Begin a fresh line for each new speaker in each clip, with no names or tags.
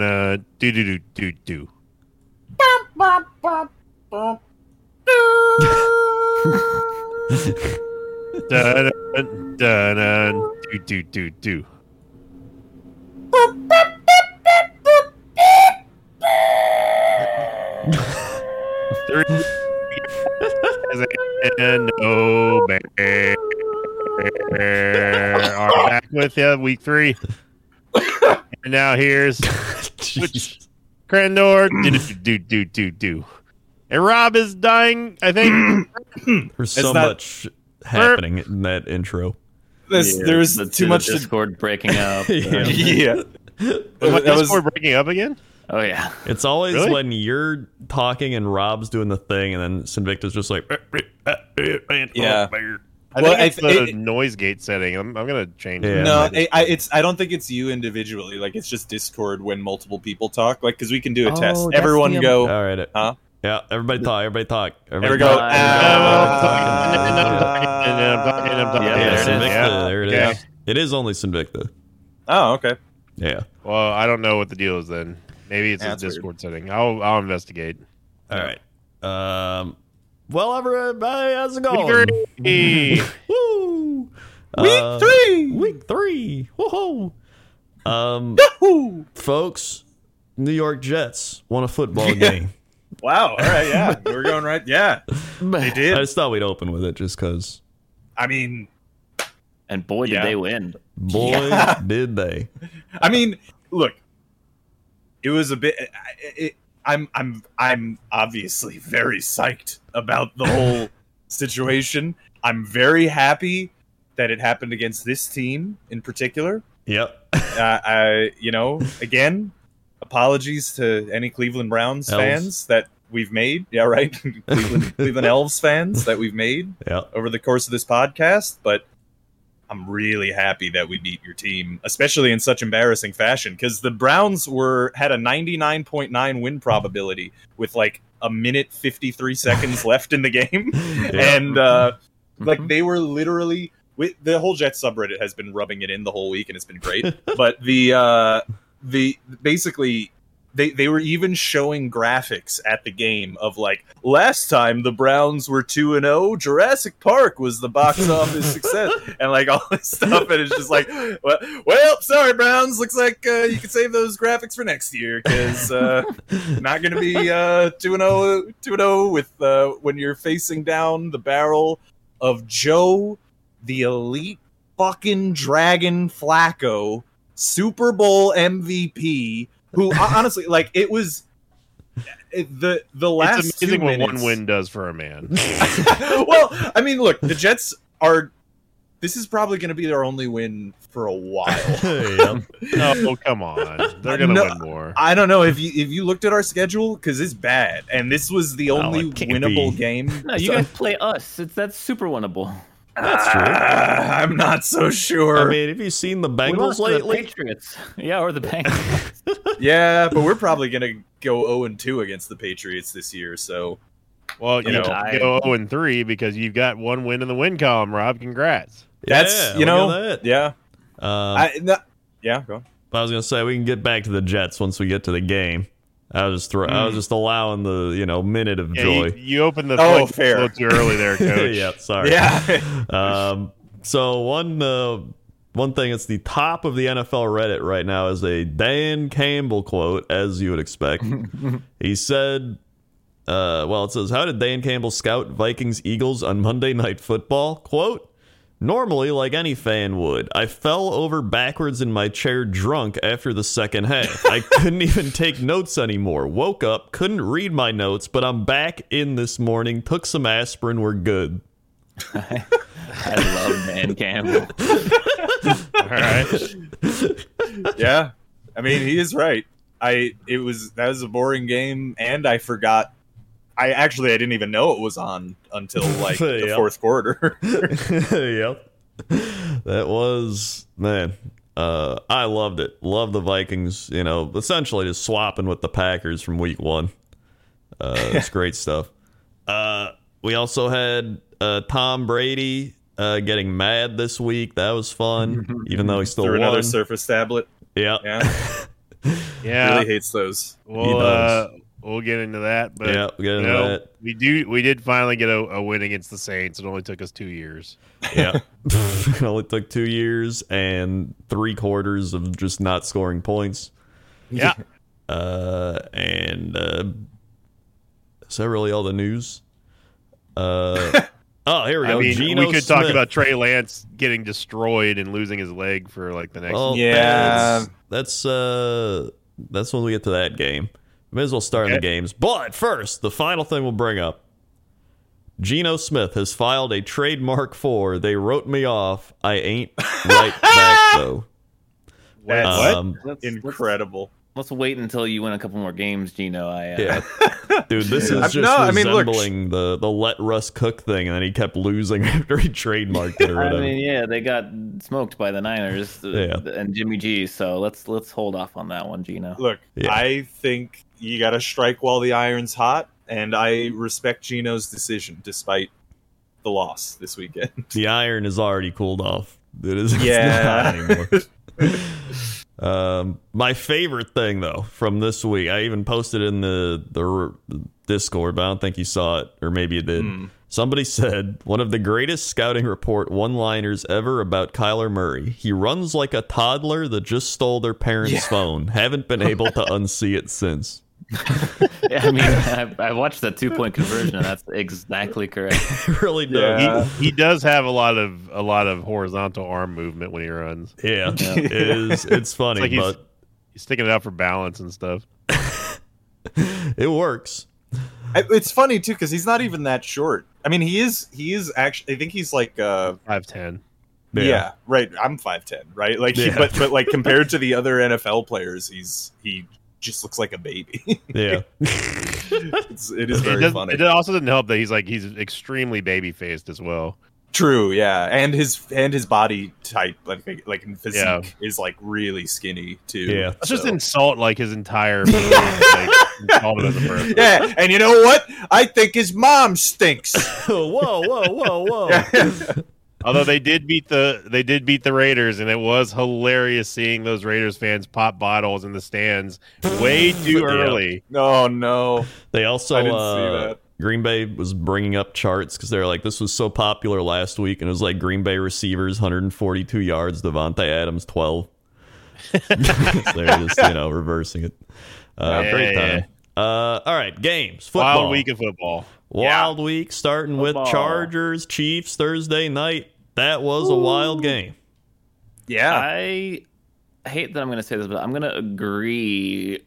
do do do do do. Dun dun dun dun do do do do. Three and no bear are back with you week three. And now here's
Jeez.
Crandor do do do do do do. And Rob is dying, I think.
There's
It's
so
not-
much happening in that intro.
This,
Yeah,
there was
the-
too
the
much. To,
Discord breaking up.
Yeah.
yeah,
Was my
that was-
Discord breaking up again?
Oh yeah.
It's always
Really?
when you're talking and Rob's doing the thing, and then Sinvicta's just like,
Yeah.
I
Well,
think it's
I th-
the
it-
noise gate setting. I'm, I'm gonna change
Yeah.
it.
no, I, I, it's. I don't think it's you individually. Like it's just Discord when multiple people talk. Like because we can do a
Oh,
test.
that's
Everyone
the-
go.
all right.
Huh?
Yeah, everybody talk, everybody talk.
There we
Everybody
go.
talk,
Uh,
Ah.
Yeah,
Yeah, there it is.
Sinvicta,
Yeah.
there it is.
Okay.
It is only Sinvicta.
Oh, okay.
Yeah.
Well, I don't know what the deal is then. Maybe it's
Yeah,
a
that's weird.
Discord setting. I'll I'll investigate.
All right. Um. Well, everybody, how's it
Oh,
going?
Week three.
Woo!
Week
Uh,
three.
Week three. Woohoo! Um,
Woo!
folks, New York Jets won a football
Yeah.
game.
Wow. All right. Yeah, we're going right. Yeah, they
I
did.
just thought we'd open with it just because.
I mean,
And boy, did
Yeah.
they win.
Boy,
Yeah.
did they.
I mean, look, it was a bit. I- It, I'm, I'm, I'm obviously very psyched about the whole situation. I'm very happy that it happened against this team in particular.
Yep.
Uh, I, you know, again, apologies to any Cleveland Browns
Elves.
fans that we've made. Yeah, right, Cleveland, Cleveland Elves fans that we've made
Yep.
over the course of this podcast, but I'm really happy that we beat your team, especially in such embarrassing fashion cuz the Browns were had a 99.9 win probability with like a minute 53 seconds left in the game
Yeah.
and uh like
Mhm.
they were literally we, the whole Jets subreddit has been rubbing it in the whole week and it's been great. but the uh the basically they they were even showing graphics at the game of like last time the Browns were 2 and 0, Jurassic Park was the box office success and like all this stuff and it's just like well, well sorry Browns looks like uh, you can save those graphics for next year cuz uh not going to be uh 2 and 0 2 and 0 with uh when you're facing down the barrel of Joe the elite fucking Dragon Flacco, Super Bowl MVP, who I- honestly, like, it was it, the the last
it's amazing
two
what
minutes-
one win does for a man.
well, I mean, look, the Jets are. This is probably going to be their only win for a while.
Yep.
oh come on, they're gonna
No,
win more.
I don't know if you if you looked at our schedule because it's bad, and this was the
Well,
only
it can't
winnable
be.
game.
No, you
So-
guys play us. It's that's super winnable.
That's true.
Ah, I'm not so
I
sure.
mean, have you seen the
We
Bengals
lost to the
lately?
Patriots. Yeah, or the Bengals.
yeah, but we're probably gonna go 0 and 2 against the Patriots this year. So
well, you
you
know,
know,
I-
go zero and three because you've got one win in the win column. Rob, congrats.
that's
Yeah,
you know,
look at that.
yeah.
Um,
I no, yeah, go. on.
I was gonna say we can get back to the Jets once we get to the game. I was just throw, I was just allowing the you know minute of
Yeah,
joy.
you, you opened the
Oh,
floodgates
fair.
a little too early there, coach.
yeah, sorry.
Yeah,
Um, so one uh, one thing that's the top of the NFL Reddit right now is a Dan Campbell quote, as you would expect. he said, uh, "Well, it says how did Dan Campbell scout Vikings Eagles on Monday Night Football?" Quote. Normally, like any fan would, I fell over backwards in my chair drunk after the second half. I couldn't even take notes anymore. Woke up, couldn't read my notes, but I'm back in this morning, took some aspirin, we're good.
I love Dan Campbell.
All right.
yeah. I mean, he is right. I it was that was a boring game, and I forgot. I actually I didn't even know it was on until like the
Yeah.
fourth quarter.
yep. That was man. Uh, I loved it. Loved the Vikings. You know, essentially just swapping with the Packers from Week One. Uh, it's great stuff. Uh, we also had uh, Tom Brady uh, getting mad this week. That was fun, even though he still
Through
won.
another surface tablet.
yeah.
Yeah,
Yeah,
Really hates those.
He
we'll uh,
does.
we'll get into that. But
yeah, we got
you
into
know,
that.
we do we did finally get a, a win against the Saints. It only took us two years.
Yeah. it only took two years and three quarters of just not scoring points.
Yeah,
Uh, and uh, is that really all the news? Uh, oh, here we
I
go.
mean,
Geno
we could talk
Smith.
about Trey Lance getting destroyed and losing his leg for like the next.
Well,
Yeah.
Oh, that's- that's uh, that's when we get to that game. May as well start in the
Okay.
games. But first, the final thing we'll bring up. Geno Smith has filed a trademark for "They wrote me off. I ain't right back though."
That's-
What?
Um,
Let's, Let's,
Incredible.
let's wait until you win a couple more games, Gino. I, uh,
Yeah. Dude, this is
I-
just
no, I mean, look,
resembling the, the let Russ cook thing, and then he kept losing after he trademarked it or
I
whatever.
mean, yeah, they got smoked by the Niners uh,
Yeah.
and Jimmy G. So let's let's hold off on that one, Gino.
Look,
Yeah.
I think you got to strike while the iron's hot, and I respect Gino's decision despite the loss this weekend.
the iron is already cooled off. It is it's
Yeah.
not hot anymore. um, my favorite thing though from this week, I even posted in the the r- Discord, but I don't think you saw it, or maybe you did.
Hmm.
Somebody said one of the greatest scouting report one-liners ever about Kyler Murray. He runs like a toddler that just stole their parents'
Yeah.
phone. Haven't been able to unsee it since.
Yeah, I mean, I, I watched that two point conversion, and that's exactly correct.
It really does.
Yeah. Uh,
he, he does have a lot of a lot of horizontal arm movement when he runs.
Yeah, it is. It's
It's
funny,
like he's-
but
He's sticking it out for balance and stuff.
it works.
I- It's funny too because he's not even that short. I mean, he is. He is actually. I think he's like. uh
Five ten.
Yeah, right. I'm five ten, right? Like, he-
Yeah.
but but like compared to the other NFL players, he's he just looks like a baby.
yeah.
it's, it is
It,
very
doesn't-
funny.
it also doesn't help that he's like he's extremely baby faced as well.
True, yeah, and his and his body type, like like in physique,
Yeah.
is like really skinny too.
Yeah.
Let's just
So-
insult like his entire. being, like, insult him as a person.
yeah, and you know what? I think his mom stinks.
whoa, whoa, whoa, whoa.
Although they did beat the they did beat the Raiders, and it was hilarious seeing those Raiders fans pop bottles in the stands way too
Yeah.
early.
No, no,
They also
I didn't
uh,
see that.
Green Bay was bringing up charts because they're like, this was so popular last week, and it was like Green Bay receivers 142 yards, Devontae Adams 12. so they're just you know reversing it. Uh,
Yeah,
great
yeah,
time. Uh, all right, games. Football.
Wild week of football.
Wild week, starting with
Football.
Chargers Chiefs Thursday night. That was a wild game.
yeah,
I hate that I'm going to say this, but I'm going to agree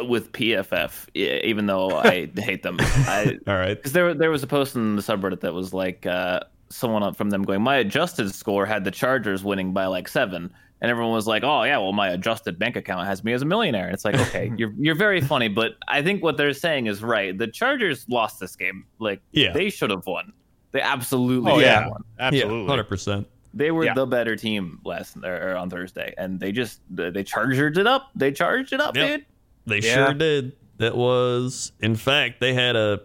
uh, with PFF, e- even though I hate them. I
All right.
because there there was a post in the subreddit that was like uh, someone up from them going, my adjusted score had the Chargers winning by like seven, and everyone was like, oh yeah, well my adjusted bank account has me as a millionaire, and it's like okay, you're you're very funny, but I think what they're saying is right. The Chargers lost this game, like
Yeah.
they should have won. They absolutely
Oh,
should
yeah.
have won.
Yeah,
Absolutely.
100%.
They were
Yeah.
the better team last or on Thursday, and they just they charged it up. They charged it up,
Yep.
dude.
They
Yeah.
sure did. That was, in fact, they had a,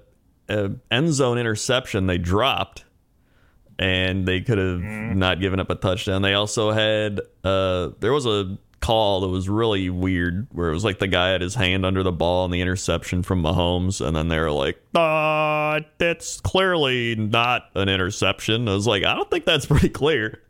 a end zone interception they dropped, and they could have
Mm.
not given up a touchdown. They also had uh, there was a call that was really weird where it was like the guy had his hand under the ball and the interception from Mahomes, and then they were like, "Ah, that's clearly not an interception." I was like, "I don't think that's pretty clear."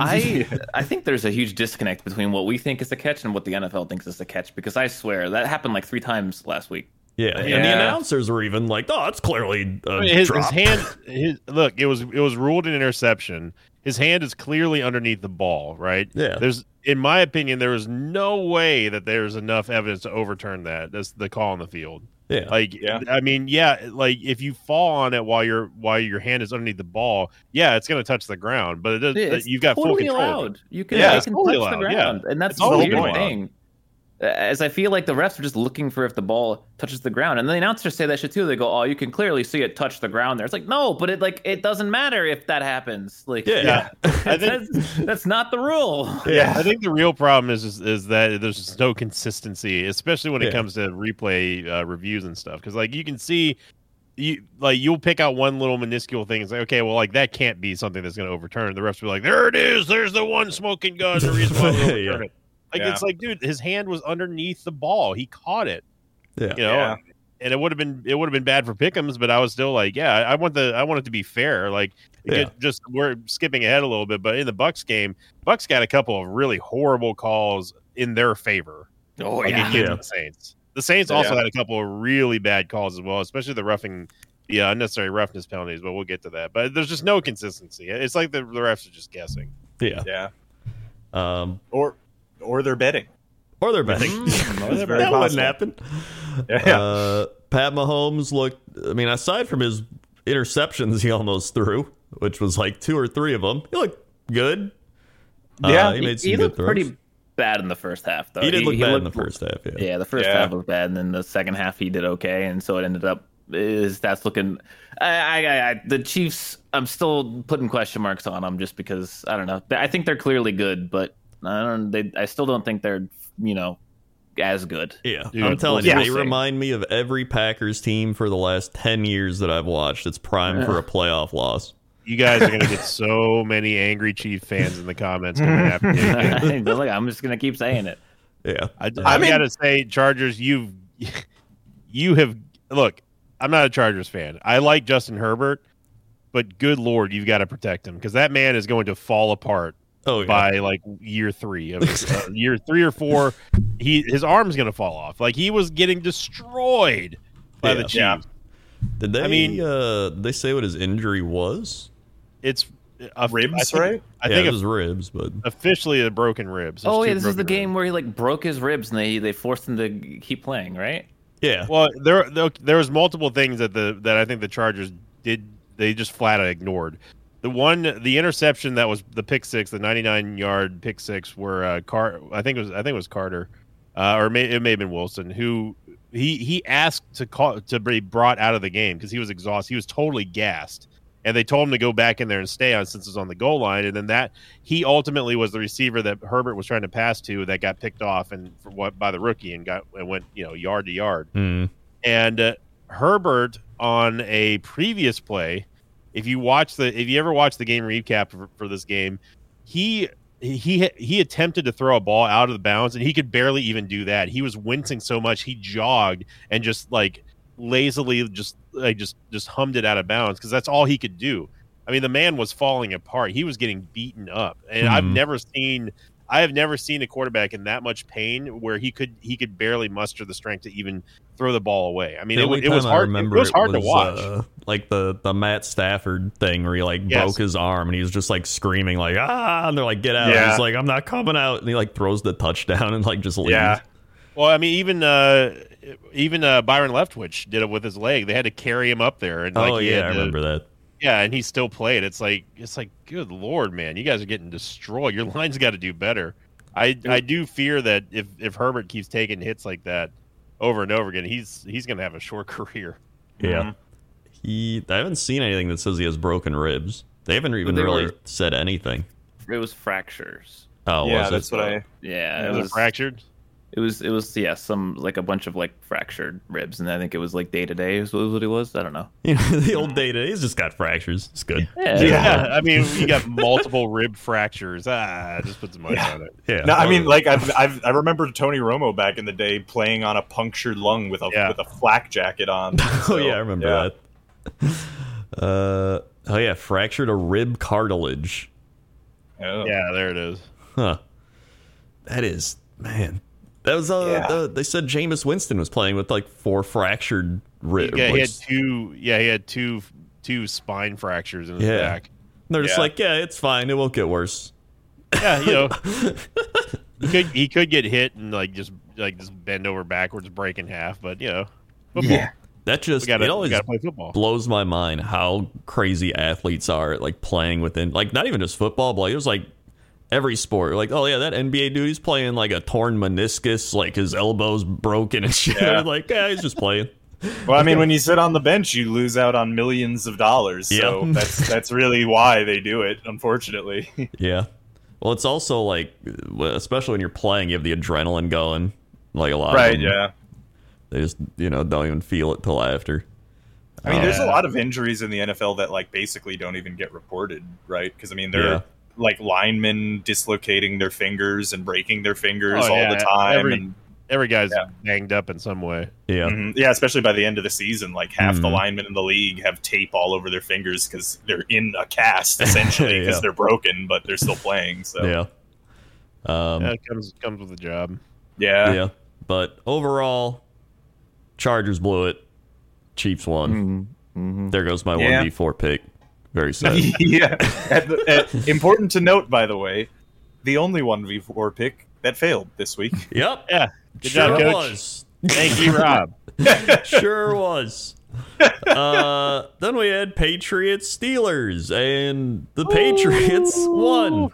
I I think there's a huge disconnect between what we think is the catch and what the NFL thinks is the catch because I swear that happened like three times last week.
Yeah, and the
Yeah.
announcers were even like, "Oh, it's clearly a
I mean, his, his
drop."
hand. His, look, it was it was ruled an interception. His hand is clearly underneath the ball, right?
Yeah.
There's, in my opinion, there is no way that there's enough evidence to overturn that. That's the call on the field.
yeah,
Like,
Yeah.
I mean, yeah, like if you fall on it while your while your hand is underneath the ball, yeah, it's gonna touch the ground, but it does.
It's
you've got
totally
full control.
allowed. You can,
Yeah,
they
it's
can
totally
touch the
allowed, yeah.
ground, and that's
It's
the
totally
weird
allowed.
thing. As I feel like the refs are just looking for if the ball touches the ground, and the announcers say that shit too. They go, "Oh, you can clearly see it touch the ground there." It's like, no, but it like it doesn't matter if that happens. Like,
Yeah.
Yeah. I think-
that's, that's not the rule.
yeah.
I think the real problem is is, is that there's just no consistency, especially when it
Yeah.
comes to replay uh, reviews and stuff. Because like you can see, you like you'll pick out one little minuscule thing. It's like okay, well, like that can't be something that's going to overturn. The refs will be like, there it is. There's the one smoking gun. The reason why we
Yeah.
overturn it. Like
Yeah.
it's like, dude, his hand was underneath the ball. He caught it.
Yeah.
You know,
Yeah.
and it would have been it would have been bad for Pickums, but I was still like, yeah, I want the I want it to be fair. Like,
Yeah.
get- just we're skipping ahead a little bit, but in the Bucks game, Bucks got a couple of really horrible calls in their favor
Oh
like
yeah. Oh,
against
Yeah.
the Saints. The Saints also had a couple of really bad calls as well, especially the roughing, yeah, unnecessary roughness penalties. But we'll get to that. But there's just no consistency. It's like the, the refs are just guessing.
Yeah.
Yeah.
Um,
Or or they're betting.
or they're betting.
Mm, that's
that
very
wouldn't
possible.
happen.
Yeah.
Uh, Pat Mahomes looked. I mean, aside from his interceptions, he almost threw, which was like two or three of them. He looked good. Uh,
Yeah.
he
He,
made some
he
good
looked
throws.
pretty bad in the first half, though.
he did look bad in the
Uh, looked-
first half. Yeah.
Yeah, the first
Yeah.
half was bad, and then the second half he did okay, and so it ended up is that's looking. I, I, I the Chiefs. I'm still putting question marks on them just because I don't know. I think they're clearly good, but I don't. They, I still don't think they're you know as good.
Yeah,
Dude,
I'm telling you,
yeah.
they remind me of every Packers team for the last ten years that I've watched. It's prime for a playoff loss.
You guys are gonna get so many angry Chief fans in the comments coming after you.
But, like, I'm just gonna keep saying it.
Yeah,
I,
I
I
mean-
gotta say, Chargers, you've you have look. I'm not a Chargers fan. I like Justin Herbert, but good lord, you've got to protect him because that man is going to fall apart
oh yeah,
by like year three of uh, year three or four. He his arm's going to fall off. Like he was getting destroyed by the
Yeah.
Chiefs.
Yeah.
did they?
I mean-
uh, did they say what his injury was.
It's a, I
Ribs,
think,
right?
I
yeah,
think
it was ribs, but
officially a broken ribs. There's
oh yeah,
two
this is the
broken ribs.
game where he like broke his ribs, and they they forced him to keep playing, right?
yeah,
Well, there, there there was multiple things that the that I think the Chargers did they just flat out ignored. The one the interception that was the pick six, the 99 yard pick six where uh, Car I think it was I think it was Carter uh, or may, it may have been Wilson who he he asked to call to be brought out of the game because he was exhausted. He was totally gassed. And they told him to go back in there and stay on since it was on the goal line. And then that he ultimately was the receiver that Herbert was trying to pass to that got picked off and for what by the rookie and got and went you know yard to yard.
Mm.
And uh, Herbert on a previous play, if you watch the if you ever watch the game recap for, for this game, he he he attempted to throw a ball out of the bounds and he could barely even do that. He was wincing so much he jogged and just like lazily just like just just hummed it out of bounds because that's all he could do. I mean, the man was falling apart. He was getting beaten up, and I've
Mhm.
never seen. I have never seen a quarterback in that much pain where he could he could barely muster the strength to even throw the ball away. I mean,
The
it, wa-
only
it was
time I
hard. It
remember
was hard to watch.
uh, like the the Matt Stafford thing where he like
Yes.
broke his arm and he was just like screaming like ah, and they're like get out.
Yeah.
He's like I'm not coming out, and he like throws the touchdown and like just leaves.
Yeah.
well, I mean, even uh, even uh, Byron Leftwich did it with his leg. They had to carry him up there, and like,
oh
he
yeah,
had
I
to-
remember that.
Yeah, and he still played. It's like it's like good lord, man, you guys are getting destroyed. Your line's got to do better. I I do fear that if if Herbert keeps taking hits like that over and over again, he's he's going to have a short career.
Yeah.
Mhm.
He I haven't seen anything that says he has broken ribs. They haven't even
they
really
were-
said anything.
It was fractures.
Oh,
yeah,
was
that's
it?
what I
Yeah,
Yeah,
it
Is it
was
fractured?
It was it was yeah some like a bunch of like fractured ribs and I think it was like day to day is what it was I don't know
You know, the old data. He's just got fractures. It's good.
yeah,
Yeah, I mean, you got multiple rib fractures. Ah, just put some ice on it.
Yeah.
No, I mean, like I've, I've I remember Tony Romo back in the day playing on a punctured lung with a
Yeah.
with a flak jacket on.
oh yeah, I remember that. Uh, oh yeah, fractured a rib cartilage.
that. Yeah.
Yeah, there it is.
Huh. That is man. That was uh.
Yeah.
the- they said Jameis Winston was playing with like four fractured ribs.
Yeah, he had two. Yeah, he had two two spine fractures in his
Yeah.
back.
They're just
Yeah.
like, yeah, it's fine. It won't get worse.
Yeah, you know, he could he could get hit and like just like just bend over backwards, break in half. But you know, football.
Yeah.
That
We
just
gotta,
it
we
always
gotta play football.
blows my mind how crazy athletes are at, like playing within like not even just football but like, it was like every sport like oh yeah that nba dude he's playing like a torn meniscus like his elbows broken and shit
Yeah.
like yeah he's just playing
Well, I mean, when you sit on the bench, you lose out on millions of dollars. So
Yeah.
that's that's really why they do it. Unfortunately,
yeah well it's also like especially when you're playing you have the adrenaline going like a lot of them, they just you know don't even feel it till after
I mean, there's a
Yeah.
Uh,
lot of injuries in the NFL that like basically don't even get reported, right? Because I mean, they're
Yeah.
like linemen dislocating their fingers and breaking their fingers
Oh,
all
yeah,
the time.
every-
and,
Every guy's
Yeah.
banged up in some way.
Yeah.
Mhm. yeah, especially by the end of the season, like half the
Mhm.
linemen in the league have tape all over their fingers because they're in a cast essentially because
Yeah.
they're broken, but they're still playing. So yeah,
Yeah. Um,
That comes comes with the job.
yeah.
yeah. But overall, Chargers blew it. Chiefs won.
Mm.
Mm-hmm.
There goes my
Yeah.
1v4 pick. Very sad.
At the- at- important to note, by the way, the only one v four pick that failed this week.
yep.
Yeah. Good
sure
job, coach.
was.
Thank you, Rob.
sure was. Uh, then we had Patriots Steelers, and the Patriots won.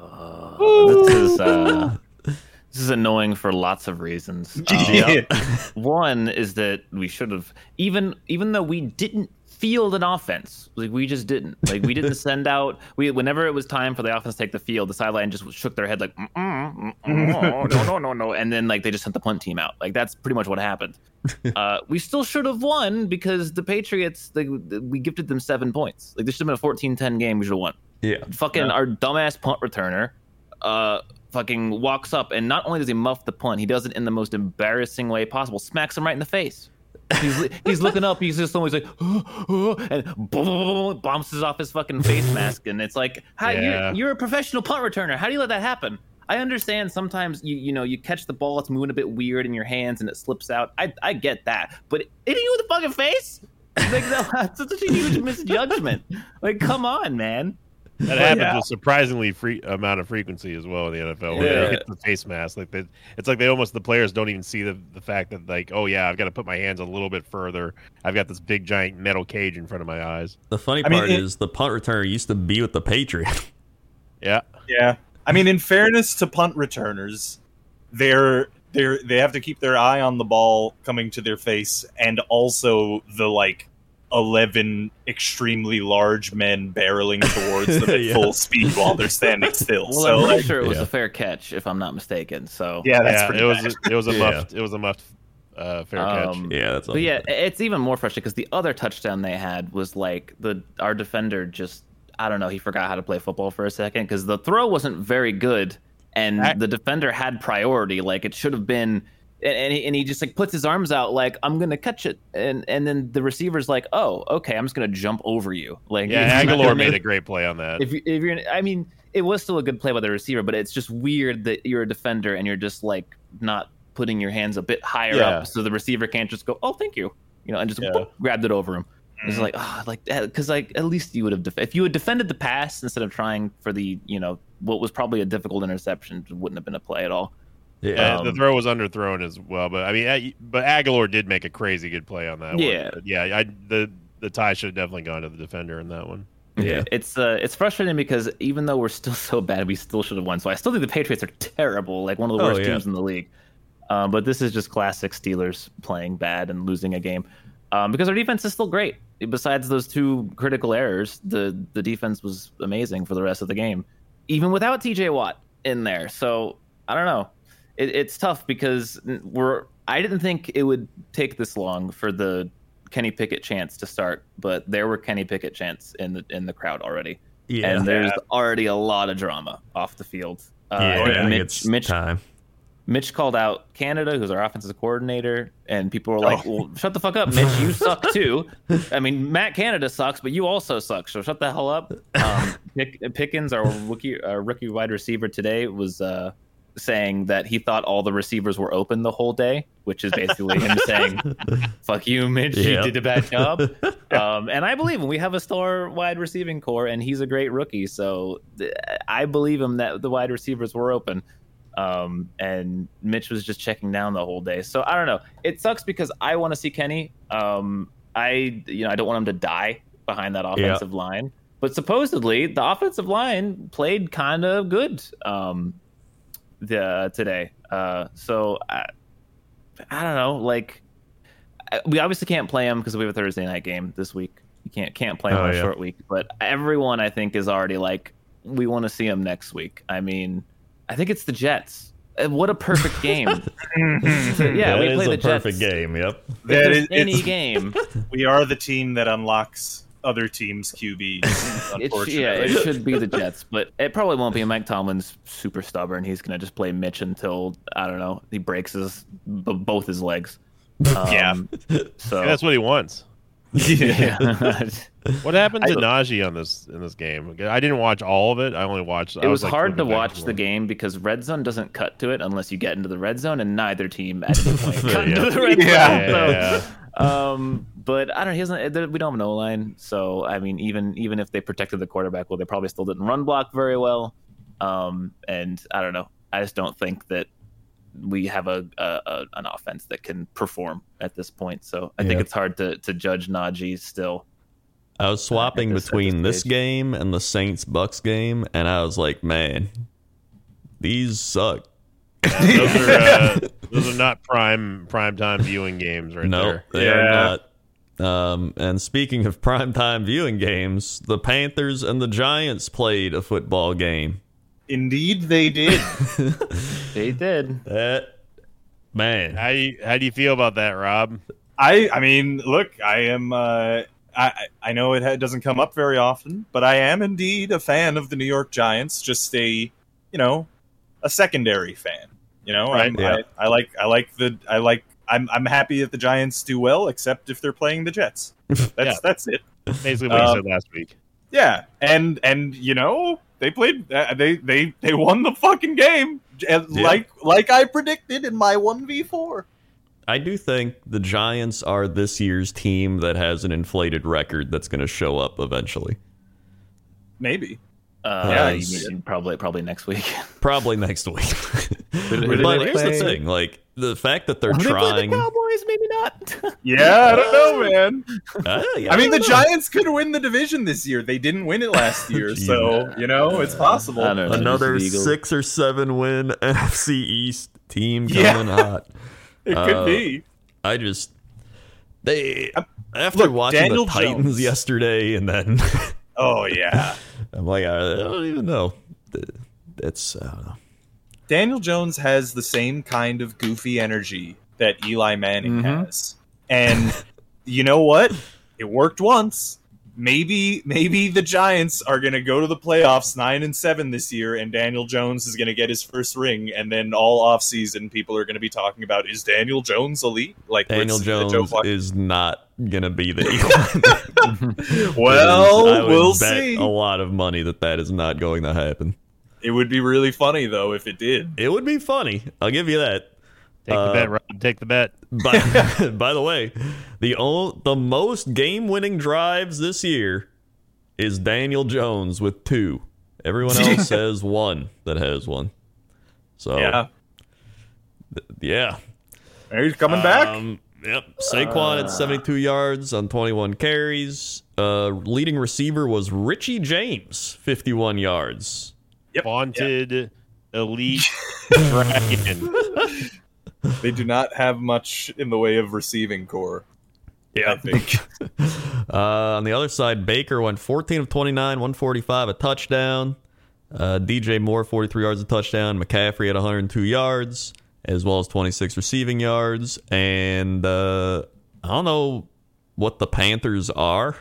Uh, this is uh, this is annoying for lots of reasons. Um,
Oh,
One is that we should have even even though we didn't field an offense, like we just didn't. Like we didn't send out. We whenever it was time for the offense to take the field, the sideline just shook their head like "Mm, mm-mm, mm-mm, mm, oh, no no no no, and then like they just sent the punt team out. Like that's pretty much what happened. Uh, we still should have won because the Patriots they, we gifted them seven points. Like this should have been a 14-10 game. We should have won
Yeah.
fucking our dumbass punt returner uh fucking walks up and not only does he muff the punt he does it in the most embarrassing way possible smacks him right in the face he's, he's looking up he's just always like and boom, bounces off his fucking face mask and it's like how
Yeah.
you, you're a professional punt returner how do you let that happen I understand sometimes you you know you catch the ball it's moving a bit weird in your hands and it slips out I I get that but hitting you in the fucking face like no, that's such a huge misjudgment like come on man
That happens with surprisingly free amount of frequency as well in the NFL. When
Yeah.
they hit the face mask, like they, it's like they almost the players don't even see the, the fact that like, oh yeah, I've got to put my hands a little bit further. I've got this big giant metal cage in front of my eyes.
The funny
I
part
mean, it-
is the punt returner used to be with the Patriots.
Yeah,
Yeah. I mean, in fairness to punt returners, they're they're they have to keep their eye on the ball coming to their face and also the like 11 extremely large men barreling towards them at
Yeah.
full speed while they're standing still.
Well,
so
I'm pretty
like,
sure it was
Yeah.
a fair catch, if I'm not mistaken. So
yeah, that's
yeah,
pretty
it was
bad.
a, it was a
Yeah.
muffed it was a muffed uh, fair
Um,
catch.
Yeah, that's all.
But yeah, it's even more frustrating because the other touchdown they had was like the our defender just I don't know he forgot how to play football for a second because the throw wasn't very good and
I-
the defender had priority like it should have been and, and, he, and he just like puts his arms out like I'm gonna catch it and and then the receiver's like oh okay I'm just gonna jump over you like
Yeah,
it's not
Aguilar
gonna-
made a great play on that.
if, you, if you're, I mean, it was still a good play by the receiver, but it's just weird that you're a defender and you're just like not putting your hands a bit higher
Yeah.
up, so the receiver can't just go, "Oh, thank you," you know, and just
Yeah.
whoop, grabbed it over him. It's like, oh, like because like at least you would have def- if you had defended the pass instead of trying for the you know what was probably a difficult interception, it wouldn't have been a play at all.
yeah.
Yeah, Uh, the
Um,
throw was underthrown as well, but I mean, I, but Aguilar did make a crazy good play on that
Yeah.
one. But yeah, I the the tie should have definitely gone to the defender in that one.
Yeah.
it's uh, it's frustrating because even though we're still so bad, we still should have won. So I still think the Patriots are terrible, like one of the
Oh,
worst
yeah.
teams in the league. Um, but this is just classic Steelers playing bad and losing a game um, because our defense is still great. Besides those two critical errors, the the defense was amazing for the rest of the game, even without T.J. Watt in there. So I don't know. It, it's tough because we're. I didn't think it would take this long for the Kenny Pickett chants to start, but there were Kenny Pickett chants in the in the crowd already,
yeah.
and uh, there's already a lot of drama off the field. Uh,
yeah,
and
I think
Mitch,
it's
Mitch
time.
Mitch called out Canada, who's our offensive coordinator, and people were like, "Well, shut the fuck up, Mitch. You suck too. I mean, Matt Canada sucks, but you also suck. So shut the hell up." Um, Pick, Pickens, our rookie, our rookie wide receiver today, was uh, saying that he thought all the receivers were open the whole day, which is basically him saying, "Fuck you, Mitch.
Yeah.
You did a bad job." um, and I believe him. We have a star wide receiving core, and he's a great rookie. So th- I believe him that the wide receivers were open um, and Mitch was just checking down the whole day. So I don't know. It sucks because I want to see Kenny. Um, I you know I don't want him to die behind that offensive line. But supposedly the offensive line played kind of good um, the, today. Uh, so I, I don't know. Like I- we obviously can't play him because we have a Thursday night game this week. You can't can't play him
Oh,
on a
yeah.
short week. But everyone I think is already like we want to see him next week. I mean. I think it's the Jets. Uh, What a perfect game! yeah, we
That is
play
a
the
perfect
Jets.
game. Yep.
If
That
there's
is-
any
it's-
game.
we are the team that unlocks other teams' QBs.
It sh- yeah,
unfortunately,
it should be the Jets, but it probably won't be. Mike Tomlin's super stubborn. He's gonna just play Mitch until I don't know he breaks his b- both his legs. Um,
Yeah.
so
Yeah, that's what he wants.
yeah.
What happened to
I-
Najee on this in this game? I didn't watch all of it. I only watched.
it was, hard to watch the game because red zone doesn't cut to it unless you get into the red zone, and neither team at any point cut
Yeah.
into the red
Yeah.
zone. So,
Yeah.
um, but I don't. He doesn't. there- We don't have an O line, so I mean, even even if they protected the quarterback, well, they probably still didn't run block very well. Um, and I don't know. I just don't think that we have a, a, a an offense that can perform at this point. So I think
Yeah.
it's hard to to judge Najee still.
I was swapping
At this- at
between
this
this
stage.
game and the Saints Bucks game, and I was like, man, these suck.
Those are uh, those are not prime prime time viewing games right
no,
there.
they
Yeah.
are not. Um, and speaking of primetime viewing games, the Panthers and the Giants played a football game.
indeed they did.
They did.
That man,
How do you, how do you feel about that, Rob?
I I mean, look, I am. Uh, I I know it ha- doesn't come up very often, but I am indeed a fan of the New York Giants. Just a you know a secondary fan. You know, I'm,
Right,
yeah.
I, I like I like the I like I'm I'm happy that the Giants do well, except if they're playing the Jets. That's
Yeah.
that's it.
Basically, what
Um,
you said last week.
Yeah, and and you know they played uh, they they they won the fucking game and
Yeah.
like like I predicted in my one v four.
I do think the Giants are this year's team that has an inflated record that's going to show up eventually.
Maybe
Uh,
Yeah,
you
it's-
mean probably probably next week.
Probably next week.
who did
but
they
here's
play?
the thing: like the fact that they're trying.
Cowboys, maybe not.
yeah, I don't know, man.
Uh, yeah,
I mean, the
don't know.
Giants could win the division this year. They didn't win it last year, so you know it's possible.
I don't know.
another
Eagles.
six or seven win NFC East team coming
Yeah.
hot.
It could
Uh,
be.
I just they after
look,
watching
Daniel
the Titans
Jones.
yesterday, and then
Oh yeah,
I'm like, I don't even know. That's I don't know.
Daniel Jones has the same kind of goofy energy that Eli Manning
Mm-hmm.
Mhm.
has, and you know what? It worked once. Maybe, maybe the Giants are going to go to the playoffs nine and seven this year, and Daniel Jones is going to get his first ring, and then all offseason people are going to be talking about is Daniel Jones elite? Like let's
Daniel
see the Joe
Jones
Flacco-
is not gonna be the Eagle. I
Well,
would
we'll
bet
see.
A lot of money that that is not going to happen.
It would be really funny though if it did.
It would be funny. I'll give you that.
Take
uh,
the bet, Rob. Take the bet.
By, by the way, the ol the most game winning drives this year is Daniel Jones with two. Everyone else has one that has one. So
Yeah,
yeah.
he's coming back.
Um, yep.
Uh,
Saquon
Uh.
at 72 yards on 21 carries. Uh, leading receiver was Richie James, 51 yards.
Yep.
Vaunted elite dragon.
They do not have much in the way of receiving core. I think.
Uh, on the other side, Baker went 14 of 29, 145, a touchdown. Uh, DJ Moore, 43 yards, a touchdown. McCaffrey at 102 yards, as well as 26 receiving yards. And uh, I don't know what the Panthers are,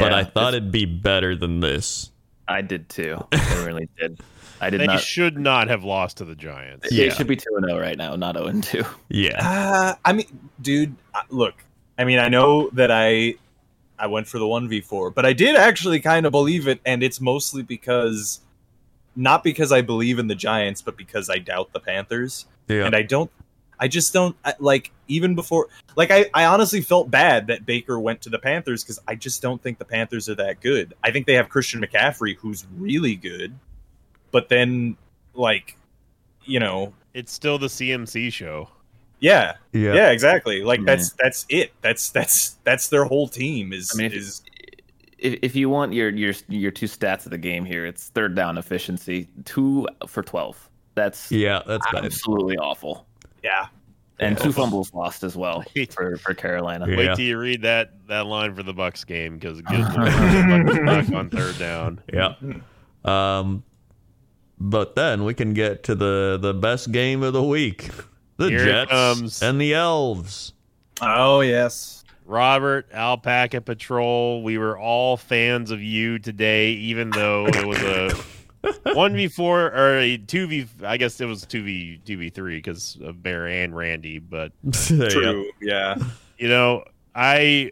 but I thought it'd be better than this.
I did too. I really did. I did
They
not.
should not have lost to the Giants.
Yeah.
It should be two and zero right now, not zero and two.
Yeah.
Uh, I mean, dude, I- look. I mean, I know that I I went for the one v four, but I did actually kind of believe it, and it's mostly because not because I believe in the Giants, but because I doubt the Panthers.
Yeah.
and I don't. I just don't I, like even before. Like I, I honestly felt bad that Baker went to the Panthers because I just don't think the Panthers are that good. I think they have Christian McCaffrey who's really good, but then like, you know,
It's still the CMC show.
yeah,
yeah.
yeah, exactly. Like
Yeah.
that's that's it. That's that's that's their whole team is
I mean, if-
is
If, if you want your your your two stats of the game here, it's third down efficiency, two for twelve. That's
Yeah, that's bad.
absolutely awful,
yeah.
and
Yeah.
two fumbles lost as well
Right.
for for Carolina.
Yeah.
Wait till you read that that line for the Bucks game because it gives the Bucks back on third down.
Yeah. Um, but then we can get to the the best game of the week: the
Here it
Jets
comes.
and the Elves.
Oh yes,
Robert, Alpaca Patrol, we were all fans of you today, even though it was a one v four or a two v. I guess it was two v two v three because of Bear and Randy. But
There you go.
True. Yeah.
you know, I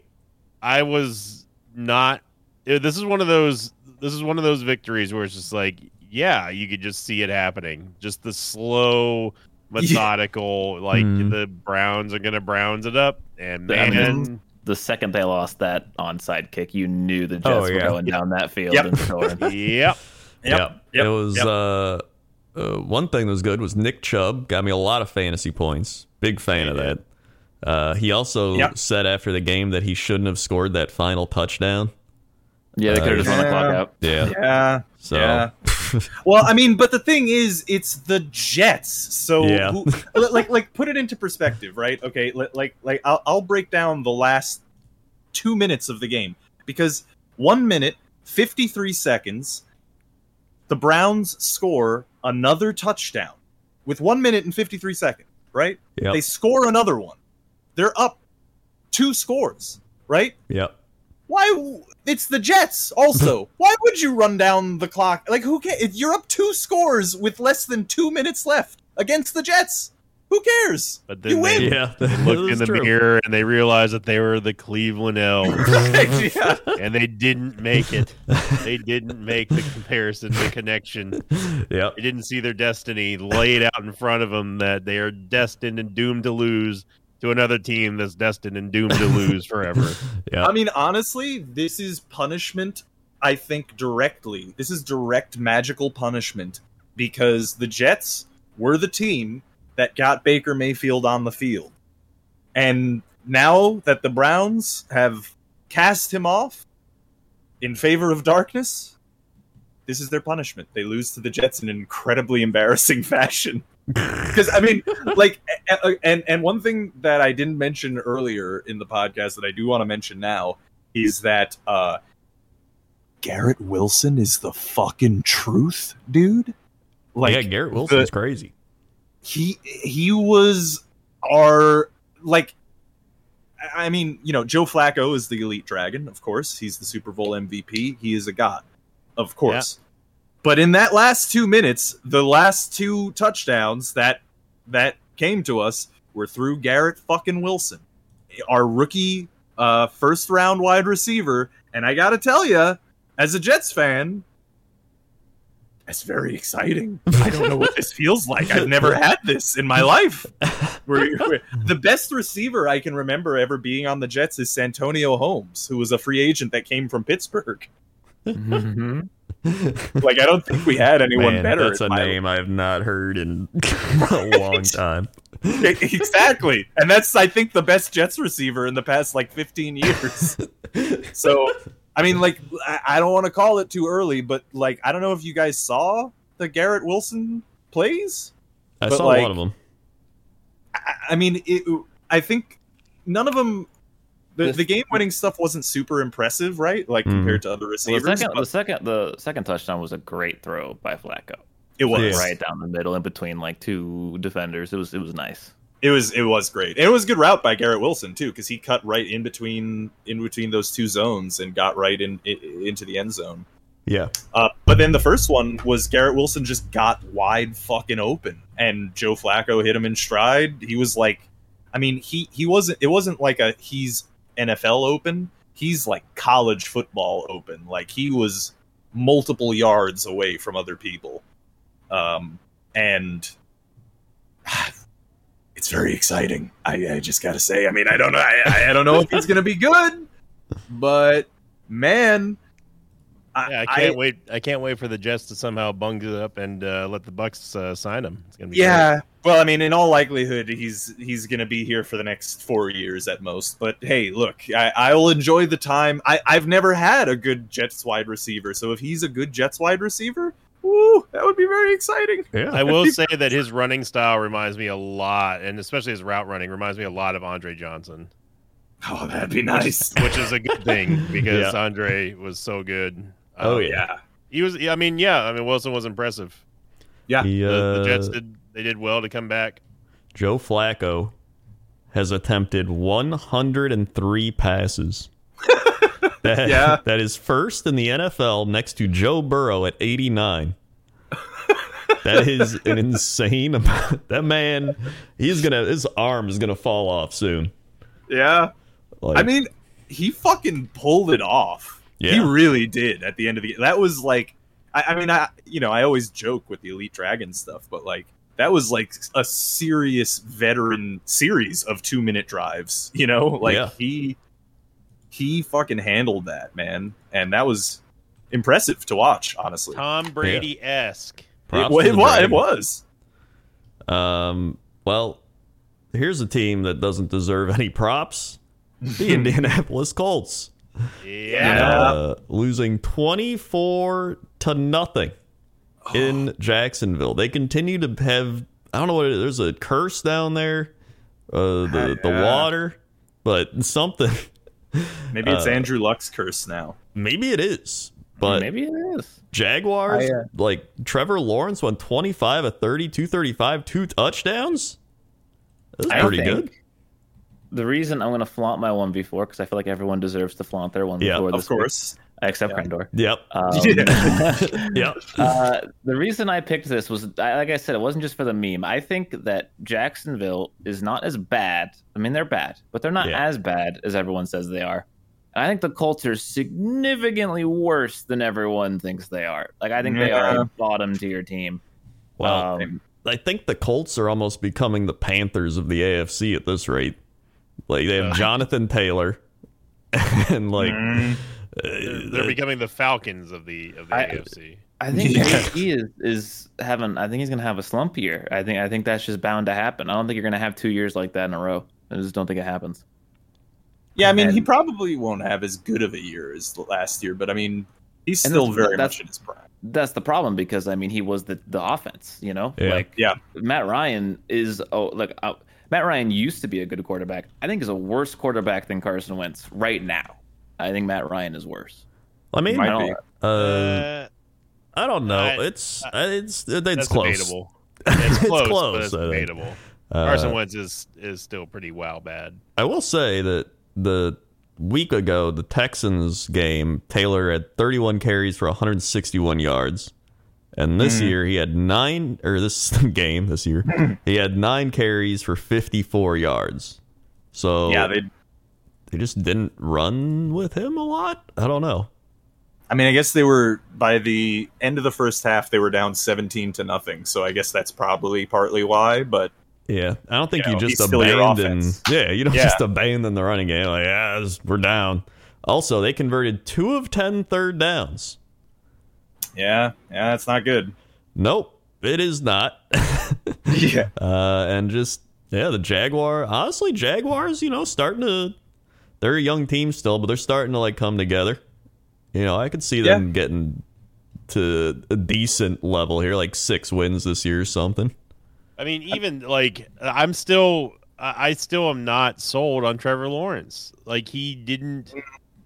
I was not. eh, This is one of those. This is one of those victories where it's just like, yeah, you could just see it happening. Just the slow, methodical, like
Hmm.
the Browns are gonna Browns it up, and
I mean,
then
The second they lost that onside kick, you knew the Jets
Oh,
were
yeah.
going down that field
Yep.
and scoring.
yep,
it was uh, uh, one thing that was good was Nick Chubb got me a lot of fantasy points. Big fan of that. Uh, he also
Yep.
said after the game that he shouldn't have scored that final touchdown.
Yeah, they could have just run the clock
Yeah.
Yeah.
out.
Yeah.
So
Yeah. Well, I mean, but the thing is, it's the Jets. So,
Yeah.
who, li- like, like, put it into perspective, right? Okay, li- like, like, I'll, I'll break down the last two minutes of the game because one minute, fifty-three seconds, the Browns score another touchdown with one minute and fifty-three seconds, right?
Yep.
They score another one. They're up two scores, right?
yep.
why w- it's the jets also why would you run down the clock like who cares you're up two scores with less than two minutes left against the jets who cares
But then
you
they-
win
Yeah.
looked in the
true.
mirror and they realized that they were the Cleveland Elves
Yeah.
and they didn't make it. They didn't make the comparison, the connection.
Yep.
They didn't see their destiny laid out in front of them that they are destined and doomed to lose to another team that's destined and doomed to lose forever.
Yeah.
i mean honestly this is punishment i think directly this is direct magical punishment because the jets were the team that got baker mayfield on the field and now that the browns have cast him off in favor of darkness this is their punishment they lose to the jets in an incredibly embarrassing fashion because i mean like a- a- and and one thing that i didn't mention earlier in the podcast that i do want to mention now is that uh garrett wilson is the fucking truth dude like
yeah, Garrett Wilson's
the-
crazy.
he he was our like I- I mean, you know, Joe Flacco is the elite dragon, of course. He's the Super Bowl MVP. He is a god, of course. But in that last 2 minutes, the last two touchdowns that that came to us were through Garrett fucking Wilson, our rookie uh first round wide receiver, and I got to tell you, as a Jets fan, that's very exciting. I don't know what this feels like. I've never had this in my life. We're- we're- the best receiver I can remember ever being on the Jets is Santonio Holmes, who was a free agent that came from Pittsburgh. Like I don't think we had anyone
Mm-hmm. Man,
better.
that's
in
a
my-
name I have not heard in a long time.
exactly, and that's I think the best Jets receiver in the past like 15 years. so, I mean, like I, I don't want to call it too early, but like I don't know if you guys saw the Garrett Wilson plays.
I
But,
saw a
like,
lot of them.
I- I mean, it, I think none of them. The, the game winning stuff wasn't super impressive, right? Like
Mhm.
compared to other
Well,
receivers,
the second,
but
the second, the second touchdown was a great throw by Flacco,
it was
Yes.
right down the middle, in between like two defenders. It was it was nice.
It was it was great. It was a good route by Garrett Wilson too, because he cut right in between in between those two zones and got right in, i into the end zone.
Yeah.
Uh, but then the first one was Garrett Wilson just got wide fucking open, and Joe Flacco hit him in stride. He was like, I mean, he he wasn't. It wasn't like a he's NFL open. He's like college football open. Like he was multiple yards away from other people, um, and it's very exciting. I, I just gotta say. I mean, I don't know. I, I- I don't know if he's gonna be good, but man, I,
Yeah, I
I-
can't wait. I can't wait for the Jets to somehow bung it up and uh, let the Bucks uh, sign him. It's gonna be great.
Yeah. Well, I mean, in all likelihood, he's he's going to be here for the next four years at most. But hey, look, I, I will enjoy the time. I, I've never had a good Jets wide receiver, so if he's a good Jets wide receiver, ooh, that would be very exciting.
Yeah.
I will say that his running style reminds me a lot, and especially his route running reminds me a lot of Andre Johnson,
Oh, that'd be nice.
which is a good thing because Andre was so good.
Oh,
Um,
yeah.
he was. I mean, yeah. I mean, Wilson was impressive.
Yeah.
He,
The, the
uh,
Jets did. They did well to come back.
Joe Flacco has attempted 103 passes. That-
Yeah.
that is first in the NFL next to Joe Burrow at 89. that is an insane amount. That man, he's gonna his arm is gonna fall off soon.
Yeah.
Like,
I mean, he fucking pulled it off. He
Yeah.
really did at the end of the That was like, I, I mean, I you know, I always joke with the Elite Dragon stuff, but like that was like a serious veteran series of two minute drives. You know, like
Yeah.
he he fucking handled that man, and that was impressive to watch. Honestly,
Tom Brady esque.
props
it, wa-
to the
it was. It
Dragons.
was.
Um, well, here's a team that doesn't deserve any props: the Indianapolis Colts,
Yeah.
uh, losing 24 to nothing
Oh.
in Jacksonville. They continue to have I don't know what it is. There's a curse down there, uh, the the
Yeah.
water, but something.
Maybe it's
uh,
Andrew Luck's curse now.
Maybe it is, but
Maybe it is.
Jaguars,
I, uh,
like Trevor Lawrence went 25 of 30, 235, two touchdowns. That's
I
pretty
think-
good.
The reason I'm going to flaunt my one before because I feel like everyone deserves to flaunt their one
Yeah,
before.
Of
this week,
course.
except Grindor.
Yep.
Um,
Yep.
uh, the reason I picked this was, I- like I said, it wasn't just for the meme. I think that Jacksonville is not as bad. I mean, they're bad, but they're not
Yeah.
as bad as everyone says they are. And I think the Colts are significantly worse than everyone thinks they are. Like, I think they are
Yeah.
a bottom tier team.
Well,
Um,
I think the Colts are almost becoming the Panthers of the AFC at this rate. Like they have
Uh.
Jonathan Taylor, and like uh,
Mm.
Mm-hmm. They're, they're becoming the Falcons of the of the
I-
AFC.
I think
Yeah.
he is is having. I think he's gonna have a slump year. I think I think that's just bound to happen. I don't think you're gonna have two years like that in a row. I just don't think it happens.
Yeah, I mean, he
And-
probably won't have as good of a year as the last year, but I mean, he's
And
still
that's-
very
that's-
much in his prime.
That's the problem because I mean he was the the offense. You know,
Yeah.
like
Yeah.
Matt Ryan is oh like uh, Matt Ryan used to be a good quarterback. I think is a worse quarterback than Carson Wentz right now. I think Matt Ryan is worse.
I mean,
Might
I don't-
be.
uh,
Uh,
I don't know.
I-
it's it's it's,
that's
close.
debatable. It's close,
close,
but it's
I think.
debatable.
Uh,
Carson Wentz is is still pretty wow bad.
I will say that the week ago, the Texans game, Taylor had 31 carries for 161 yards. And this
Mm.
year he had nine or this game this year, he had nine carries for 54 yards. So
Yeah, they.
they just didn't run with him a lot. I don't know.
I mean, I guess they were by the end of the first half they were down seventeen to nothing. So I guess that's probably partly why. But
Yeah, I don't think
Yeah,
you just
he's still your
abandon.
offense.
Yeah, you don't
Yeah.
just abandon the running game. Like, yeah, this- we're down. Also, they converted two of 10 third downs.
yeah, yeah, that's not good.
Nope, it is not.
Yeah,
uh, and just yeah, the Jaguar. Honestly, Jaguars, you know, starting to they're a young team still, but they're starting to like come together. You know, I could see them getting to a decent level here, like six wins this year or something.
I mean, even like I'm still, I I still am not sold on Trevor Lawrence. Like he didn't,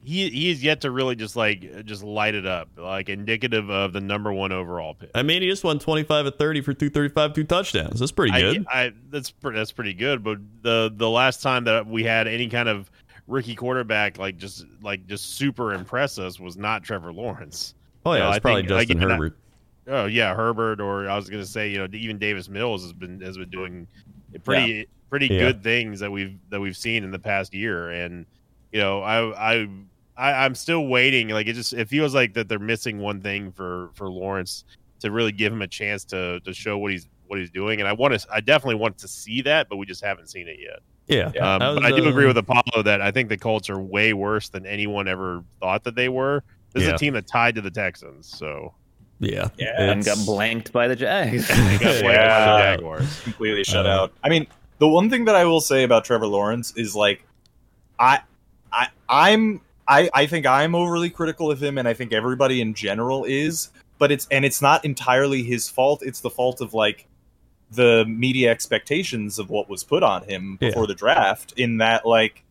he he is yet to really just like just light it up, like indicative of the number one overall pick.
I mean, he just won twenty five at thirty for two thirty five, two touchdowns. That's pretty
I,
good.
I that's pre- that's pretty good. But the the last time that we had any kind of rookie quarterback like just like just super impress us was not Trevor Lawrence.
oh yeah,
no,
it's
I
probably
think, like,
Justin
even I-
Herbert.
Oh yeah, Herbert, or I was gonna say, you know, even Davis Mills has been has been doing pretty pretty
Yeah.
good things that we've that we've seen in the past year, and you know, I I, I I'm still waiting. Like it just it feels like that they're missing one thing for for Lawrence to really give him a chance to to show what he's what he's doing, and I want to I definitely want to see that, but we just haven't seen it yet.
yeah,
Um, but I do agree with Apollo that I think the Colts are way worse than anyone ever thought that they were. This is
Yeah.
a team that tied to the Texans, so
yeah,
Yeah,
And
it's-
got blanked by the Jags.
they got blamed by the
Yeah.
Jaguars.
completely shut
Uh,
out. I mean, the one thing that I will say about Trevor Lawrence is like, I, I, I'm, I, I think I'm overly critical of him, and I think everybody in general is. But it's and it's not entirely his fault. It's the fault of like the media expectations of what was put on him
Yeah.
before the draft. In that, like,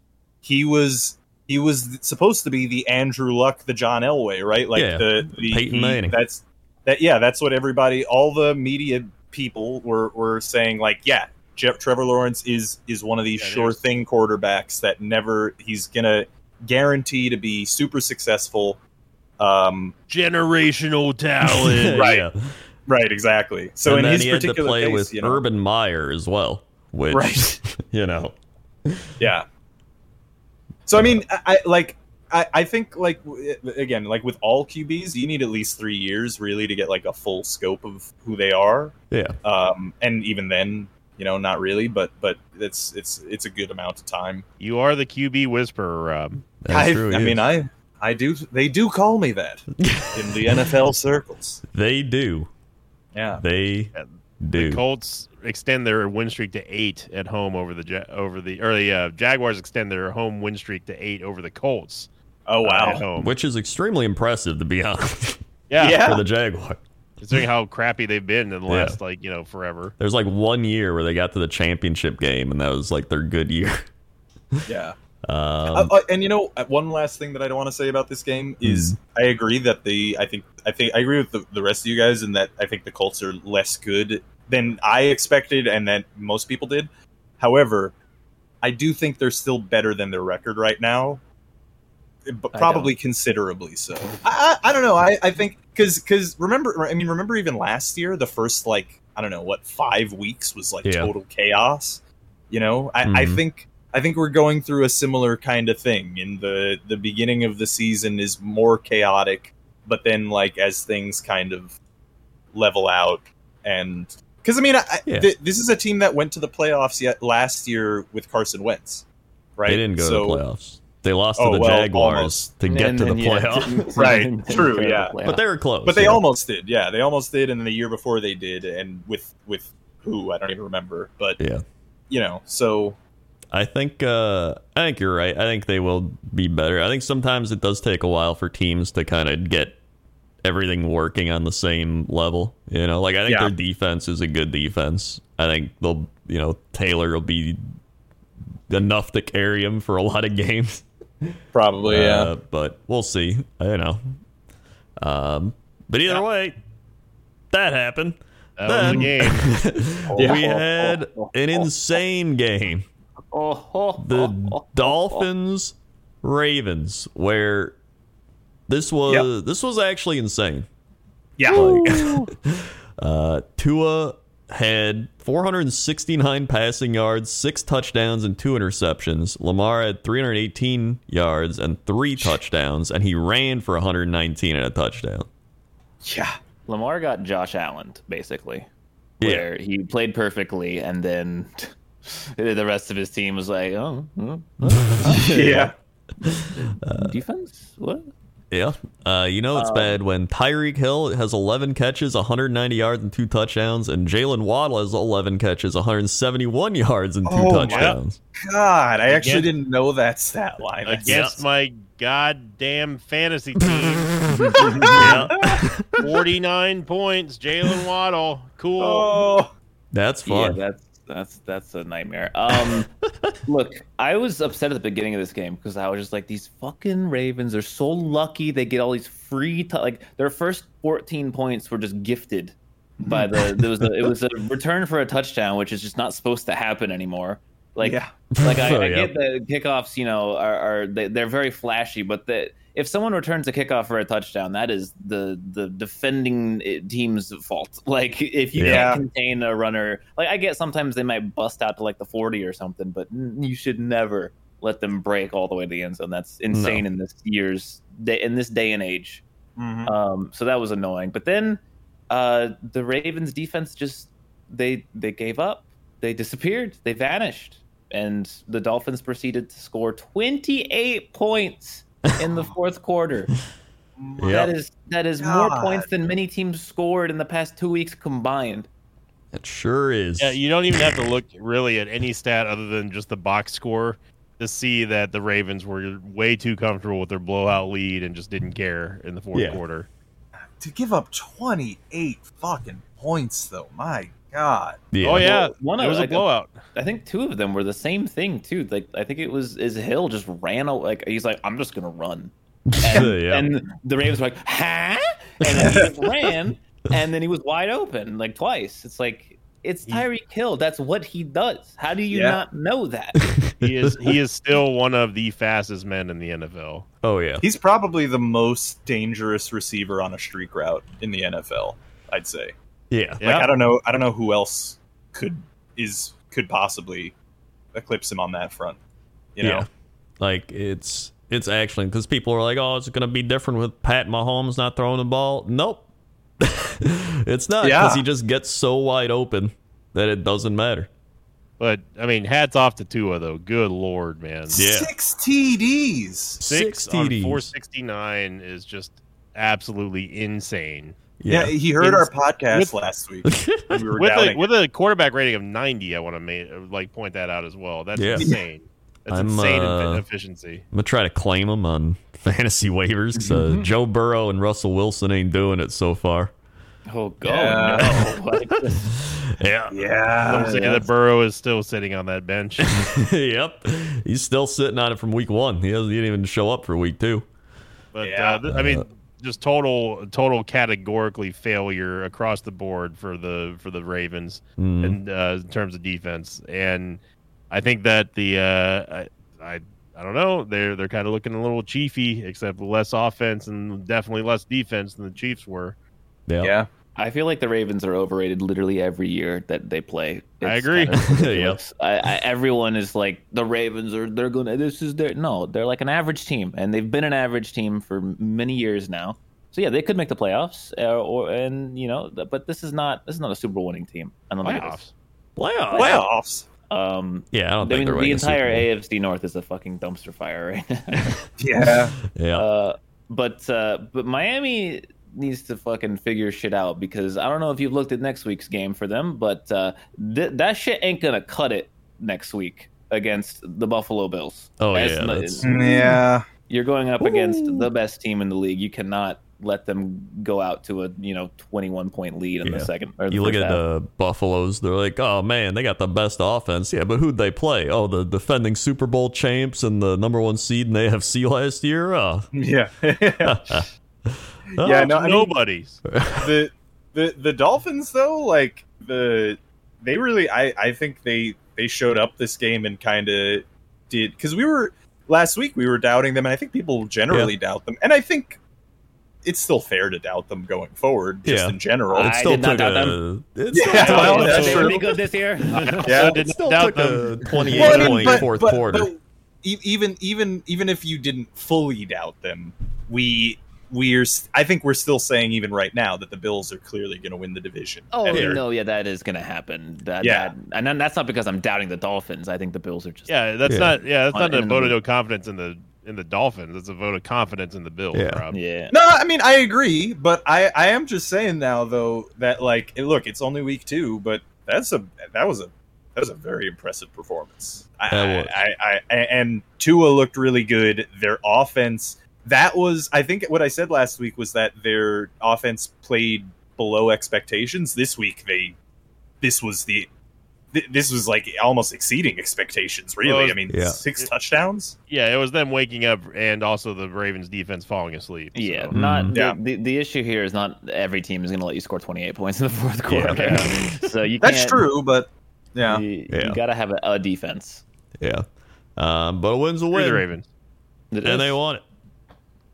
he was he was supposed to be the Andrew Luck, the John Elway, right? Like
Yeah.
the the
Peyton
he-
Manning.
That's that. Yeah, that's what everybody, all the media people were were saying. Like, yeah, Je- Trevor Lawrence is is one of these
Yeah, it
sure
is.
thing quarterbacks that never he's gonna guarantee to be super successful. Um,
Generational talent.
Right.
yeah.
right, exactly. So
and
in
then
his
he had to
particular
play
case,
with
you know,
Urban Meyer as well, which
Right.
you know,
yeah. So I mean, I, I like. I, I think like w- again like with all QBs you need at least 3 years really to get like a full scope of who they are
yeah,
um, and even then, you know, not really, but but it's it's it's a good amount of time.
You are the QB whisperer, Rob.
that's
I,
true.
I
yeah.
mean, I I do they do call me that in the NFL circles.
they do,
Yeah,
they
The
do.
Colts extend their win streak to eight at home over the Ja- over the or the uh, Jaguars extend their home win streak to eight over the Colts.
Oh
uh,
wow.
at home.
Which is extremely impressive, to be honest,
yeah,
Yeah.
for the Jaguar.
considering how crappy they've been in the
Yeah.
last like you know forever.
There's like one year where they got to the championship game, and that was like their good year.
yeah.
Um,
Uh, uh, and you know, uh, one last thing that I don't want to say about this game is I agree that the I think I think I agree with the, the rest of you guys in that I think the Colts are less good than I expected and that most people did. However, I do think they're still better than their record right now, but
I
probably considerably so. I, I, I don't know. I, I think because because remember I mean remember even last year the first like I don't know what five weeks was like
Yeah.
total chaos. You know, I, I
Mhm.
think I think we're going through a similar kind of thing. In the the beginning of the season is more chaotic, but then like as things kind of level out and because I mean, I, I-
Yeah.
th- this is a team that went to the playoffs yet last year with Carson Wentz, right?
They didn't go
So-
to the playoffs. They lost
Oh,
to the
well,
Jaguars
almost.
to get
And
to the
then, yeah,
playoffs,
didn't-
Right,
didn't
true,
go to the
yeah.
playoff.
but they were close.
but they
yeah.
almost did. Yeah, they almost did, and then the year before they did, and with with who I don't even remember, but
Yeah.
you know, so
I think uh, I think you're right. I think they will be better. I think sometimes it does take a while for teams to kind of get everything working on the same level. You know, like I think
Yeah.
their defense is a good defense. I think they'll, you know, Taylor will be enough to carry him for a lot of games.
probably
Uh, but we'll see. I don't know. Um, but either
Yeah.
way, that happened.
That was Uh, the game.
Yeah.
we had an insane game.
Oh, ho,
the
ho, ho,
Dolphins Ravens where this was
Yep.
this was actually insane.
yeah,
Uh, Tua had 469 passing yards, six touchdowns, and two interceptions. Lamar had 318 yards and three touchdowns, and he ran for 119 and a touchdown.
yeah,
Lamar got Josh Allen basically,
Yeah.
where he played perfectly, and then the rest of his team was like, "Oh, hmm,
yeah,
defense? What?
Yeah, uh, you know it's bad when Tyreek Hill has 11 catches, 190 yards, and two touchdowns, and Jalen Waddle has 11 catches, 171 yards, and two
Oh my-
touchdowns.
God, I actually
Again-
didn't know that stat line. That's-
against my goddamn fantasy team.
Yeah.
49 points, Jalen Waddle. Cool.
Oh,
That's
Yeah,
fun.
that's that's that's a nightmare. Um, look, I was upset at the beginning of this game because I was just like, these fucking Ravens are so lucky they get all these free t- like their first fourteen points were just gifted by the there was a, it was a return for a touchdown, which is just not supposed to happen anymore. Like
yeah,
Like I,
Oh,
I
yeah.
get the kickoffs, you know, are, are they, they're very flashy, but the, if someone returns a kickoff for a touchdown, that is the the defending eh, team's fault. Like if you
Yeah.
can't contain a runner, like I get sometimes they might bust out to like the forty or something, but n- you should never let them break all the way to the end zone. That's insane in this year's day in this day and age.
Mhm.
Um, so that was annoying. But then uh, the Ravens defense just they they gave up. They disappeared. They vanished. And the Dolphins proceeded to score 28 points in the fourth quarter.
Mm-hmm.
Yeah.
That is that is more
God.
points than many teams scored in the past two weeks combined.
It sure is.
Yeah, you don't even have to look really at any stat other than just the box score to see that the Ravens were way too comfortable with their blowout lead and just didn't care in the fourth
Yeah.
quarter.
to give up 28 fucking points though my god
Oh yeah,
Well, one
it
of-
was a
I
uh,
go-
blowout.
I think two of them were the same thing too. Like I think it was is Hill just ran away. Like he's like I'm just gonna run, and,
Yeah.
and the Ravens were like huh, and then he just ran, and then he was wide open like twice. It's like It's Tyree Hill. That's what he does. How do you
Yeah.
not know that?
He is he is still one of the fastest men in the NFL.
Oh yeah.
He's probably the most dangerous receiver on a streak route in the NFL. I'd say.
Yeah.
Yeah.
Like I don't know. I don't know who else could is could possibly eclipse him on that front. You know.
Yeah. Like it's it's actually because people are like, oh, it's gonna be different with Pat Mahomes not throwing the ball. Nope, it's not because
Yeah.
he just gets so wide open that it doesn't matter.
But I mean, hats off to Tua though. Good lord, man.
Yeah.
Six TDs.
Six
Six
on
TDs.
469 is just absolutely insane.
Yeah,
Yeah,
he heard
In-
our podcast
with-
last week. and we were
With a,
doubting
with a quarterback rating of 90, I want to make, like point that out as well. That's
Yeah.
insane. That's
I'm,
insane
uh,
effi- efficiency.
I'm gonna try to claim him on fantasy waivers because
Mm-hmm.
uh, Joe Burrow and Russell Wilson ain't doing it so far.
Oh God,
Yeah.
no! Like,
Yeah.
it. Uh, yeah.
I'm saying that Burrow is still sitting on that bench.
yep. He's still sitting on it from week one. He doesn't. He didn't even show up for week two.
But
Yeah.
uh, th- I mean, just total total categorically failure across the board for the for the Ravens
Mm.
Mm-hmm.
in, uh, in terms of defense. And I think that the uh, I, I I don't know they're they're kind of looking a little chiefy, except less offense and definitely less defense than the Chiefs were.
yeah.
yeah.
I feel like the Ravens are overrated literally every year that they play.
I agree.
kind of ridiculous.
yep.
I, I, everyone is like the Ravens are. They're going. to This is their no. They're like an average team, and they've been an average team for many years now. So yeah, they could make the playoffs, uh, or and you know, th- but this is not. This is not a Super Bowl winning team. I don't think it
Playoffs.
is.
Playoffs.
Playoffs.
Um,
Yeah, I
I
don't think
mean,
they're
the
winning Super
entire
Bowl.
AFC North is a fucking dumpster fire right now.
Yeah.
Yeah.
Uh, but uh, but Miami needs to fucking figure shit out because I don't know if you've looked at next week's game for them, but uh, th- that shit ain't gonna cut it next week against the Buffalo Bills.
Oh,
That's
yeah,
not-
that's-
yeah.
you're going up against the best team in the league. You cannot let them go out to a you know 21 point lead in the
Yeah.
second. Or the
You look
first
at
half.
the Buffaloes, they're like, oh man, they got the best offense. Yeah, but who'd they play? Oh, the defending Super Bowl champs and the number one seed in the AFC last year? Oh,
Yeah.
oh,
Yeah, no, I mean-
Nobody's.
the the the Dolphins though, like the they really I I think they they showed up this game and kind of did because we were last week we were doubting them and I think people generally doubt them and I think it's still fair to doubt them going forward just
Yeah.
in general.
Oh, It
I
still
did not
took
doubt
a. It still
Yeah,
took
well,
a-
that's
they
true.
would be good this year.
Yeah.
did
It still
doubt
took
them.
a 28
Well, I mean,
point
but-
fourth
but-
quarter.
but e- even even even if you didn't fully doubt them, we we're s- I think we're still saying even right now that the Bills are clearly going to win the division.
Oh
And they're-
no, yeah, that is gonna happen. That,
Yeah.
that, and then that's not because I'm doubting the Dolphins. I think the Bills are just
Yeah, that's
Yeah.
not. Yeah, that's not
On-
a vote of confidence in the in the Dolphins. It's a vote of confidence in the Bills.
Yeah.
Rob.
yeah.
No, I mean I agree, but I I am just saying now though that like eh, look, it's only week two, but that's a that was a that was a very impressive performance. I,
That was.
I, I, I and Tua looked really good. Their offense that was I think what I said last week was that their offense played below expectations. This week they this was the th- this was like almost exceeding expectations. Really,
Well,
I mean
yeah.
six touchdowns.
Yeah, it was them waking up and also the Ravens defense falling asleep. so. hmm.
Yeah,
Mm.
not
Yeah.
The, the the issue here is not every team is going to let you score 28 points in the fourth quarter. so you
That's
can't-
true, but yeah.
You,
Yeah.
you got to have a, a defense.
yeah. Um, but a win's a
Screw the
win.
Ravens.
It is-
And they won it.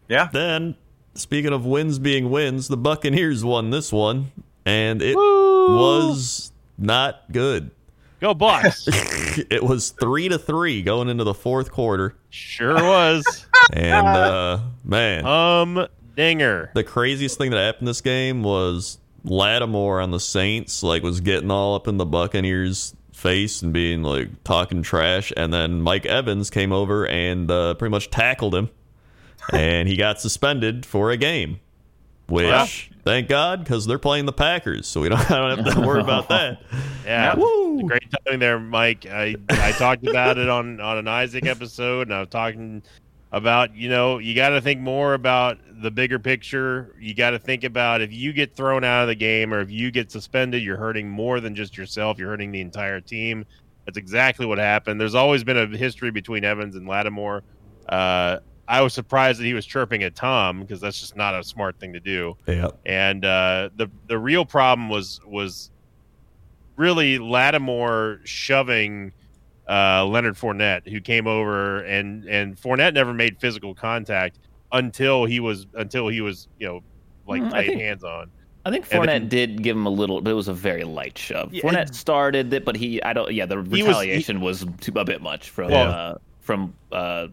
Yeah.
Then, speaking of wins being wins, the Buccaneers won this one, and it was not good.
Go Bucks.
it was three to three going into the fourth quarter,
sure was.
and uh, man,
Um, dinger.
the craziest thing that happened this game was Lattimore on the Saints like was getting all up in the Buccaneers' face and being like talking trash, and then Mike Evans came over and uh, pretty much tackled him, and he got suspended for a game. Which,
Wow.
thank God, because they're playing the Packers, so we don't, I don't have to worry about that.
Yeah.
Woo!
Great timing there, Mike. I I talked about it on on an Isaac episode, and I was talking about you know you got to think more about the bigger picture. You got to think about if you get thrown out of the game or if you get suspended, you're hurting more than just yourself. You're hurting the entire team. That's exactly what happened. There's always been a history between Evans and Lattimore. Uh, I was surprised that he was chirping at Tom because that's just not a smart thing to do
Yeah.
and uh, the the real problem was was really Lattimore shoving uh, Leonard Fournette, who came over and and Fournette never made physical contact until he was until he was you know like
Mm, I
played
think-
hands on.
I think
And
Fournette
then-
did give him a little, but it was a very light shove.
Yeah,
Fournette started it, but he, I don't, yeah, the
was- he-
retaliation was, too, a bit much from
Well-
uh, from uh,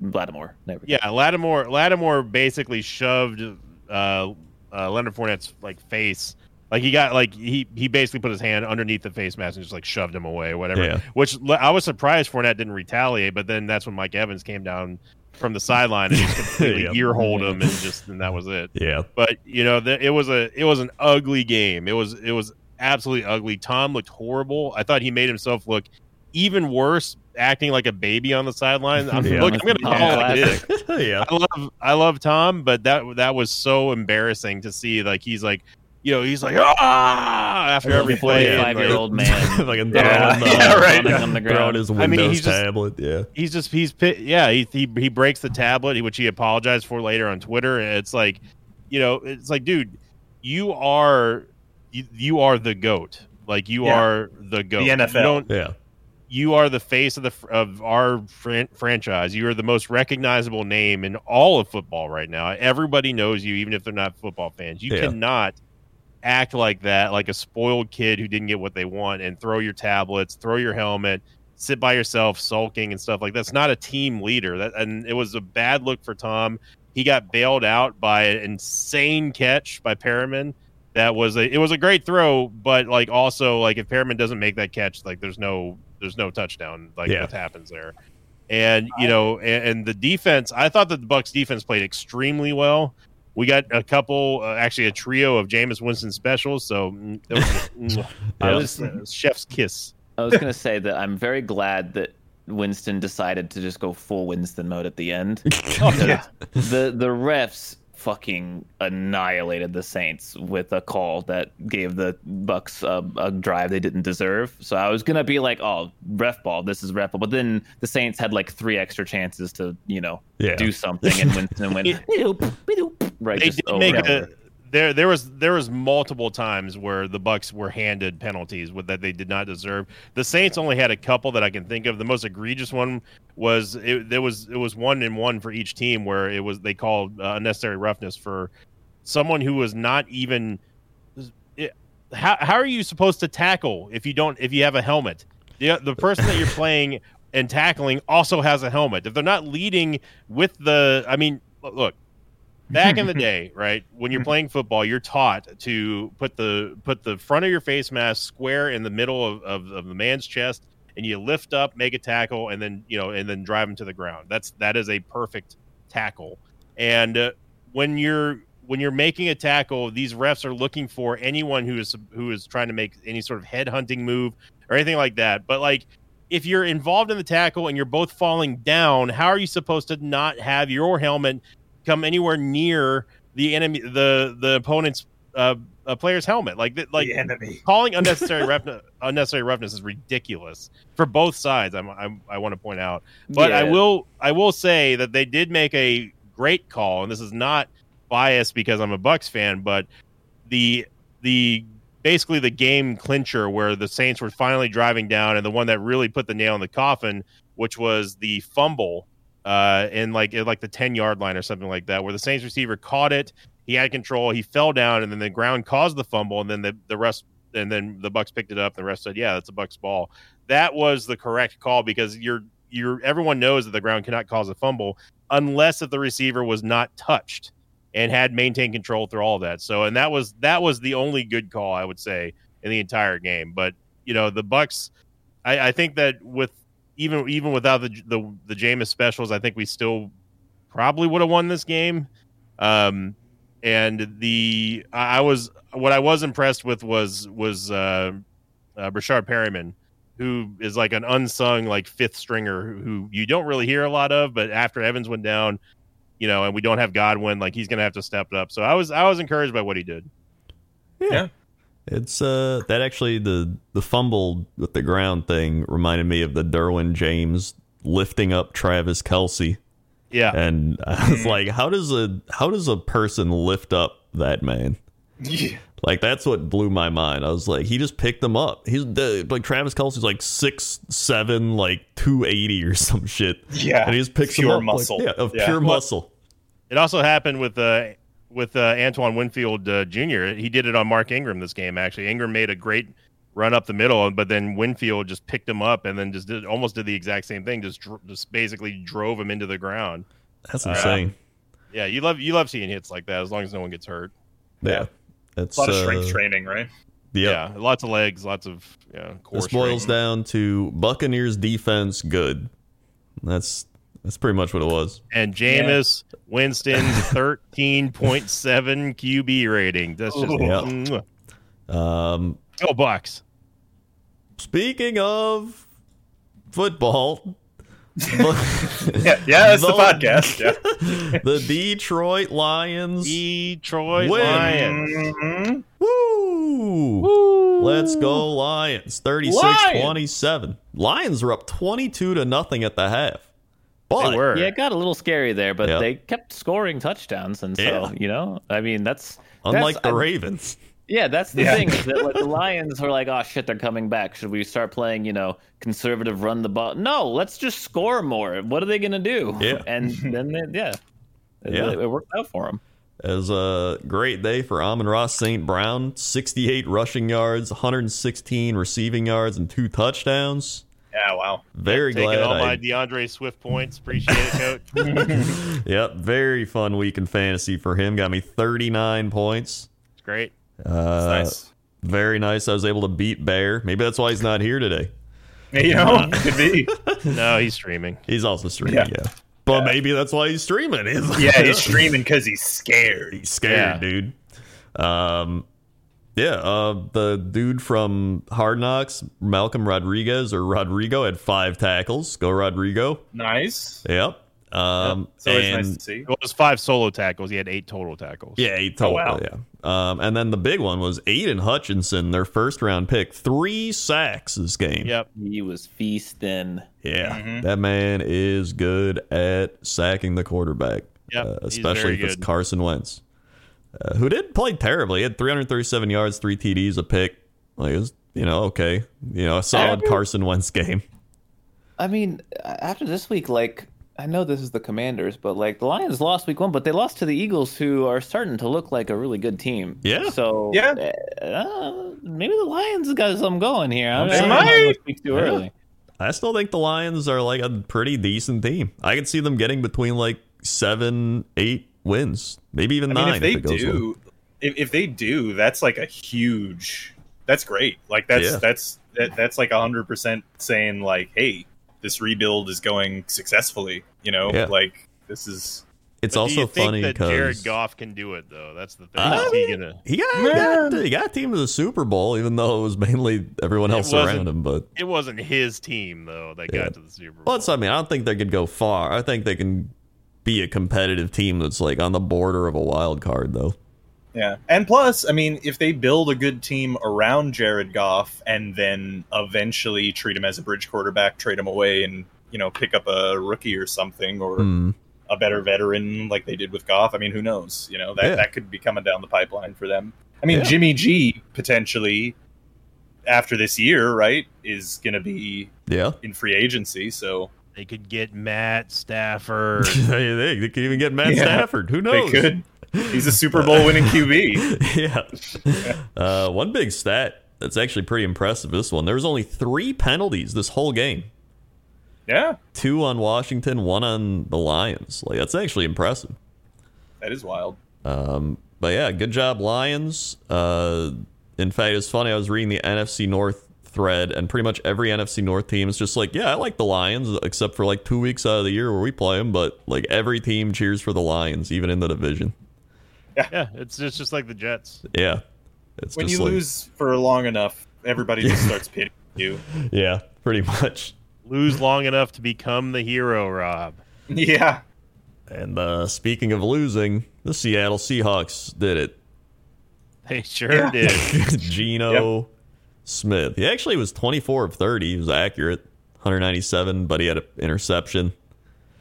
Lattimore. There we go.
Yeah, Lattimore Lattimore basically shoved uh, uh, Leonard Fournette's like face. Like he got like he he basically put his hand underneath the face mask and just like shoved him away, whatever.
Yeah.
Which l- I was surprised Fournette didn't retaliate, but then that's when Mike Evans came down from the sideline and just completely
Yeah.
ear holed him, and just and that was it.
Yeah.
But you know, the, it was a it was an ugly game. It was it was absolutely ugly. Tom looked horrible. I thought he made himself look even worse, acting like a baby on the sideline. I'm,
Yeah.
Look, I'm gonna call it like it is.
yeah.
I love I love Tom, but that that was so embarrassing to see. Like he's like, you know, he's like ah after every play. and,
five year
like,
old man.
like a
Yeah.
yeah.
Yeah, right.
Running uh, on the
Throwing
ground.
his
I
Windows
mean, he's just-
tablet. Yeah.
He's just he's pit, yeah he, he he breaks the tablet, which he apologized for later on Twitter. And it's like, you know, it's like, dude, you are you, you are the goat. Like you
Yeah.
are the goat. You
NFL.
don't-
Yeah.
you are the face of the fr- of our fran- franchise. You are the most recognizable name in all of football right now. Everybody knows you, even if they're not football fans. You
Yeah.
cannot act like that, like a spoiled kid who didn't get what they want, and throw your tablets, throw your helmet, sit by yourself sulking and stuff like that's not a team leader. That and it was a bad look for Tom. He got bailed out by an insane catch by Perriman. That was a it was a great throw, but like also like if Perriman doesn't make that catch, like there's no there's no touchdown like
Yeah.
that happens there. And you know, and, and the defense, I thought that the Bucks defense played extremely well. We got a couple, uh, actually a trio of Jameis Winston specials. So mm, there was, mm, I
Yeah.
was uh, chef's kiss.
I was gonna say that I'm very glad that Winston decided to just go full Winston mode at the end.
yeah.
the the refs fucking annihilated the Saints with a call that gave the Bucks a, a drive they didn't deserve. So I was gonna be like, oh, ref ball, this is ref ball. But then the Saints had like three extra chances to you know
Yeah.
do something, and Winston went "Bedoop, bedoop," right.
they
just
did
over
make
and
a,
over.
there there was there was multiple times where the bucks were handed penalties with that they did not deserve the saints only had a couple that i can think of the most egregious one was it, there was it was one and one for each team where it was they called uh, unnecessary roughness for someone who was not even it, how, how are you supposed to tackle if you don't if you have a helmet the, the person that you're playing and tackling also has a helmet if they're not leading with the i mean look back in the day, right, when you're playing football, you're taught to put the put the front of your face mask square in the middle of, of, of the man's chest, and you lift up, make a tackle, and then you know, and then drive him to the ground. That's that is a perfect tackle. And uh, when you're when you're making a tackle, these refs are looking for anyone who is who is trying to make any sort of headhunting move or anything like that. But like if you're involved in the tackle and you're both falling down, how are you supposed to not have your helmet come anywhere near the enemy the the opponent's uh, uh player's helmet? Like that like
the enemy.
calling unnecessary roughness, unnecessary roughness is ridiculous for both sides. I'm, I'm I want to point out, but I
Yeah.
will I will say that they did make a great call, and this is not biased because I'm a Bucks fan, but the the basically the game clincher where the Saints were finally driving down, and the one that really put the nail in the coffin, which was the fumble. Uh, in like in like the ten yard line or something like that, where the Saints receiver caught it, he had control, he fell down, and then the ground caused the fumble, and then the the rest and then the Bucks picked it up. The ref said, "Yeah, that's a Bucks ball." That was the correct call because you're you're everyone knows that the ground cannot cause a fumble unless if the receiver was not touched and had maintained control through all that. So, and that was that was the only good call I would say in the entire game. But you know, the Bucks, I, I think that with even even without the the the Jameis specials, I think we still probably would have won this game. Um, and the I I was what I was impressed with was was uh, uh, Rashard Perryman, who is like an unsung like fifth stringer who, who you don't really hear a lot of, but after Evans went down, you know, and we don't have Godwin, like he's gonna have to step it up. So I was I was encouraged by what he did.
It's uh that actually the the fumble with the ground thing reminded me of the Derwin James lifting up Travis Kelsey,
Yeah,
Mm.
and I was like, how does a how does a person lift up that man?
Yeah.
Like that's what blew my mind. I was like, he just picked them up. He's the, like Travis Kelsey's like six seven, like two eighty or some shit,
Yeah,
and he just picks
pure
them up, like,
muscle.
yeah, of
Yeah.
pure
Well-
muscle.
It also happened with uh, with uh, Antoine Winfield uh, Jr. He did it on Mark Ingram this game. Actually, Ingram made a great run up the middle, but then Winfield just picked him up and then just did almost did the exact same thing. Just dr- just basically drove him into the ground.
That's insane.
Yeah, you love you love seeing hits like that as long as no one gets hurt.
yeah.
Yeah.
that's
a lot of
uh,
strength training, right?
Yeah,
Yeah, lots of legs, lots of yeah. Core
this boils
strength.
down to Buccaneers defense good. That's that's pretty much what it was.
and Jameis Winston's thirteen point seven QB rating. That's just
Yeah.
Mwah.
Um,
go Bucks.
speaking of football, the
Yeah, yeah, that's the
Though-
podcast. Yeah.
Detroit Lions.
E Detroit
Win.
Lions.
Mhm.
Woo! Let's go Lions. 36
Lions!
27. Lions were up 22 to nothing at the half.
They
But
were.
Yeah, it got a little scary there, but
Yeah.
they kept scoring touchdowns, and so
Yeah.
you know, I mean, that's
unlike
that's-
the
I-
Ravens,
Yeah, that's the
Yeah.
thing is that like the Lions were like, oh shit, they're coming back. Should we start playing, you know, conservative run the ball? No, let's just score more. What are they gonna do?
Yeah.
and then they, yeah, It-
Yeah.
It, worked out for them.
it was a great day for Amon Ross St. Brown 68 rushing yards, 116 receiving yards, and two touchdowns.
Yeah, wow.
Very
Taking
glad.
all
I,
my DeAndre Swift points. Appreciate it, coach.
yep, very fun week in fantasy for him. Got me 39 points.
It's great.
Uh,
That's
Very nice. I was able to beat Bear. Maybe that's why he's not here today.
nice. You know, could be.
No, he's streaming.
He's also streaming, yeah.
Yeah.
But maybe that's why he's streaming. He's
Yeah, he's streaming because he's scared.
He's scared, dude. Um, yeah, uh, the dude from Hard Knocks, Malcolm Rodriguez or Rodrigo, had five tackles. Go Rodrigo.
Nice.
Yep. Um,
It's always
and-
nice to see.
Well, it was five solo tackles. He had eight total tackles.
Yeah, eight total.
Oh, wow.
Yeah. Um, and then the big one was Aiden Hutchinson, their first round pick, three sacks this game.
Yep.
He was feasting.
Yeah,
Mm-hmm.
Mhm.
that man is good at sacking the quarterback,
Yep,
uh,
he's
especially
very
if it's
good.
Carson Wentz, uh, who did play terribly. He had 337 yards, three TDs, a pick. Like, it was, you know, okay, you know, a solid Carson Wentz game.
I mean, after this week, like I know this is the Commanders, but like the Lions lost week one, but they lost to the Eagles, who are starting to look like a really good team.
Yeah.
So
Yeah.
uh, maybe the Lions got something going here. I'm
They
not- I'm not
might.
gonna speak too
Yeah.
early.
I still think the Lions are like a pretty decent team. I could see them getting between like seven, eight wins, maybe even
I
nine.
mean, if they
it goes well.
do, if, if they do, that's like a huge. That's great. Like that's
Yeah.
that's that, that's like hundred percent saying like, hey, this rebuild is going successfully. You know,
Yeah.
like this is.
But
it's
do
also
you think
funny
that
because
Jared Goff can do it though. That's the thing.
I
Is he gonna-
He got, he got he got team to the Super Bowl, even though it was mainly everyone
It
else
wasn't-
around him. But
It wasn't his team though that
Yeah.
got to the Super Bowl.
well, that's, I mean, I don't think they could go far. I think they can be a competitive team that's like on the border of a wild card, though.
Yeah. And plus, I mean, if they build a good team around Jared Goff and then eventually treat him as a bridge quarterback, trade him away and, you know, pick up a rookie or something or
Hmm.
a better veteran like they did with Goff. I mean, who knows? You know, that,
Yeah.
that could be coming down the pipeline for them. I mean,
Yeah.
Jimmy G potentially after this year, right, is going to be
Yeah,
in free agency. So
they could get Matt Stafford.
they, they- they could even get Matt
Yeah.
Stafford. Who knows?
they could. He's a Super Bowl winning QB.
yeah. Uh, one big stat that's actually pretty impressive. This one, there was only three penalties this whole game.
Yeah.
Two on Washington, one on the Lions. Like that's actually impressive.
That is wild.
Um, but yeah, good job, Lions. Uh, in fact, it's funny. I was reading the NFC North thread, and pretty much every NFC North team is just like, yeah, I like the Lions, except for like two weeks out of the year where we play them. But like every team cheers for the Lions, even in the division.
yeah, it's just, just like the Jets.
Yeah, it's
when
just
you
like,
lose for long enough, everybody just starts pitying you.
yeah, pretty much.
Lose long enough to become the hero, Rob.
Yeah.
And uh, speaking of losing, the Seattle Seahawks did it.
They sure
Yeah.
did.
Geno Smith. He actually was 24 of 30. He was accurate, 197, but he had an interception.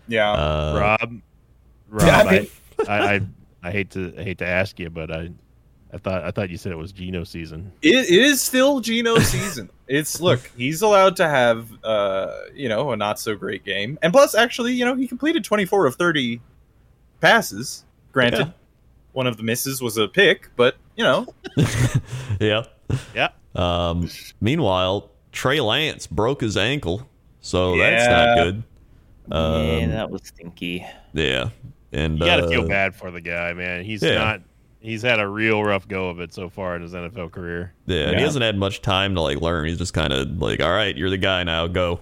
Yeah.
Uh,
Rob, Rob,
Yeah, I
I,
mean-
I, I, I hate to I hate to ask you, but I I thought I thought you said it was Geno season.
It is still Geno season. It's look, he's allowed to have uh, you know, a not so great game. And plus actually, you know, he completed 24 of 30 passes. Granted,
Yeah.
one of the misses was a pick, but you know,
yeah.
Yeah.
Um, meanwhile, Trey Lance broke his ankle, so that's
Yeah.
not good.
yeah,
Um,
that was stinky.
yeah. And
You got to
uh,
feel bad for the guy, man. He's
yeah.
not. He's had a real rough go of it so far in his NFL career.
Yeah, and he
Yeah.
hasn't had much time to like learn. He's just kind of like, all right, you're the guy now, go.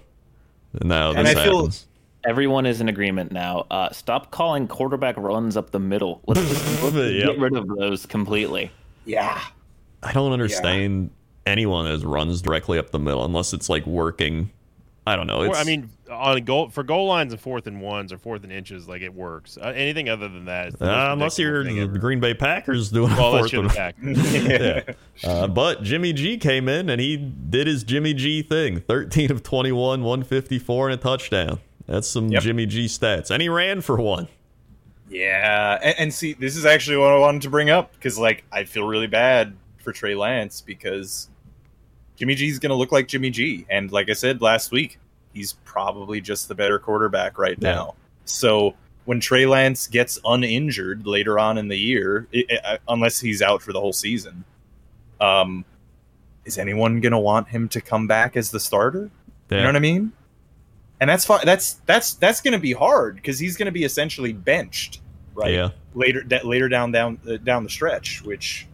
And now
And
this
I feel-
happens.
Everyone is in agreement now. Uh, stop calling quarterback runs up the middle. Let's just
Yep.
get rid of those completely.
yeah.
I don't understand anyone that runs directly up the middle unless it's like working. I don't know.
Or,
It's,
I mean, on goal for goal lines and fourth and ones or fourth and inches, like it works. Uh, anything other than that, is the most
uh, unless you're
ridiculous thing
the
ever.
Green Bay Packers doing a
well, that's
fourth
just
and-
back.
yeah. Uh, but Jimmy G came in and he did his Jimmy G thing 13 of 21, 154, and a touchdown. That's some
Yep.
Jimmy G stats. And he ran for one.
Yeah, and, and see, this is actually what I wanted to bring up because, like, I feel really bad for Trey Lance because Jimmy G's going to look like Jimmy G, and like I said last week, he's probably just the better quarterback right
Yeah.
now. So when Trey Lance gets uninjured later on in the year, i i unless he's out for the whole season, um, is anyone going to want him to come back as the starter? You know what I mean? And that's fine. That's that's that's going to be hard because he's going to be essentially benched, right?
Yeah.
Later, da- later down down uh, down the stretch, which,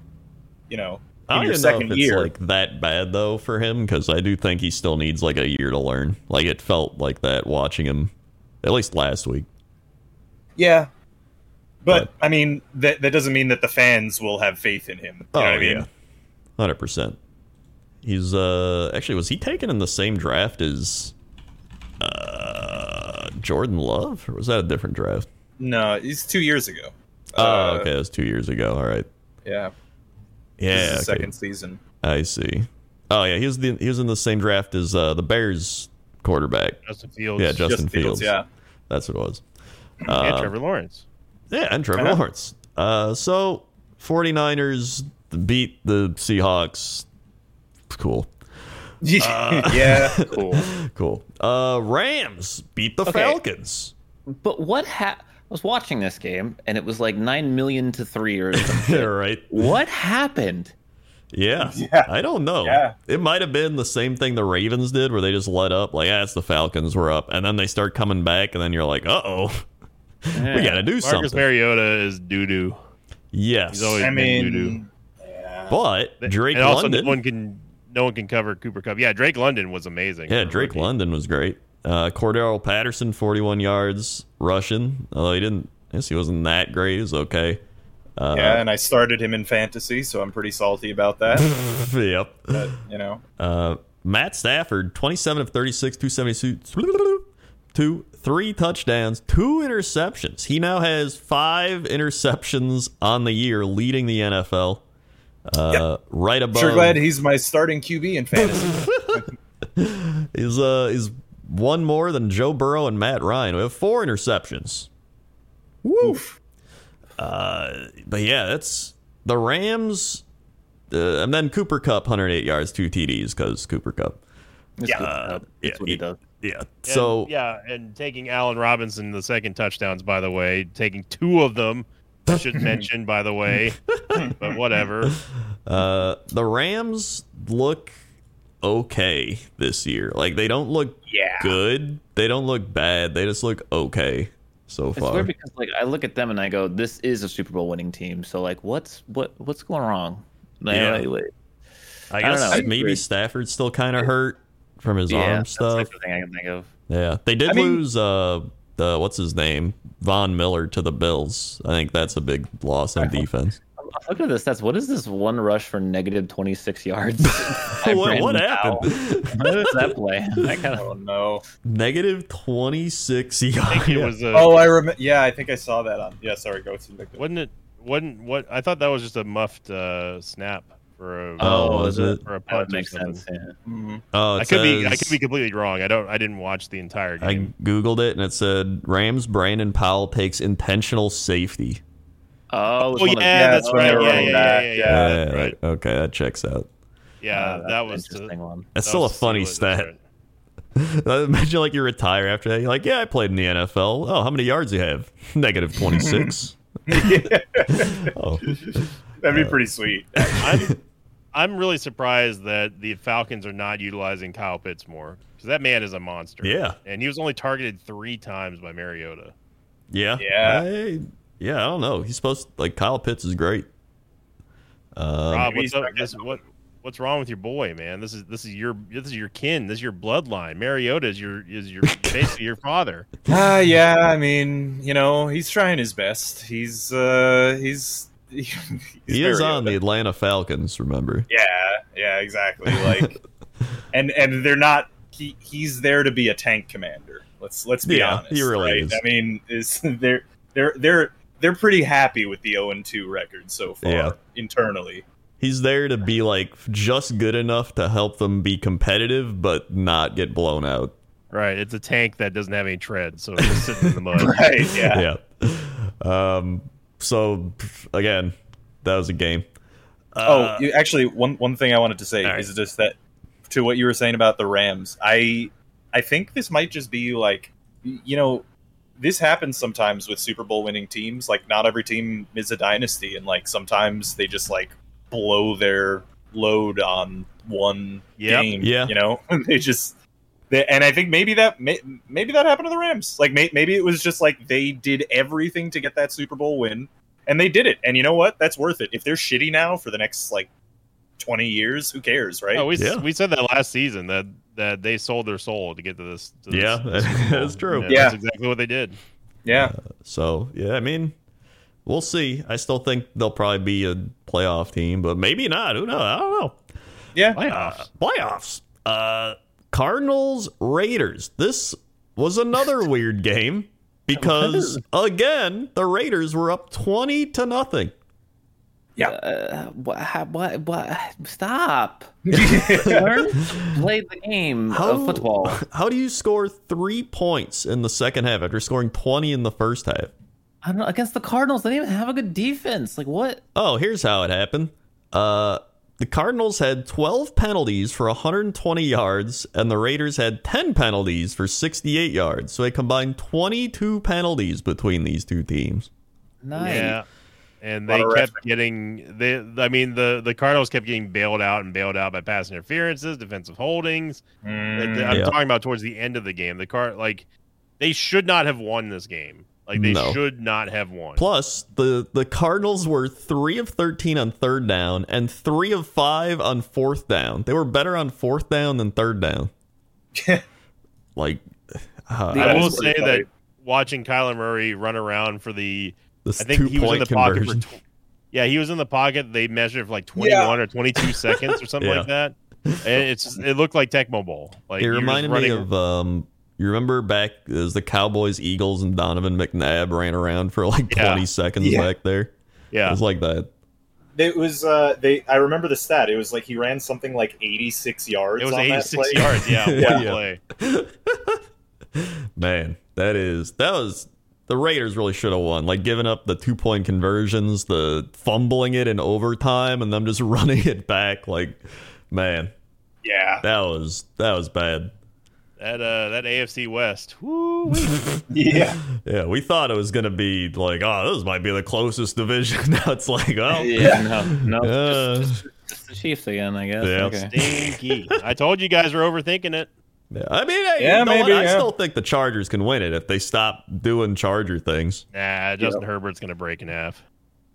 you know,
I don't
in your
even know if
second
it's
year.
like that bad though for him because I do think he still needs like a year to learn. Like it felt like that watching him, at least last week.
yeah. But
But-
I mean, that that doesn't mean that the fans will have faith in him. You
Oh,
know what I mean?
hundred percent. He's uh actually was he taken in the same draft as uh Jordan Love or was that a different draft?
No, it's two years ago.
Oh,
Uh,
okay, that was two years ago. All right,
Yeah, this is
yeah,
the
okay.
second season.
I see. Oh yeah, he was the, he was in the same draft as uh, the Bears quarterback.
Justin Fields,
Yeah, Justin Fields.
Yeah,
That's what it was.
and
Uh,
Trevor Lawrence.
Yeah, and Trevor
Uh-huh.
Lawrence. Uh, so 49ers beat the Seahawks. Cool.
yeah.
Cool.
Cool. Uh, Rams beat the
Okay.
Falcons.
but what ha- I was watching this game and it was like nine million to three or something.
Yeah, right.
what happened?
Yeah.
Yeah.
I don't know.
Yeah.
It might have been the same thing the Ravens did where they just let up, like, ah, it's the Falcons, we're up. And then they start coming back, and then you're like, uh oh, we got to do
Marcus
something.
Mariota is doo doo.
yes.
He's always
I
been doo-doo.
mean, yeah.
but Drake
and also
London.
no one can no one can cover Cooper Cup. Yeah, Drake London was amazing.
Yeah,
for a
Drake
rookie.
London was great. Uh, Cordero Patterson, 41 yards rushing. Although he didn't, I guess he wasn't that great. He was okay. Uh,
yeah, and I started him in fantasy, so I'm pretty salty about that.
yep.
but, you know,
Uh, Matt Stafford, 27 of 36, 272, two, three touchdowns, two interceptions. He now has five interceptions on the year, leading the NFL. Uh, Right above.
sure glad he's my starting QB in fantasy.
is uh is one more than Joe Burrow and Matt Ryan. We have four interceptions. Woo. Uh, but yeah, that's the Rams. Uh, and then Cooper Cup, 108 yards, two TDs, because Cooper Cup.
It's good. Uh,
yeah,
that's what he
he-
does.
Yeah.
And,
So
yeah, and taking Allen Robinson the second touchdowns. By the way, taking two of them. I should mention, by the way, but whatever.
uh, the Rams look okay this year. Like they don't look
yeah.
good. They don't look bad. They just look okay so
It's
far.
weird because like I look at them and I go, "This is a Super Bowl winning team." So like, what's what what's going wrong? Like,
Yeah.
like, like,
I
I don't
guess
know. It's
maybe
weird.
Stafford's still kind of hurt from his
yeah,
arm
that's like
stuff.
the thing I can think of.
Yeah, they did
I mean-
lose uh the what's his name Von Miller to the Bills. I think that's a big loss on defense.
I'm I'm looking at this. That's what is this one rush for negative 26 yards? I
what,
ran
what
out.
happened?
What is that play? I kind of
Oh no. Negative
Negative twenty six
I think
yards.
it was a
Oh, I remember. Yeah, I think I saw that on. Yeah, sorry, go to Victor.
wasn't it wasn't what I thought that was just a muffed uh, snap for a
Oh, was it?
for a
that
punt
would
or
make
something.
sense. Yeah.
Mhm.
Oh, it
I could be I
says-
could be completely wrong. I don't I didn't watch the entire
I
game.
googled it and it said Rams Brandon Powell takes intentional safety.
Oh, it's
Oh,
one of-
yeah, that's
when
right.
they were
Yeah,
running
yeah,
back.
yeah,
Yeah,
yeah,
that-
right.
Okay, that checks out.
Yeah,
Uh,
that,
that's an
was the,
interesting one.
That's
that
still a
was the
funny
sequel, that's
stat.
right.
Imagine like you retire after that. You're like, yeah, I played in the NFL. Oh, how many yards do you have? Negative twenty six. Oh,
That'd be pretty sweet.
I'm I'm really surprised that the Falcons are not utilizing Kyle Pitts more because that man is a monster.
Yeah.
and he was only targeted three times by Mariota.
yeah,
Yeah.
I, yeah. I don't know. He's supposed like Kyle Pitts is great. Um,
Rob,
maybe
what's
he's
up?
not
This,
getting
what what's wrong with your boy, man? This is this is your this is your kin. This is your bloodline. Mariota is your is your basically your father.
Ah, yeah. I mean, you know, he's trying his best. He's uh, he's he's
he is
very
on the
open.
Atlanta Falcons. Remember?
Yeah, yeah, exactly. Like, and and they're not. He he's there to be a tank commander. Let's let's be
Yeah,
honest.
he really
right?
is.
I mean, is they're they're they're they're pretty happy with the zero and two record so far
Yeah.
internally.
He's there to be like just good enough to help them be competitive, but not get blown out.
Right, it's a tank that doesn't have any tread, so it's just sitting in the mud.
Right? Yeah.
yeah. Um. So again, that was a game.
oh, you, actually, one one thing I wanted to say
all right.
is just that to what you were saying about the Rams. I I think this might just be like you know. This happens sometimes with Super Bowl winning teams. Like, not every team is a dynasty, and like sometimes they just like blow their load on one
Yep.
game.
Yeah.
you know, they just. They, and I think maybe that may, maybe that happened to the Rams. Like, may, maybe it was just like they did everything to get that Super Bowl win, and they did it. And you know what? That's worth it. If they're shitty now for the next like twenty years, who cares, right?
No, Oh, we s-
Yeah.
we said that last season that that they sold their soul to get to this. To this-
Yeah,
this
that's true.
And
Yeah.
that's exactly what they did.
yeah,
So yeah, I mean, we'll see. I still think they'll probably be a playoff team, but maybe not. Who knows? I don't know.
yeah.
Uh, playoffs. Uh, Cardinals Raiders. This was another weird game because again the Raiders were up twenty to nothing.
Uh, what, how- what, what? Stop. Learn to play the game of football.
How do you score three points in the second half after scoring twenty in the first half?
I don't know. Against the Cardinals, they didn't even have a good defense. Like, what?
Oh, here's how it happened. Uh, the Cardinals had 12 penalties for 120 yards, and the Raiders had 10 penalties for 68 yards. So they combined 22 penalties between these two teams.
Nice.
Yeah. And
Lot
they
of
kept getting they I mean the the Cardinals kept getting bailed out and bailed out by pass interferences, defensive holdings.
Mm,
I'm
Yeah.
talking about towards the end of the game. The car like they should not have won this game. Like they
No.
should not have won.
Plus, the, the Cardinals were 3 of 13 on third down and 3 of 5 on fourth down. They were better on fourth down than third down. like, uh,
I
That
will
is
say
pretty
that
funny.
watching Kyler Murray run around for the
this
I think
two
he was in
point
the
conversion.
pocket for tw- Yeah, he was in the pocket. They measured for like 21 or 22 seconds or something
Yeah.
like that. And it's it looked like Tecmo Bowl. Like
it
you're just
reminded me
running-
of um you remember back it was the Cowboys Eagles and Donovan McNabb ran around for like
Yeah.
20 seconds
Yeah.
back there. It
yeah.
was like that.
it was uh, they. I remember the stat. It was like he ran something like eighty-six yards.
It was
on that
86
play.
yards. Yeah, one
Yeah.
play.
Man, that is that was the Raiders really should have won. Like giving up the two point conversions, the fumbling it in overtime and them just running it back like man,
Yeah,
that was that was bad.
That uh, that AFC West. Woo.
yeah.
Yeah, we thought it was going to be like, oh, this might be the closest division. now it's like, oh,
Yeah, no, no.
uh,
It's the Chiefs again, I guess.
Yeah.
Okay.
Stinky. I told you guys were overthinking it.
Yeah, I mean, hey,
Yeah,
you know what?
maybe,
I
yeah.
still think the Chargers can win it if they stop doing Charger things.
Nah, Justin Herbert's gonna break in half.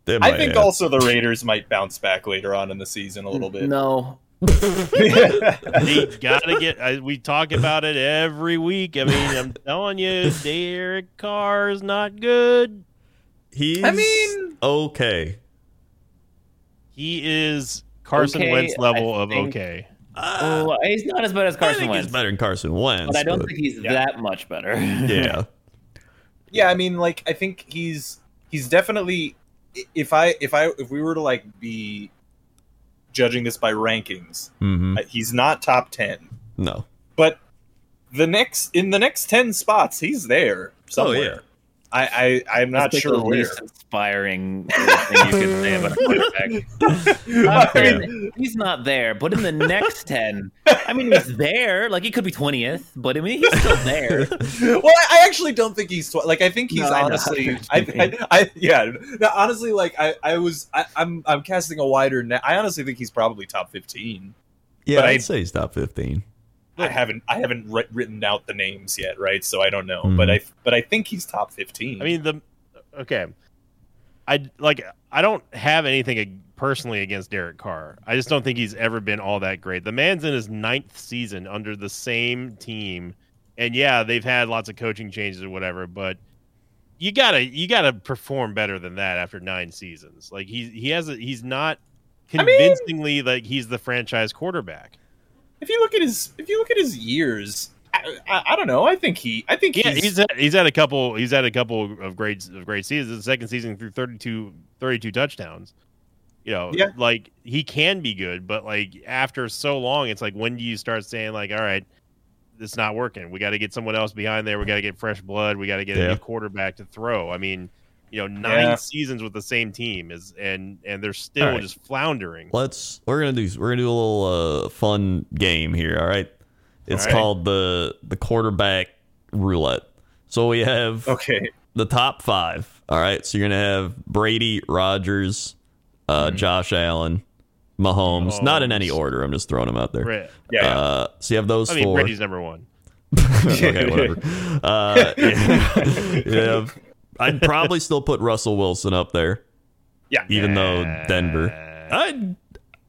They
I
might,
think
yeah.
also the Raiders might bounce back later on in the season a little bit.
No.
They gotta get. I, we talk about it every week. I mean, I'm telling you, Derek Carr is not good.
he's
I mean-
okay.
He is Carson
Okay,
Wentz level
I
of
think-
okay.
Uh,
Oh, he's not as bad as
I
Carson
think
Wentz,
he's better than Carson Wentz.
but I don't
but-
think he's
Yeah.
that much better.
yeah,
yeah i mean like i think he's he's definitely i- if i if i if we were to like be judging this by rankings
hmm
uh, he's not top 10
no.
but the next in the next 10 spots he's there
Oh
somewhere
yeah,
I, I I'm not
That's like
sure
the
where.
least inspiring thing you could say about a quarterback.
I
I
mean,
mean, he's not there, but in the next ten, I mean, he's there. Like he could be twentieth, but I mean, he's still there.
well, I, I actually don't think he's tw- like I think he's
No, I know.
honestly I, I, I yeah no, honestly like I I was I, I'm I'm casting a wider net. I honestly think he's probably top fifteen.
Yeah,
But
I'd
I-
say he's top fifteen.
I haven't I haven't writ written out the names yet, right? So I don't know,
Hmm.
but I but I think he's top fifteen.
I mean the okay. I like I don't have anything ag- personally against Derek Carr. I just don't think he's ever been all that great. The man's in his ninth season under the same team, and yeah, they've had lots of coaching changes or whatever, but you gotta you gotta perform better than that after nine seasons. Like he he has a, he's not
mean-
convincingly like he's the franchise quarterback.
if you look at his if you look at his years, I, I, I don't know. I think he I think
Yeah,
he's,
he's had, he's had a couple he's had a couple of great of great seasons. Second season through 32, 32 touchdowns. You know,
Yeah.
like he can be good, but like after so long, it's like when do you start saying like, all right, it's not working. We got to get someone else behind there. We got to get fresh blood. We got to get a
Yeah.
new quarterback to throw. I mean, you know, nine
Yeah.
seasons with the same team is and and they're still
All right.
just floundering.
Let's we're gonna do we're gonna do a little uh, fun game here. All right, it's
All right.
called the the quarterback roulette. So we have
okay.
the top five. All right, so you're gonna have Brady, Rogers, uh, Josh Allen, Mahomes. Not in any
Hmm. Mahomes.
order. I'm just throwing them out there.
Right.
Yeah.
Uh, so you have those
I mean,
four.
Brady's number one.
okay, whatever. Uh, yeah, I'd probably still put Russell Wilson up there,
yeah.
even though Denver.
Uh,
I'd,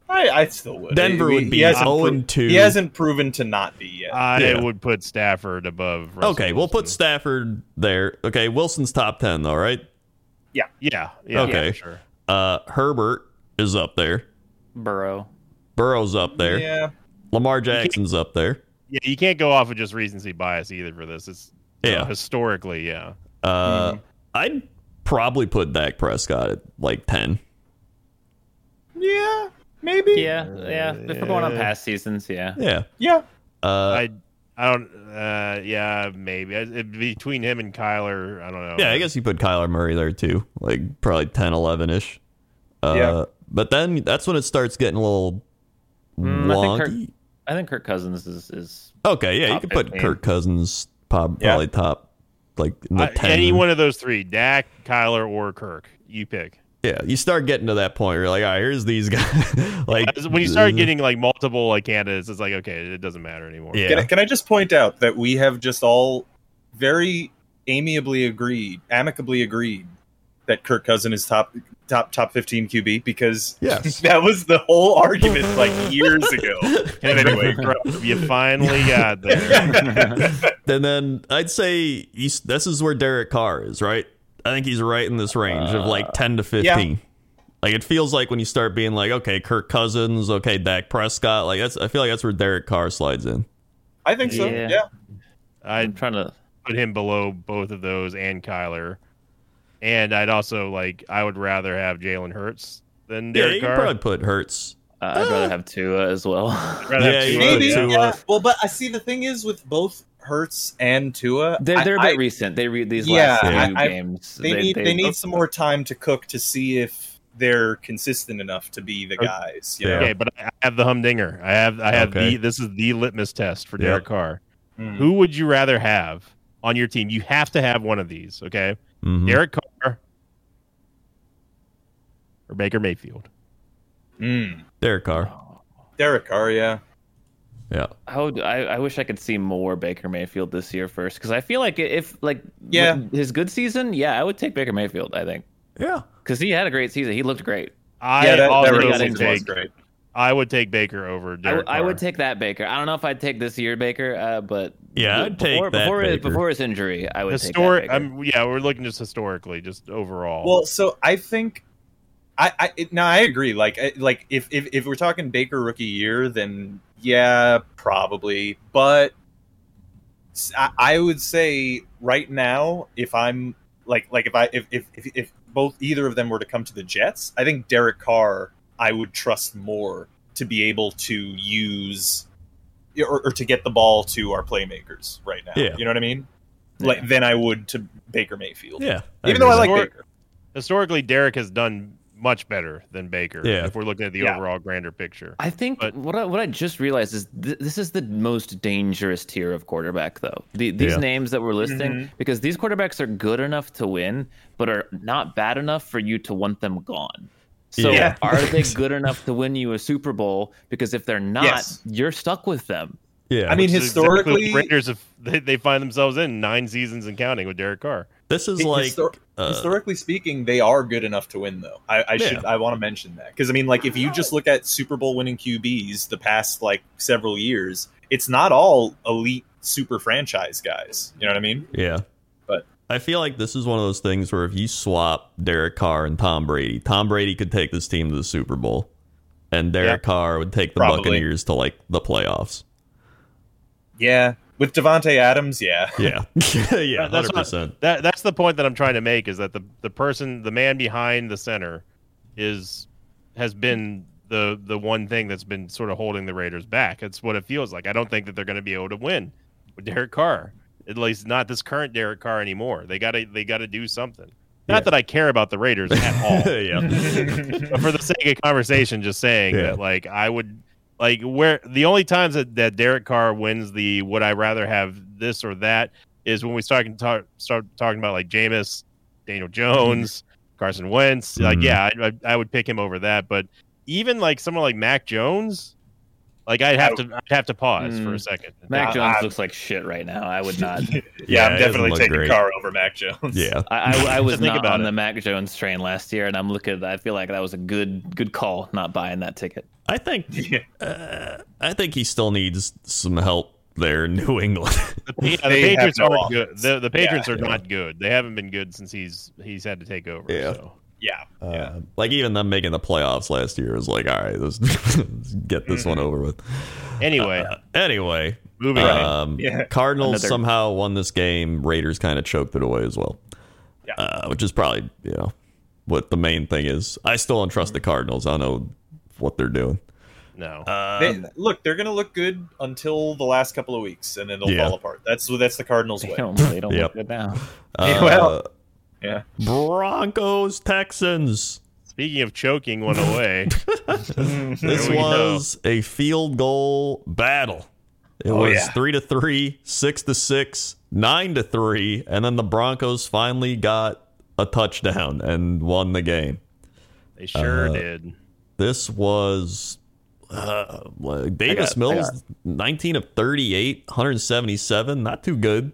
I, I still would.
Denver
He-
would
he
be
hasn't
0
pro-
and Uh, 2.
He hasn't proven to not be yet.
I
Yeah.
would put Stafford above. Russell
okay, we'll put
Wilson.
Stafford there. Okay, Wilson's top 10, though, right?
yeah, yeah,
Okay.
yeah, sure.
Uh, Herbert is up there.
Burrow.
Burrow's up there.
Yeah.
Lamar Jackson's up there.
Yeah, you can't go off of just recency bias either for this. It's you know,
Yeah.
historically, yeah.
Uh,
Mm-hmm.
I'd probably put Dak Prescott at like 10.
Yeah. Maybe.
Yeah, yeah. If we're going on past seasons, yeah.
Yeah.
Yeah.
Uh,
I, I don't. Uh, yeah, maybe I, it, between him and Kyler, I don't know.
yeah, I guess you put Kyler Murray there, too. Like probably 10, 11 ish. Uh,
Yeah.
But then that's when it starts getting a little
Mm, I think
wonky.
I think Kirk Cousins is is
Okay, yeah, you
Top
could put
15.
Kirk Cousins prob-
Yeah.
probably top like in the
I-
ten.
any one of those three: Dak, Kyler, or Kirk. You pick.
Yeah, you start getting to that point. Where you're like, all right, here's these guys. like
When you
Mm-hmm.
start getting like multiple like candidates, it's like okay, it doesn't matter anymore.
yeah,
Can, I, can I just point out that we have just all very amiably agreed, amicably agreed that Kirk Cousin is top top top 15 QB because
Yes.
that was the whole argument like years ago.
And
Anyway.
anyway, you finally got there.
and then I'd say he's, this is where Derek Carr is, right? I think he's right in this range of
Uh,
like ten to fifteen. Like it feels like when you start being like, okay, Kirk Cousins, okay, Dak Prescott, like that's I feel like that's where Derek Carr slides in.
I think so.
Yeah.
Yeah.
I
I'm trying to
put him below both of those and Kyler. And I'd also like I would rather have Jalen Hurts than
Yeah,
Derek
you could
Carr.
probably put Hurts.
uh, I'd rather have Tua as well.
I'd rather
Yeah,
have
you
Tua
would,
Maybe.
than-
Tua.
Yeah. Well, but I see the thing is with both Hertz and Tua,
They're, they're a
I-
bit
I-
recent. They read these
Yeah,
last few
I- I-
games.
they, need they, need some more time to cook to see if they're consistent enough to be the guys. You
Yeah.
know?
Okay, but I have the humdinger. I have I have
Okay.
the this is the litmus test for
Yep.
Derek Carr.
Hmm.
Who would you rather have on your team? You have to have one of these, okay?
Mhm.
Derek Carr or Baker Mayfield.
Hmm.
Derek Carr.
Derek Carr, yeah.
Yeah.
How would- I, I wish I could see more Baker Mayfield this year first because I feel like if like
Yeah.
with his good season, yeah, I would take Baker Mayfield. I think
Yeah.
because he had a great season. He looked great.
I
yeah, that,
also
that
got
would
really
into
take,
was great.
I would take Baker over
I,
Derek.
I would
Carr.
take that Baker. I don't know if I'd take this year Baker, uh, but
Yeah,
be-
I'd take
before,
that
before, His,
Baker.
before his injury. I would
historic.
take that Baker.
I'm yeah, we're looking just historically, just overall.
Well, so I think I, I it, no, I agree. Like, I, like if, if if we're talking Baker rookie year, then yeah, probably. But s- I, I would say right now, if I'm like like if I if, if if if both either of them were to come to the Jets, I think Derek Carr I would trust more to be able to use or, or to get the ball to our playmakers right now.
Yeah.
You know what I mean?
Yeah.
like than I would to Baker Mayfield.
Yeah.
Even though I like
Or-
Baker.
Historically, Derek has done much better than Baker.
Yeah.
If we're looking at the
Yeah.
overall grander picture,
I think
But-
what I, what I just realized is th- this is the most dangerous tier of quarterback, though. The, these
Yeah.
names that we're listing,
Mhm.
because these quarterbacks are good enough to win, but are not bad enough for you to want them gone. So
Yeah.
are they good enough to win you a Super Bowl? Because if they're not,
Yes.
you're stuck with them.
Yeah.
I mean,
Which is exactly what
historically-
the Raiders have, they, they find themselves in nine seasons and counting with Derek Carr.
this is
Hi-
like
histor-
uh,
historically speaking, they are good enough to win, though. I, I should
Yeah.
I want to mention that because I mean, like, if you just look at Super Bowl winning QBs the past like several years, it's not all elite super franchise guys. You know what I mean?
Yeah.
But-
I feel like this is one of those things where if you swap Derek Carr and Tom Brady, Tom Brady could take this team to the Super Bowl, and Derek Carr would take the
Probably.
Buccaneers to like the playoffs.
Yeah, with Devonte Adams, yeah,
Yeah.
That-
yeah.
that's
Hundred
what-
percent.
That that's the point that I'm trying to make is that the the person, the man behind the center, is has been the the one thing that's been sort of holding the Raiders back. It's what it feels like. I don't think that they're going to be able to win with Derek Carr, at least not this current Derek Carr anymore. They gotta they gotta do something. Not
Yeah.
that I care about the Raiders at all.
yeah.
but for the sake of conversation, just saying
Yeah.
that like I would like where the only times that, that Derek Carr wins the would I rather have this or that is when we start can talk, start talking about like Jameis, Daniel Jones, Carson Wentz. Like
Mhm.
yeah, I, I, I would pick him over that, but even like someone like Mac Jones, like I'd have to I'd have to pause for a
Mm.
second.
Mac
I-
Jones
I-
looks like shit right now. I would not.
Yeah,
yeah,
it
I'm
doesn't
definitely
look
taking
great.
Carr over Mac Jones.
Yeah.
I, I, I was
Just think
not
about
on
it.
the Mac Jones train last year, and I'm looking. I feel like that was a good good call, not buying that ticket.
I think.
Yeah.
Uh, I think he still needs some help there in New England.
Yeah, the
They have
Patriots
no
aren't good.
offense.
The, the
Yeah.
Patriots are not good. They haven't been good since he's he's had to take over.
Yeah.
So.
yeah, yeah.
Uh, like even them making the playoffs last year was like, all right, let's, let's get this one over with.
Anyway,
Uh, anyway,
moving on.
uh,
um,
Yeah.
Cardinals
Another-
somehow won this game. Raiders kind of choked it away as well,
Yeah.
uh, which is probably you know what the main thing is. I still don't trust the
Mm-hmm.
Cardinals. I don't know what they're doing.
No.
Uh,
They- look, they're gonna look good until the last couple of weeks, and then they'll
Yeah.
fall apart. That's that's the Cardinals'
They
way.
don't, they don't
Yep.
look good now.
uh,
well. Yeah.
Broncos Texans.
Speaking of choking one away,
This
we go.
was a field goal battle. It
Oh,
was
yeah.
three to three, six to six, nine to three, and then the Broncos finally got a touchdown and won the game.
they sure
Uh,
did.
This was uh, like Davis
got- I
Mills, 19 of 38, 177. Not too good.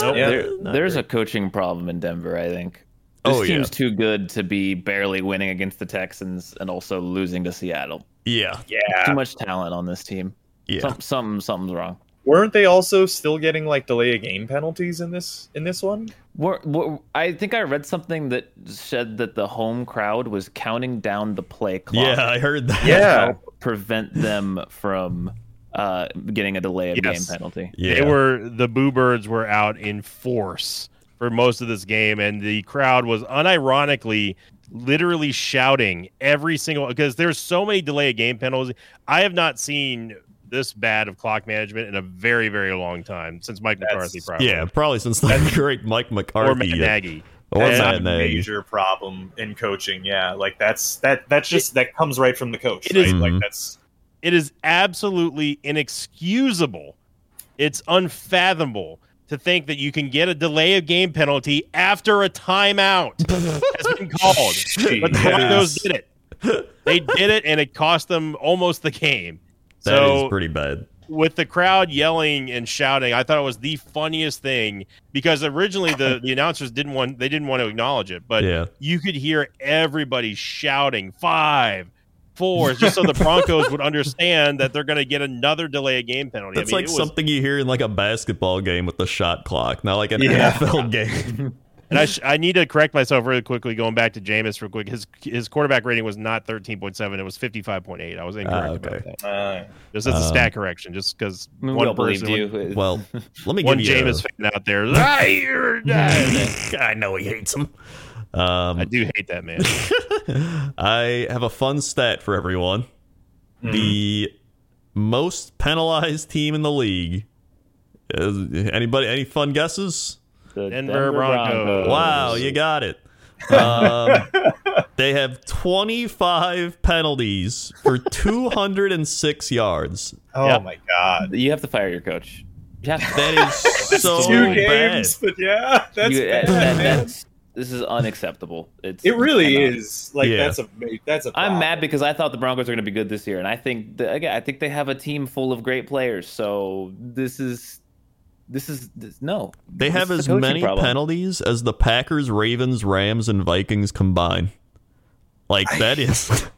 Nope.
Yeah.
There-
not
there's a
great.
coaching problem in Denver, I think. This
Oh, yeah.
team's too good to be barely winning against the Texans and also losing to Seattle.
Yeah.
Yeah.
Too much talent on this team.
Ah. Yeah.
Some, something, something's wrong.
Weren't they also still getting like delay of game penalties in this in this one?
We're, we're, I think I read something that said that the home crowd was counting down the play clock
Yeah, I heard that.
Yeah.
to help prevent them from uh, getting a delay of
Yes.
game penalty.
Yeah.
They were the Boo Birds were out in force for most of this game, and the crowd was unironically, literally shouting every single because there's so many delay of game penalties. I have not seen this bad of clock management in a very, very long time since Mike
That's-
McCarthy, probably.
Yeah, probably since the great Mike McCarthy.
or Matt Nagy.
Or
That's
Matt
a
Nagy.
major problem in coaching. Yeah, like that's that that's just that comes right from the coach.
It
right?
is-
Mhm.
like that's
It is absolutely inexcusable. It's unfathomable to think that you can get a delay of game penalty after a timeout has been called. But the
Yeah.
Broncos did it. They did it, and it cost them almost the game.
That is
so
pretty bad.
with the crowd yelling and shouting, I thought it was the funniest thing because originally the, the announcers didn't want they didn't want to acknowledge it, but
yeah.
you could hear everybody shouting five, four, just so the Broncos would understand that they're going to get another delay of game penalty.
That's
I mean, it
like
was-
something you hear in like a basketball game with the shot clock, not like an
Yeah.
NFL game.
and I, sh- I need to correct myself really quickly. Going back to Jameis real quick, his his quarterback rating was not thirteen point seven; it was fifty five point eight. I was incorrect
Ah, okay.
about that.
uh,
Just as a
Um,
stat correction, just because
I mean,
one
we all believed
person,
you.
well, let me
one, one
give you
Jameis fan out there, "Ah, you're dead."
A, I know he hates him.
I
Um,
do hate that man.
I have a fun stat for everyone.
mm. Hmm.
The most penalized team in the league Is- Anybody? Any fun guesses?
The
Denver Broncos.
Wow, you got it. Um, they have 25 penalties for 206 yards.
Oh
Yep.
my god.
You have to fire your coach. You have to.
That is so
Oh,
two
bad.
games, but yeah, that's
You- uh,
bad, man.
that- that's- this is unacceptable. It's
It really
cannot.
is. Like
Yeah.
that's a that's a.
I'm
problem.
mad because I thought the Broncos are going to be good this year, and I think the, again, I think they have a team full of great players. So this is, this is this, no.
They
This
have
is a
as
coaching
many
problem.
penalties as the Packers, Ravens, Rams, and Vikings combine. Like that is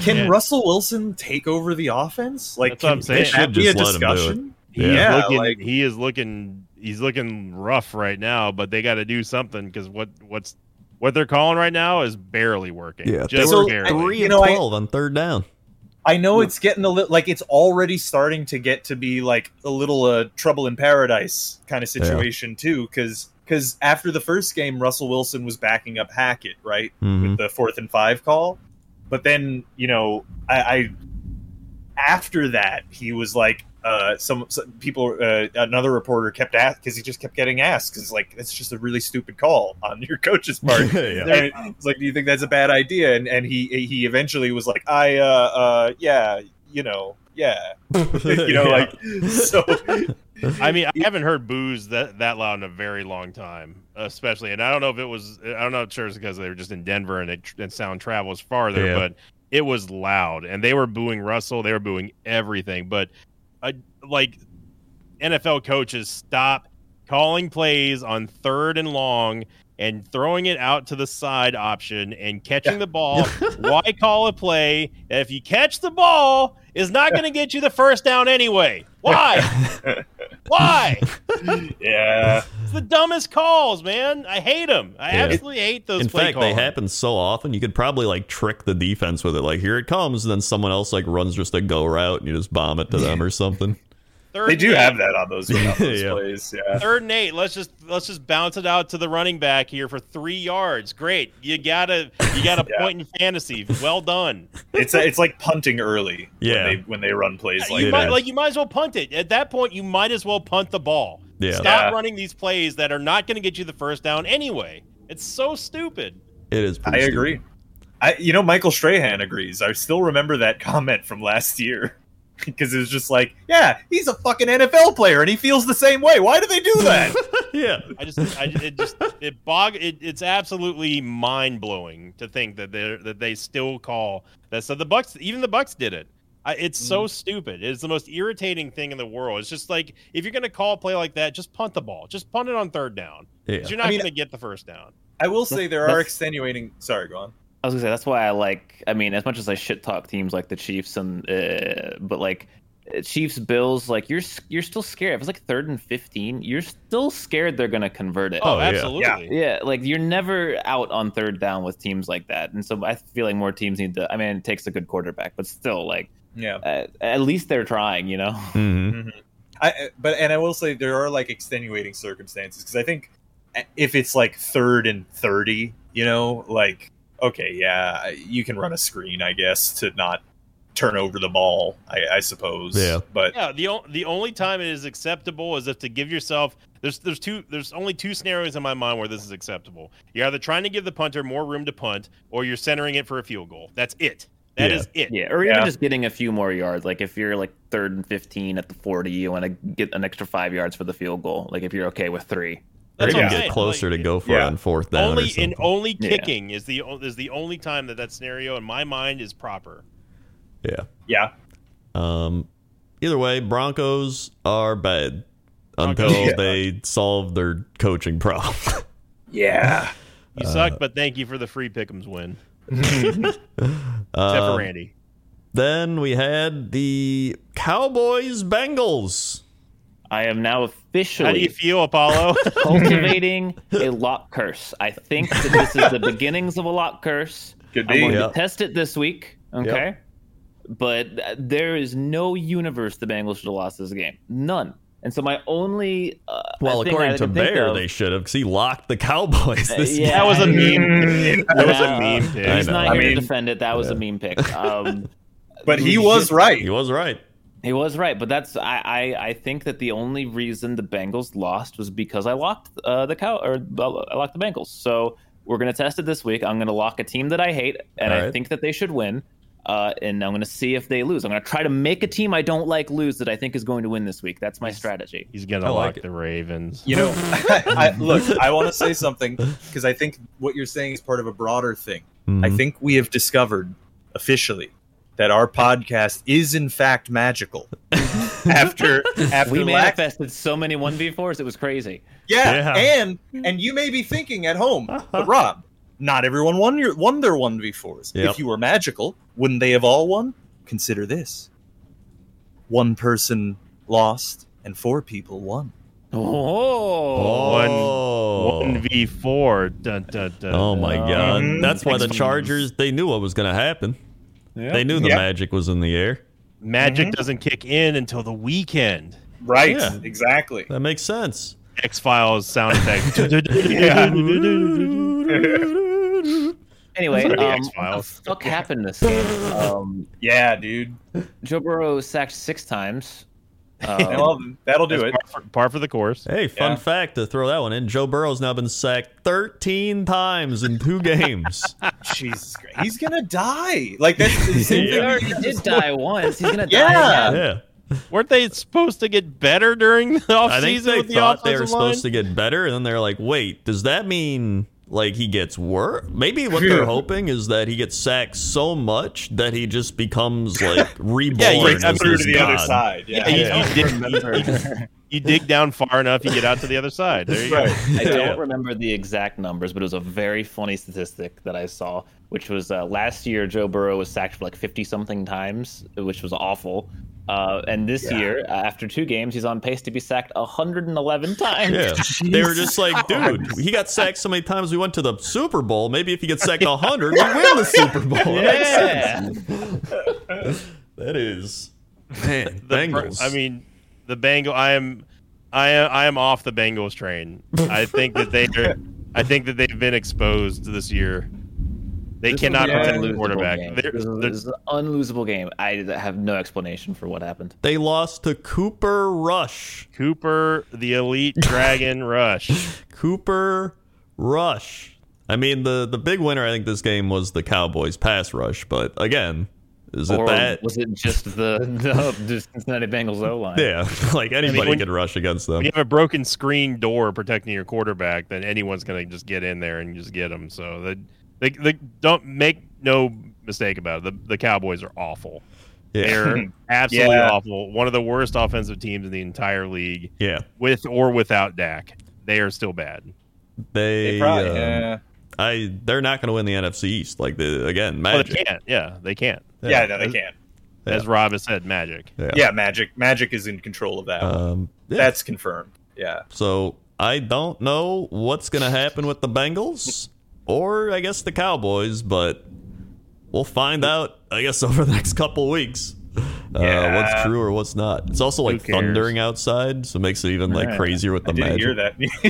Can
Yeah.
Russell Wilson take over the offense? Like
That's what
can-
I'm saying. They
can
should
that be a
just let him do it.
discussion?
He
Yeah,
is looking,
like-
he is looking he's looking rough right now, but they got to do something because what what's what they're calling right now is barely working.
Yeah,
just
they were
barely.
three-
three
You
and
know, I-
twelve on third down.
I know it's getting a little like it's already starting to get to be like a little uh, trouble in paradise kind of situation too, because because after the first game, Russell Wilson was backing up Hackett right
Mhm.
with the fourth and five call, but then you know I, I after that he was like uh, some, some people uh, another reporter kept asked because he just kept getting asked because like it's just a really stupid call on your coach's part.
Yeah.
And it's like, do you think that's a bad idea? And and he he eventually was like, I uh uh yeah, you know, yeah, you know,
Yeah.
like so.
I mean, I haven't heard booze that that loud in a very long time, especially. And I don't know if it was, I don't know if sure it's because they were just in Denver and it and sound travels farther,
Yeah.
but it was loud and they were booing Russell, they were booing everything. But uh, like NFL coaches, stop calling plays on third and long and throwing it out to the side option and catching the ball. Why call a play that if you catch the ball is not going to get you the first down anyway? Why? Why?
yeah,
It's the dumbest calls, man. I hate them. I
Yeah.
absolutely hate those.
In
play
fact,
calls.
they happen so often you could probably like trick the defense with it. Like here it comes, and then someone else like runs just a go route and you just bomb it to them or something.
Third
they do
and eight-
have that on those, on those
Yeah.
plays. Yeah,
Third and eight. Let's just let's just bounce it out to the running back here for three yards. Great. You gotta you got a
Yeah.
point in fantasy. Well done.
it's uh, it's like punting early.
Yeah.
when they, when they run plays like
you
it
might
is.
like you might as well punt it. At that point, you might as well punt the ball.
Yeah.
Stop
Yeah.
running these plays that are not going to get you the first down anyway. It's so stupid.
It is. Pretty
I
stupid.
agree. I, you know, Michael Strahan agrees. I still remember that comment from last year because it was just like, yeah, he's a fucking NFL player and he feels the same way. Why do they do that?
Yeah.
I just, I, it just, it bog, it, it's absolutely mind blowing to think that they that they still call that. So the Bucks, even the Bucks did it. I, it's
Mm.
so stupid. It's the most irritating thing in the world. It's just like if you're gonna call a play like that, just punt the ball. Just punt it on third down. 'Cause
Yeah.
You're not
I mean-
gonna get the first down.
I will say there are
That's-
extenuating. Sorry, go on.
I was gonna say that's why I like. I mean, as much as I shit talk teams like the Chiefs and, uh, but like uh, Chiefs Bills, like you're s- you're still scared. If it's like third and fifteen, you're still scared they're gonna convert it.
Oh, yeah.
absolutely.
Yeah, like you're never out on third down with teams like that, and so I feel like more teams need to. I mean, it takes a good quarterback, but still, like
Yeah.
uh, at least they're trying, you know.
hmm
I but and I will say there are like extenuating circumstances because I think if it's like third and thirty, you know, like okay, yeah, you can run a screen, I guess, to not turn over the ball. I, I suppose.
Yeah.
But
Yeah, the o- the only time it is acceptable is if to give yourself there's there's two there's only two scenarios in my mind where this is acceptable. You're either trying to give the punter more room to punt, or you're centering it for a field goal. That's it. That
Yeah.
is it.
Yeah, or
Yeah.
even just getting a few more yards. Like if you're like third and fifteen at the forty, you want to get an extra five yards for the field goal. Like if you're okay with three.
Or
That's what
even
I'm
get
saying.
closer
Like,
to go for it
Yeah.
on fourth down. or
only in
something.
only
Yeah.
kicking is the o- is the only time that that scenario in my mind is proper.
yeah.
yeah,
Um, either way, Broncos are bad until
Broncos.
Yeah.
they solve their coaching problem.
yeah,
Uh,
You suck, but thank you for the free pickums win. Except for
Um,
Randy.
then we had the Cowboys Bengals.
I am now officially
How do you feel, Apollo?
cultivating a lock curse. I think that this is the beginnings of a lock curse.
could
I'm
be.
going
Yeah.
to test it this week. Okay. But uh, there is no universe the Bengals should have lost this game. None. And so my only uh,
Well,
thing
according
I
to
can think
Bear,
of- Uh,
they should have because he locked the Cowboys this
yeah.
that was a
I-
meme. That was a meme. Pick.
I
He's
know.
not
I
here
mean-
to defend it. That was a meme pick. Um,
But he was
year.
right.
He was right.
He was right, but that's I, I I think that the only reason the Bengals lost was because I locked uh, the cow or I locked the Bengals. So we're gonna test it this week. I'm gonna lock a team that I hate and
All
I
right.
think that they should win, uh, and I'm gonna see if they lose. I'm gonna try to make a team I don't like lose that I think is going to win this week. That's my strategy.
He's gonna
I
lock
like it.
the Ravens.
You know, I, look, I want to say something because I think what you're saying is part of a broader thing. I
Mhm.
think we have discovered officially that our podcast is in fact magical. after after
We
lack-
manifested so many one v fours. It was crazy.
yeah,
Yeah.
and and you may be thinking at home, but Rob, not everyone won your won their one v fours.
Yep.
If you were magical, wouldn't they have all won? Consider this: one person lost and four people won.
Mm.
Oh,
Oh.
One v four. Dun, dun, dun,
Oh my
Um,
god. That's why the
Xbox.
Chargers they knew what was gonna happen. They knew the
Yeah.
magic was in the air.
Magic doesn't kick in until the weekend.
Right,
Yeah.
exactly.
That makes sense.
X Files sound effect. Sorry,
anyway, um, what the
X-Files.
fuck happened this game? Um,
Yeah, dude.
Joe Burrow sacked six times.
And,
Um,
well, that'll do
That's
it.
Par for, par for the course.
Hey, fun
Yeah.
fact to throw that one in. Joe Burrow's now been sacked 13 times in two games.
Jesus Christ, he's gonna die. Like that's the same
he
thing.
already did die once. He's gonna die
Yeah.
again.
yeah.
Weren't they supposed to get better during the offseason?
I think they
with the
thought they were
offensive line?
supposed to get better, and then they're like, wait, does that mean like he gets worse? Maybe what they're hoping is that he gets sacked so much that he just becomes like reborn.
Yeah, he
breaks
as
through to
this
the other
god.
side. Yeah,
you-
I
you
don't
did-
remember.
You dig down far enough, you get out to the other side. There you go.
right.
I don't remember the exact numbers, but it was a very funny statistic that I saw, which was uh, last year Joe Burrow was sacked for like fifty something times, which was awful. Uh, and this year, uh, after two games, he's on pace to be sacked 111 times.
Yeah. They were just like, dude, he got sacked so many times we went to the Super Bowl. Maybe if he gets sacked 100, we win the Super Bowl. That makes sense.
Yeah.
That is. Man,
The
Bengals.
Br- I mean, the Bengal. I am, I am, I am off the Bengals train. I think that they are. I think that they've been exposed this year. They
This
cannot
was an
protect the
unlosable
quarterback.
game.
They're-
This is-
they're-
this is an unlosable game. I have no explanation for what happened.
they lost to Cooper Rush.
Cooper, the elite dragon rush.
Cooper Rush. I mean, the, the big winner, I think, this game was the Cowboys pass rush. But again, is it
or
that?
was it just the, the, the Cincinnati Bengals O line?
yeah, like anybody
when-
could rush against them.
When you have a broken screen door protecting your quarterback, then anyone's going to just get in there and just get them. So they, they, they don't make no mistake about it. The, the Cowboys are awful.
Yeah.
They're absolutely
Yeah.
awful. One of the worst offensive teams in the entire league,
yeah.
with or without Dak. They are still bad.
They,
They probably,
uh,
yeah.
I, they're not going to win the NFC East. Like, the, again,
Well,
magic.
Oh, they can't. Yeah, they can't.
yeah, no, they can't.
As Rob has said, magic.
Yeah.
Yeah, magic, magic is in control of that. one.
Um, yeah.
That's confirmed. Yeah,
So I don't know what's going to happen with the Bengals or I guess the Cowboys, but we'll find out, I guess, over the next couple weeks. Uh,
Yeah.
what's true or what's not? It's also like
Who cares?
thundering outside, so it makes it even like
Right.
crazier with the
I didn't
magic.
hear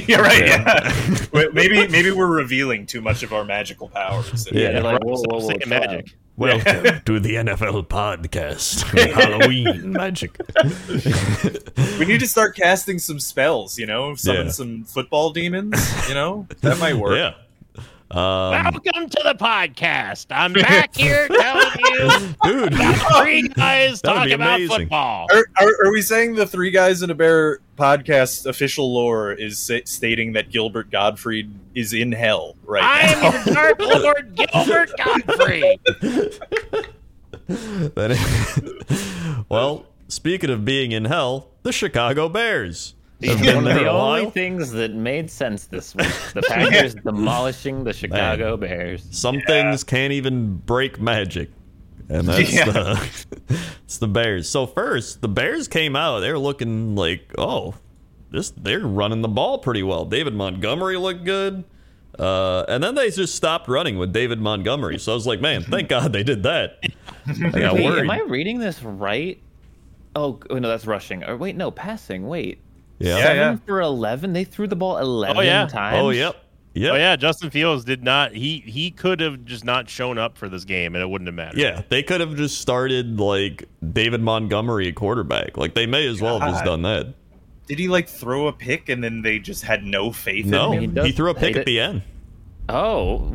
that. yeah, right. Yeah, Wait, maybe maybe we're revealing too much of our magical powers.
Yeah.
they're like,
Rob,
whoa,
stop
whoa, whoa,
saying
chill out.
magic.
Welcome to the NFL podcast, Halloween magic.
We need to start casting some spells. You know, summon
Yeah.
some football demons. You know, that might work.
yeah. Um,
Welcome to the podcast. I'm back here telling you
dude,
three guys
That would
talking
be
about
amazing.
football.
Are, are, are we saying the Three Guys and a Bear podcast official lore is sa- stating that Gilbert Gottfried is in hell right
I
now?
am your Dark Lord Gilbert Godfrey.
That is- well, speaking of being in hell, the Chicago Bears. Have
One
been
of
there
the
a
only
while.
things that made sense this week: the Packers demolishing the Chicago Bears.
Some things can't even break magic. And that's
Yeah.
the it's the Bears. So first, the Bears came out, they were looking like, oh, this they're running the ball pretty well. David Montgomery looked good. Uh, and then they just stopped running with David Montgomery. So I was like, man, thank God they did that. I got
Wait,
worried.
am I reading this right? Oh oh, no, that's rushing. Or wait, no, passing. Wait,
yeah.
Yeah.
seven for eleven. They threw the ball eleven
yeah.
times.
Oh, yep. Yep.
Oh yeah, Justin Fields did not. He he could have just not shown up for this game, and it wouldn't have mattered.
Yeah, they could have just started like David Montgomery at quarterback. Like they may as well have just done
God.
that.
Did he like throw a pick and then they just had no faith
No,
in him?
he
he,
does
threw a pick
hate
at
it.
the end.
Oh,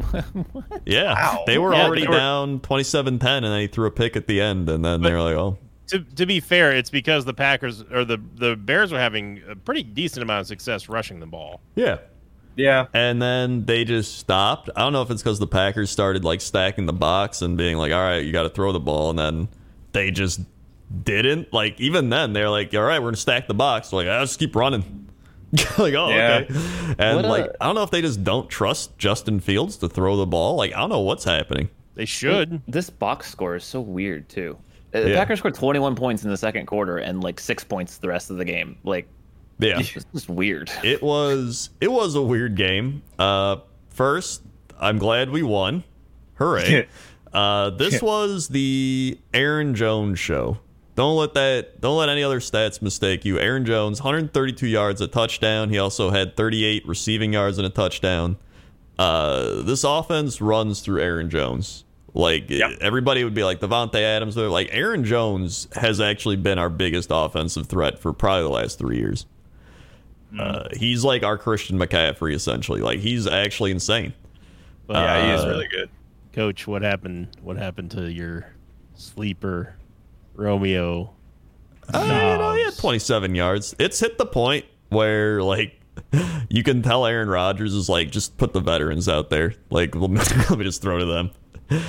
Yeah,
Wow.
they were
Yeah,
already
they were-
down 27-10, and then he threw a pick at the end, and then they
But-
were like, "Oh,
To to be fair, it's because the Packers or the the Bears were having a pretty decent amount of success rushing the ball.
yeah."
Yeah.
And then they just stopped. I don't know if it's because the Packers started like stacking the box and being like, "All right, you got to throw the ball," and then they just didn't. Like even then, they're like, "All right, we're gonna stack the box." Like, "Ah, just keep running. like, oh,
Yeah.
okay. And
What a-
like, I don't know if they just don't trust Justin Fields to throw the ball. Like, I don't know what's happening.
They should.
this box score is so weird too. Uh, The
Yeah.
Packers scored 21 points in the second quarter and like six points the rest of the game. Like
Yeah.
it's just weird.
it was it was a weird game. Uh, first, I'm glad we won. Hooray! Uh, this was the Aaron Jones show. Don't let that don't let any other stats mistake you. Aaron Jones, 132 yards, a touchdown. He also had 38 receiving yards and a touchdown. Uh, this offense runs through Aaron Jones. Like
Yep.
everybody would be like Devontae Adams. They're like Aaron Jones has actually been our biggest offensive threat for probably the last three years. Uh, he's like our Christian McCaffrey, essentially. Like he's actually insane.
But,
yeah, he is
Uh,
really good.
Coach, what happened? What happened to your sleeper, Romeo?
Uh, you know, he had 27 yards. It's hit the point where like you can tell Aaron Rodgers is like just put the veterans out there. Like let me, let me just throw to them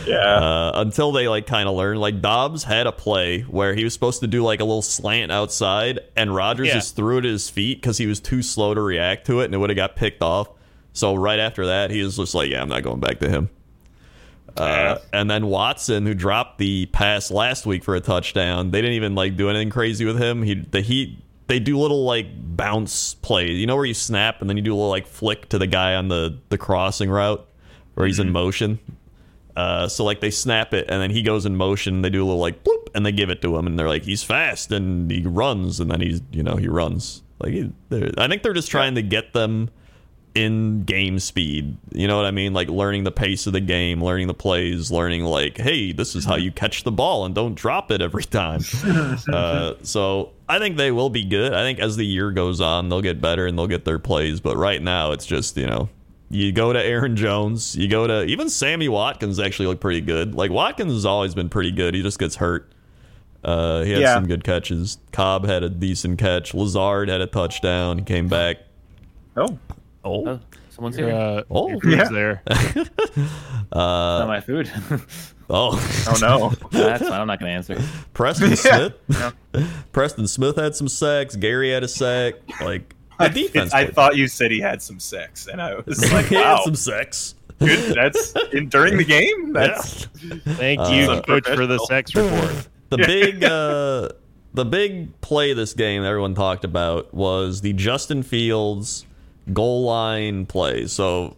Yeah.
uh, until they like kind of learn. Like Dobbs had a play where he was supposed to do like a little slant outside, and Rodgers
Yeah.
just threw it at his feet because he was too slow to react to it, and it would have got picked off. So right after that, he was just like, "Yeah, I'm not going back to him." Uh, and then Watson, who dropped the pass last week for a touchdown, they didn't even like do anything crazy with him. He the he they do little like bounce plays, you know, where you snap and then you do a little like flick to the guy on the the crossing route where he's in motion. Uh, so like they snap it and then he goes in motion. They do a little like bloop and they give it to him and they're like he's fast and he runs and then he's you know he runs like he, they're- I think they're just trying to get them in game speed. You know what I mean? Like learning the pace of the game, learning the plays, learning like, hey, this is how you catch the ball and don't drop it every time. uh, so I think they will be good. I think as the year goes on, they'll get better and they'll get their plays. But right now, it's just you know. You go to Aaron Jones. You go to even Sammy Watkins actually looked pretty good. Like Watkins has always been pretty good. He just gets hurt. Uh, he had
Yeah.
some good catches. Cobb had a decent catch. Lazard had a touchdown. He came back.
oh.
Oh, someone's here.
Your, uh,
Oh.
your food's
Yeah.
there.
It's not my food.
Oh,
Oh no.
That's fine. I'm not gonna answer.
Preston
Yeah.
Smith. Preston Smith had some sacks. Gary had a sack. Like the defense.
I
played-
thought you said he had some sex, and I was like,
he had
"Wow,
some sacks.
good, that's in, during the game." That's
Yeah.
Thank you,
Uh,
Coach, for the
Professional.
sex report.
The big uh, the big play this game that everyone talked about was the Justin Fields goal line play. So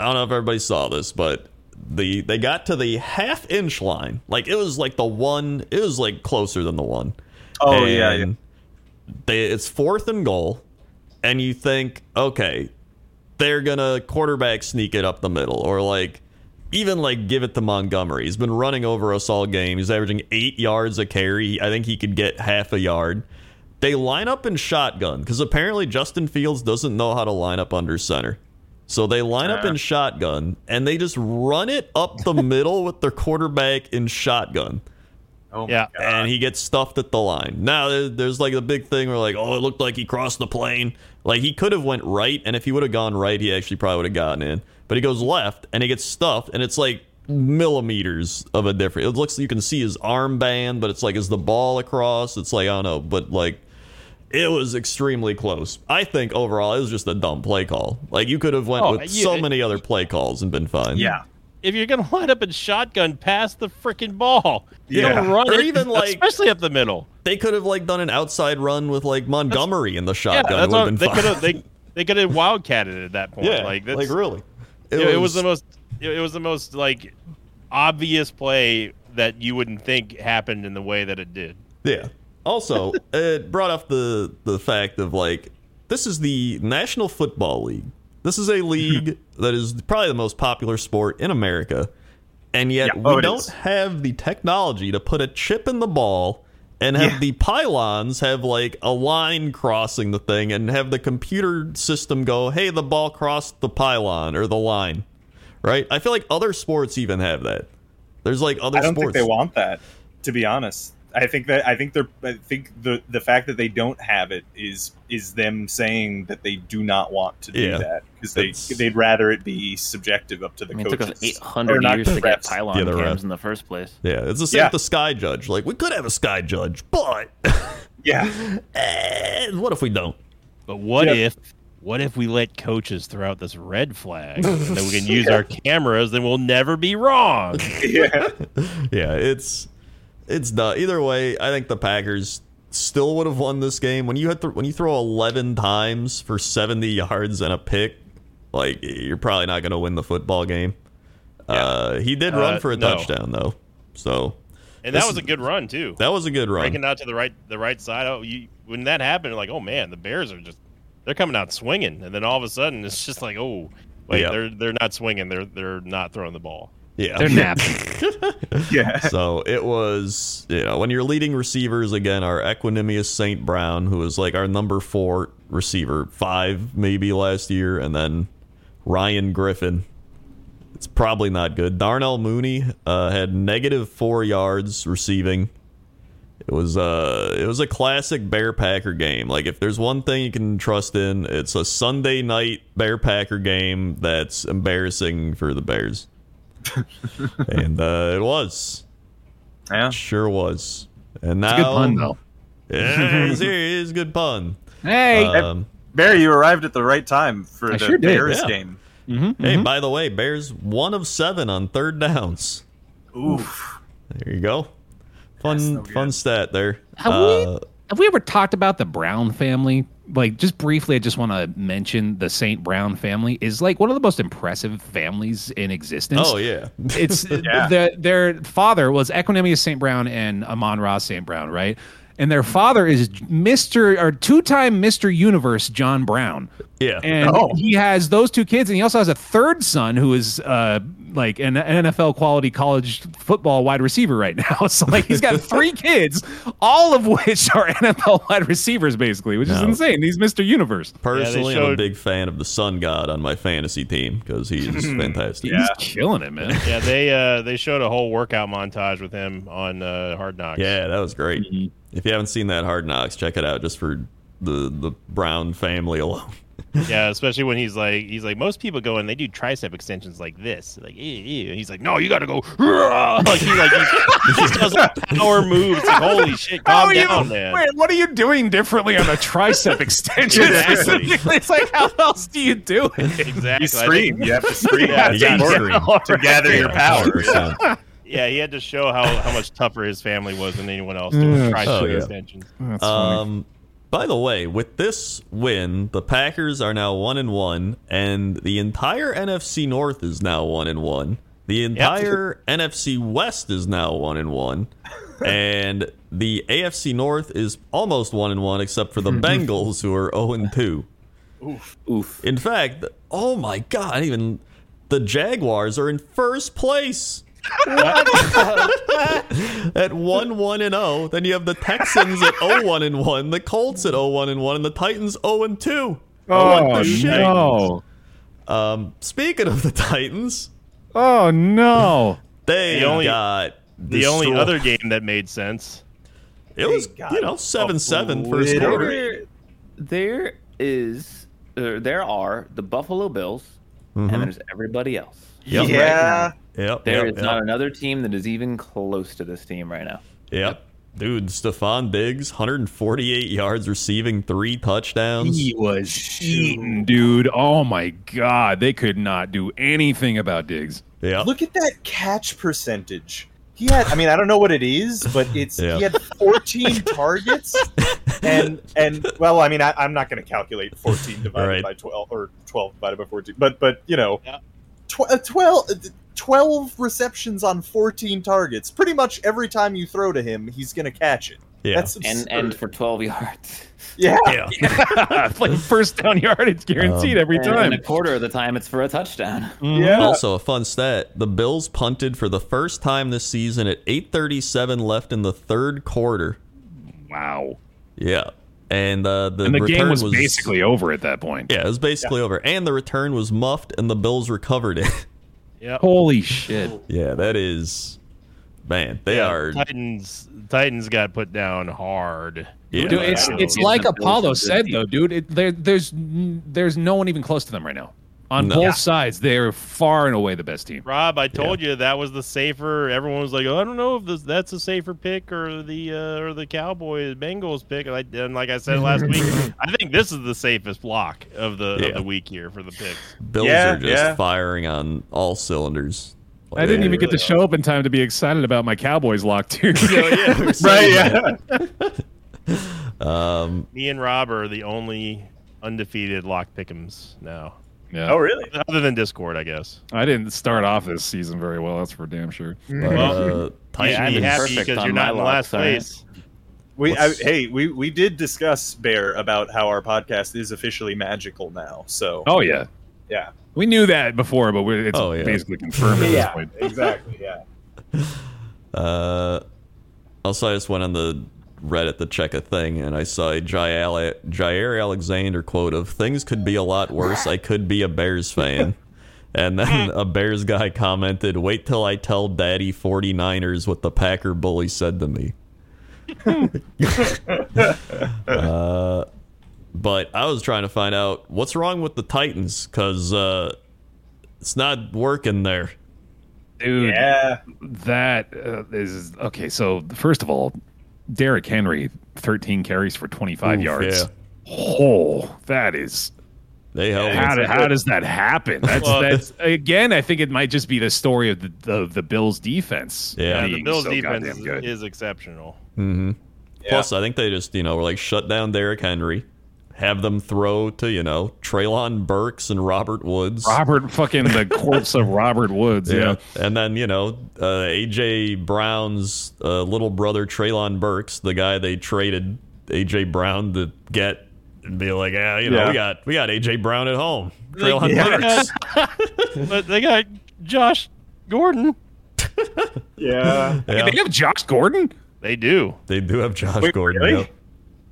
I don't know if everybody saw this, but the they got to the half inch line. Like it was like the one it was like closer than the one.
Oh, yeah, yeah.
And They it's fourth and goal, and you think, okay, they're gonna quarterback sneak it up the middle or like even like give it to Montgomery. He's been running over us all game. He's averaging eight yards a carry. I think he could get half a yard. They line up in shotgun because apparently Justin Fields doesn't know how to line up under center. So they line up
Ah.
in shotgun and they just run it up the middle with their quarterback in shotgun
oh my
Yeah.
God.
and he gets stuffed at the line. Now there- there's like the big thing where like, oh, it looked like he crossed the plane. Like he could have went right, and if he would have gone right, he actually probably would have gotten in. But he goes left, and he gets stuffed, and it's like millimeters of a difference. It looks you can see his armband, but it's like is the ball across? It's like I don't know, but like it was extremely close. I think overall it was just a dumb play call. Like you could have went
Oh,
with
yeah,
so
it-
many other play calls and been fine.
yeah,
If you're gonna line up in shotgun, pass the freaking ball. You don't
Yeah.
run
Or
it,
even, like-
especially up the middle.
They could have like done an outside run with like Montgomery in the
Yeah,
shotgun. It
that's
would
what
have been
they
fine.
could have. They they could have wildcatted it at that point. like that's,
really.
it, it was, the most. It, it was the most like obvious play that you wouldn't think happened in the way that it did.
yeah. Also, it brought up the the fact of like this is the National Football League. This is a league that is probably the most popular sport in America, and yet
Yeah.
we
Oh, it
don't
is.
have the technology to put a chip in the ball and have
Yeah.
the pylons have like a line crossing the thing and have the computer system go, "Hey, the ball crossed the pylon or the line." Right? I feel like other sports even have that. There's like other
I don't
sports.
think they want that. To be honest, I think that I think they're I think the the fact that they don't have it is is them saying that they do not want to do
Yeah.
that because
It's-
they they'd rather it be subjective up to the
I mean, it took
coaches.
us
Or
800
not
years to
the
get
refs.
pylon
Yeah, the
cams
ref.
in the first place.
yeah, it's the same
Yeah.
with the sky judge. Like we could have a sky judge, but
Yeah,
eh, what if we don't?
But what
Yeah.
if what if we let coaches throw out this red flag and then we can use our cameras then we'll never be wrong.
yeah.
yeah, it's it's not either way. I think the Packers still would have won this game when you had th- when you throw 11 times for 70 yards and a pick. Like you're probably not going to win the football game. Uh, he did
Uh,
run for a
no.
touchdown though, so
And
This-
that was a good run too.
that was a good run.
Breaking out to the right the right side. Oh, you, when that happened, you're like, oh man, the Bears are just they're coming out swinging, and then all of a sudden it's just like, oh, wait,
Yeah.
they're they're not swinging, they're they're not throwing the ball.
yeah,
They're napped.
yeah.
so it was you know when your leading receivers again are equanimous saint brown who was like our number four receiver five maybe last year and then ryan griffin it's probably not good darnell mooney uh, had negative four yards receiving it was uh it was a classic bear packer game like if there's one thing you can trust in it's a sunday night bear packer game that's embarrassing for the bears and uh, it was
Yeah.
Sure was. And
It's
now
a good pun though.
Yeah, it's- it is a good pun.
Hey,
Um,
Barry, you arrived at the right time for
I
the
sure did,
Bears
yeah.
game.
Mm-hmm,
mm-hmm. Hey,
Mm-hmm.
by the way, Bears one of seven on third downs.
Oof.
There you go.
That's
Fun
no good.
fun stat there.
Have
Uh,
we have we ever talked about the Brown family? Like just briefly, I just want to mention the Saint Brown family is like one of the most impressive families in existence.
oh yeah.
It's the, their father was Equinemius St. Brown and Amon Ross St. Brown, right? And their father is Mr. or two time Mr. Universe John Brown.
Yeah.
And
Oh.
he has those two kids, and he also has a third son who is uh, like an NFL quality college football wide receiver right now. So like he's got three kids, all of which are NFL wide receivers basically, which is
No.
insane. He's Mr. Universe.
Personally, I'm a
showed-
big fan of the Sun God on my fantasy team because he's fantastic.
He's killing it, man.
Yeah, they uh they showed a whole workout montage with him on uh, Hard Knocks.
Yeah, that was great.
Mm-hmm.
If you haven't seen that Hard Knocks, check it out just for the the Brown family alone.
yeah, especially when he's like he's like most people go and they do tricep extensions like this, like ew, ew. And he's like no, you got to go "Rah!" like he like he just does like power moves. It's like, Holy shit,
How
calm
are you-
down, man.
Wait, what are you doing differently on a tricep extension?
Exactly.
specifically? It's like, how else do you do it?
Exactly.
You
I think-
scream. You have to scream.
Yeah,
That's
you gotta
important
scream.
to gather your power.
100%.
Yeah, he had to show how, how much tougher his family was than anyone else doing tricep
Oh, yeah.
extensions.
Um, by the way, with this win, the Packers are now one and one, and the entire NFC North is now one and one. The entire NFC West is now one and one, and the AFC North is almost one and one, except for the Bengals, who are zero and two.
Oof.
In fact, oh my god, even the Jaguars are in first place. at 1 1 and 0, then you have the Texans at 0 1 and 1, the Colts at 0 1 and 1, and the Titans 0 and 2.
Oh,
shit.
no.
Um, speaking of the Titans,
Oh, no.
they
The only-
got
The only other game that made sense.
it was
They got
you know 7 7 first
obliterated.
quarter.
There, there is, er, there are the Buffalo Bills,
Mm-hmm.
and there's everybody else.
Yep.
Yeah.
Mm-hmm. Yep,
There is
yep, yep,
not another team that is even close to this team right now.
yep. Dude, Stephon Diggs, 148 yards receiving, three touchdowns.
was eaten, dude. Oh, my God. They could not do anything about Diggs.
Yep.
Look at that catch percentage. He had I mean, I don't know what it is, but it's
Yeah.
he had 14 targets and and well, I mean, I, I'm not going to calculate 14 divided
Right.
by 12 or 12 divided by 14, but but you know,
Yeah.
tw- uh, 12 uh, 12 receptions on 14 targets. Pretty much every time you throw to him, he's going to catch it.
Yeah.
That's
and
absurd.
and for 12 yards.
yeah.
yeah.
it's like first down yard. It's guaranteed every
And, and
time.
a quarter of the time, it's for a touchdown.
Yeah.
Also, a fun stat: the Bills punted for the first time this season at 8:37 left in the third quarter.
Wow.
Yeah, and uh, the
And the
return
game was, basically over at that point.
yeah, it was basically over, and the return was muffed, and the Bills recovered it.
Yep.
Holy shit.
yeah, that is, man, they
Yeah,
are.
Titans. Titans got put down hard.
Yeah,
Dude, it's
Yeah.
it's
Yeah.
like
Yeah.
Apollo
Yeah.
said though, dude. It, there, there's n- there's no one even close to them right now. On
No.
both
Yeah.
sides, they're far and away the best team.
Rob, I told you that was the safer. Everyone was like, oh, "I don't know if this, that's a safer pick or the uh, or the Cowboys Bengals pick." And, I, and like I said last week, I think this is the safest block of the
Yeah.
of the week here for the picks.
Bills
Yeah,
are just
yeah.
firing on all cylinders.
I didn't
Like,
even get to show up in time to be excited about my Cowboys lock too.
yeah,
Right. Yeah.
Um,
me and Rob are the only undefeated lock pickems now,
Yeah.
oh, really?
other than Discord, I guess.
I didn't start off this season very well. That's for damn sure.
but,
Well,
uh,
You should
I've
be
been
Titans.
happy
perfect
because
on
you're
my
not in
luck,
last
sorry.
place.
We I,
What's-
hey, we we did discuss Bear about how our podcast is officially magical now. So
Oh yeah,
yeah,
we knew that before, but we're, it's
Oh, yeah.
basically confirmed at this point.
exactly. Yeah.
Uh, also, I just went on the Reddit to check a thing, and I saw a Jair, Ale- Jair Alexander quote of "Things could be a lot worse. I could be a Bears fan." And then a Bears guy commented, "Wait till I tell Daddy 49ers what the Packer bully said to me." uh, but I was trying to find out what's wrong with the Titans because uh, it's not working there.
Dude,
Yeah.
that uh, is okay. So first of all, Derrick Henry, thirteen carries for twenty-five
Oof,
yards.
yeah.
Oh, that is
They held
how,
us.
do, how does that happen? That's,
Well-
that's again. I think it might just be the story of the the, the Bills' defense.
Yeah.
Yeah,
being
the Bills
so
defense
goddamn good.
is exceptional.
hmm
Yeah.
Plus, I think they just, you know, were like shut down Derrick Henry, have them throw to, you know, Traylon Burks and Robert Woods.
Robert fucking the corpse of Robert Woods. Yeah.
And then, you know, uh, A.J. Brown's uh, little brother, Traylon Burks, the guy they traded A.J. Brown to get and be like, yeah, you know,
Yeah.
we got we got A.J. Brown at home. Traylon
Yeah.
Burks.
but they got Josh Gordon.
Yeah.
Yeah,
They have Josh Gordon.
They do.
they do have Josh
Wait,
Gordon.
really?
yeah.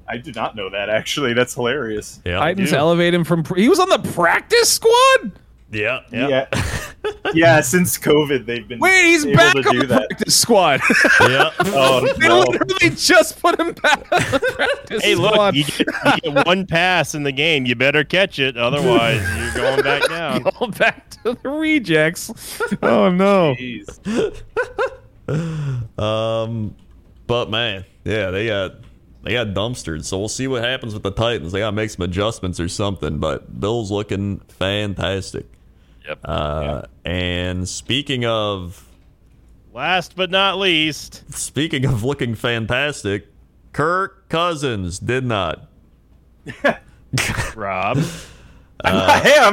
I did not know that. Actually, that's hilarious.
Yeah, they
Titans
do.
elevate him from. pr- He was on the practice squad.
yeah, yeah.
Yeah.
Yeah. Yeah, Since COVID, they've been
Wait, he's
able
back
to
on
do
the
that.
practice squad.
yeah.
Oh
they
no.
literally just put him back on the practice
Hey, look,
squad.
you get, you get one pass in the game. You better catch it. Otherwise, you're going back down.
All back to the rejects. Oh no.
Jeez.
Um, but man, yeah, they got they got dumpstered. So we'll see what happens with the Titans. They got to make some adjustments or something. But Bill's looking fantastic.
Yep.
Uh, and speaking of
Last but not least,
speaking of looking fantastic, Kirk Cousins did not.
Rob.
I'm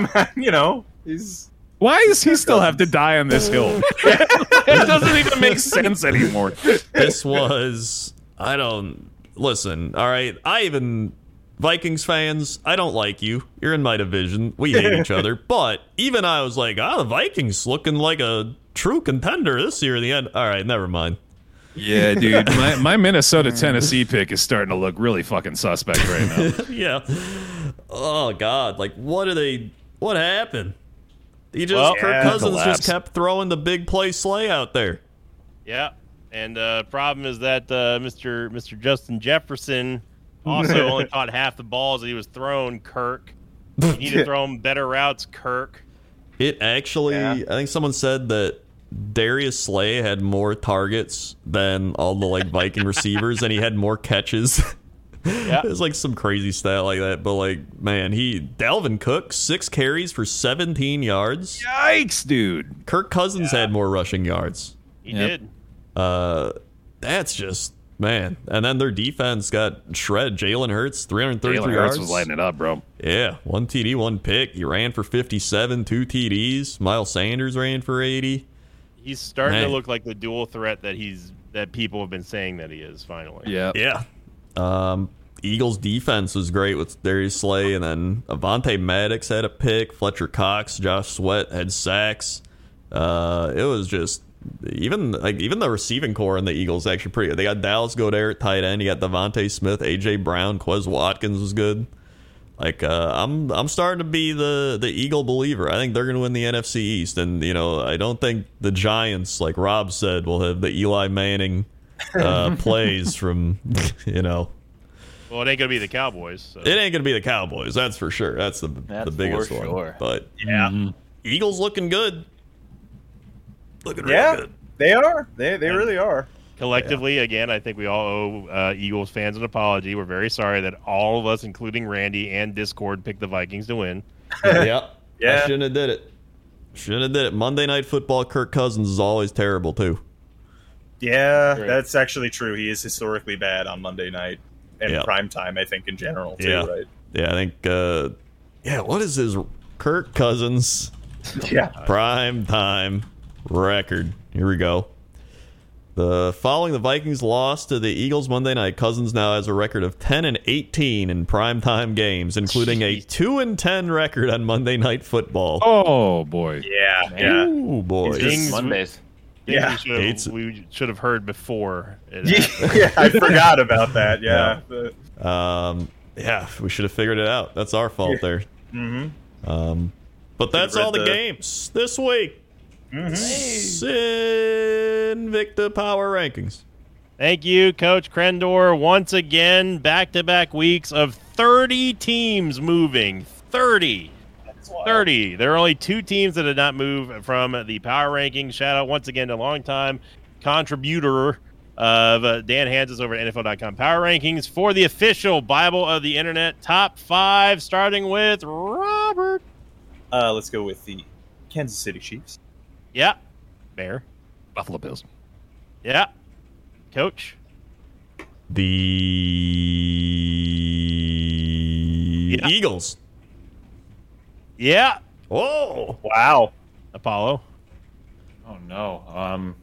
not him. you know, he's
Why does he still have to die on this hill? it doesn't even make sense anymore.
This was I don't listen. All right, I even Vikings fans, I don't like you. You're in my division. We hate each other. But even I was like, ah, the Vikings looking like a true contender this year in the end. All right, never mind.
Yeah, dude. My, my Minnesota Tennessee pick is starting to look really fucking suspect right now.
yeah. Oh God, like what are they? What happened? He just
Well,
Kirk
yeah,
Cousins
collapse.
just kept throwing the big play slay out there.
Yeah. And uh, problem is that uh, Mr. Mr. Justin Jefferson also only caught half the balls that he was thrown. Kirk, you need to throw him better routes. Kirk.
It actually,
Yeah.
I think someone said that Darius Slay had more targets than all the like Viking receivers, and he had more catches.
Yeah.
It's like some crazy stat like that, but like man, he Dalvin Cook six carries for 17 yards.
Yikes, dude.
Kirk Cousins had more rushing yards.
He
Yep.
did.
Uh, that's just man. And then their defense got shred. Jalen Hurts 333
Jalen
yards.
Hurts was lighting it up, bro.
Yeah, one TD, one pick. He ran for 57, two TDs. Miles Sanders ran for 80.
He's starting
Man.
to look like the dual threat that he's that that people have been saying that he is finally.
Yeah.
Yeah. Um, Eagles defense was great with Darius Slay, and then Avante Maddox had a pick. Fletcher Cox, Josh Sweat had sacks. Uh, it was just even like even the receiving core in the Eagles actually pretty. They got Dallas Goddard at tight end. You got Devontae Smith, AJ Brown, Quez Watkins was good. Like uh, I'm I'm starting to be the the Eagle believer. I think they're going to win the NFC East, and you know I don't think the Giants, like Rob said, will have the Eli Manning uh, plays from you know
Well, it ain't gonna be the Cowboys. So.
it ain't gonna be the Cowboys, that's for sure. That's the
That's
the biggest
for
one.
sure.
But Mm-hmm.
Yeah.
Eagles looking good. Looking really
Yeah.
good.
They are. They they really are.
Collectively, again, I think we all owe uh, Eagles fans an apology. We're very sorry that all of us, including Randy and Discord, picked the Vikings to win.
yeah. I
Yeah.
shouldn't have did it. Shouldn't have did it. Monday night football, Kirk Cousins is always terrible too.
Yeah,
Right.
that's actually true. He is historically bad on Monday night and
Yeah.
prime time. I think in general too.
Yeah.
Right?
Yeah, I think uh yeah, what is his Kirk Cousins
Yeah.
prime time record. Here we go. The following the Vikings loss to the Eagles Monday night, Cousins now has a record of 10 and 18 in primetime games, including a 2 and 10 record on Monday night football.
Oh boy.
Yeah. Yeah.
Ooh boy.
He's Things-
Mondays.
Things
Yeah.
we should have,
It's-
we should have heard before. It happened.
yeah, I forgot about that. Yeah. The-
Um yeah, we should have figured it out. That's our fault
Yeah.
there.
mhm.
Um but that's
read
all the,
the- Mm-hmm.
games this week. Invicta Power Rankings.
Thank you, Coach Krendor. Once again, back to back weeks of 30 teams moving. 30. 30. There are only two teams that did not move from the power ranking. Shout out once again to longtime contributor of uh, Dan Hanses over at NFL.com power rankings for the official Bible of the Internet top five, starting with Robert.
Uh, let's go with the Kansas City Chiefs.
Yeah. Bear.
Buffalo Bills.
Yeah. Coach.
The
Yeah.
Eagles.
Yeah.
Oh,
Wow.
Apollo.
Oh no. Um,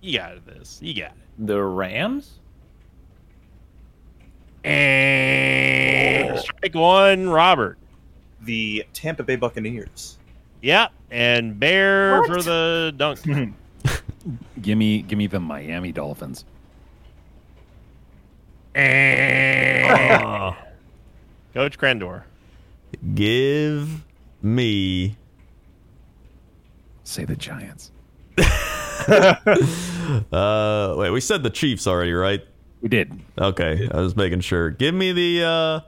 You got this. You got it.
the Rams.
And strike one, Robert.
The Tampa Bay Buccaneers.
Yeah, and Bear for the dunk.
Gimme gimme the Miami Dolphins.
Coach Crandor.
give me
Say the Giants.
uh wait, we said the Chiefs already, right?
We did.
Okay, I was making sure. Give me the uh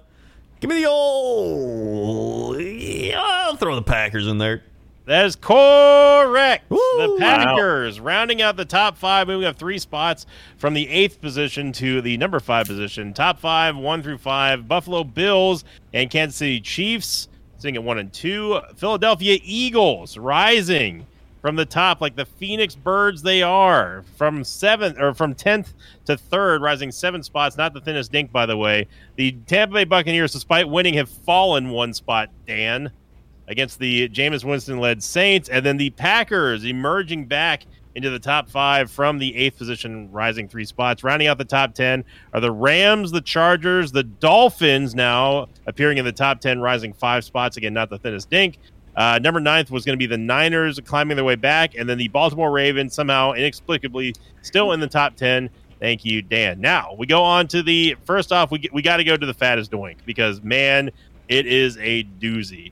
give me the old yeah, I'll throw the Packers in there.
That is correct.
Woo!
the Packers rounding out the top five, moving up three spots from the eighth position to the number five position. Top five, one through five. Buffalo Bills and Kansas City Chiefs sitting at one and two. Philadelphia Eagles rising from the top like the Phoenix Birds they are from seventh or from tenth to third, rising seven spots. Not the thinnest dink, by the way. The Tampa Bay Buccaneers, despite winning, have fallen one spot. Dan against the Jameis Winston led Saints, and then the Packers emerging back into the top five from the eighth position, rising three spots. Rounding out the top 10 are the Rams, the Chargers, the Dolphins now appearing in the top 10, rising five spots. Again, not the thinnest dink. Uh, number ninth was going to be the Niners climbing their way back, and then the Baltimore Ravens somehow inexplicably still in the top 10. Thank you, Dan. Now we go on to the first off, we, get, we got to go to the fattest doink because, man, it is a doozy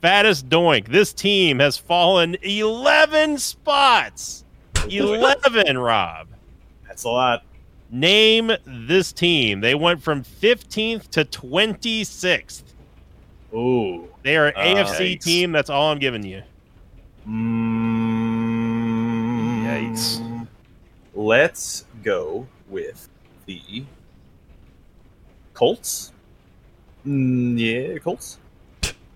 fattest doink. This team has fallen 11 spots. 11, Rob.
That's a lot.
Name this team. They went from 15th to 26th.
Ooh.
They are an
Uh,
AFC
yikes.
team. That's all I'm giving you.
Mm,
Yikes.
Let's go with the Colts. Mm, yeah, Colts.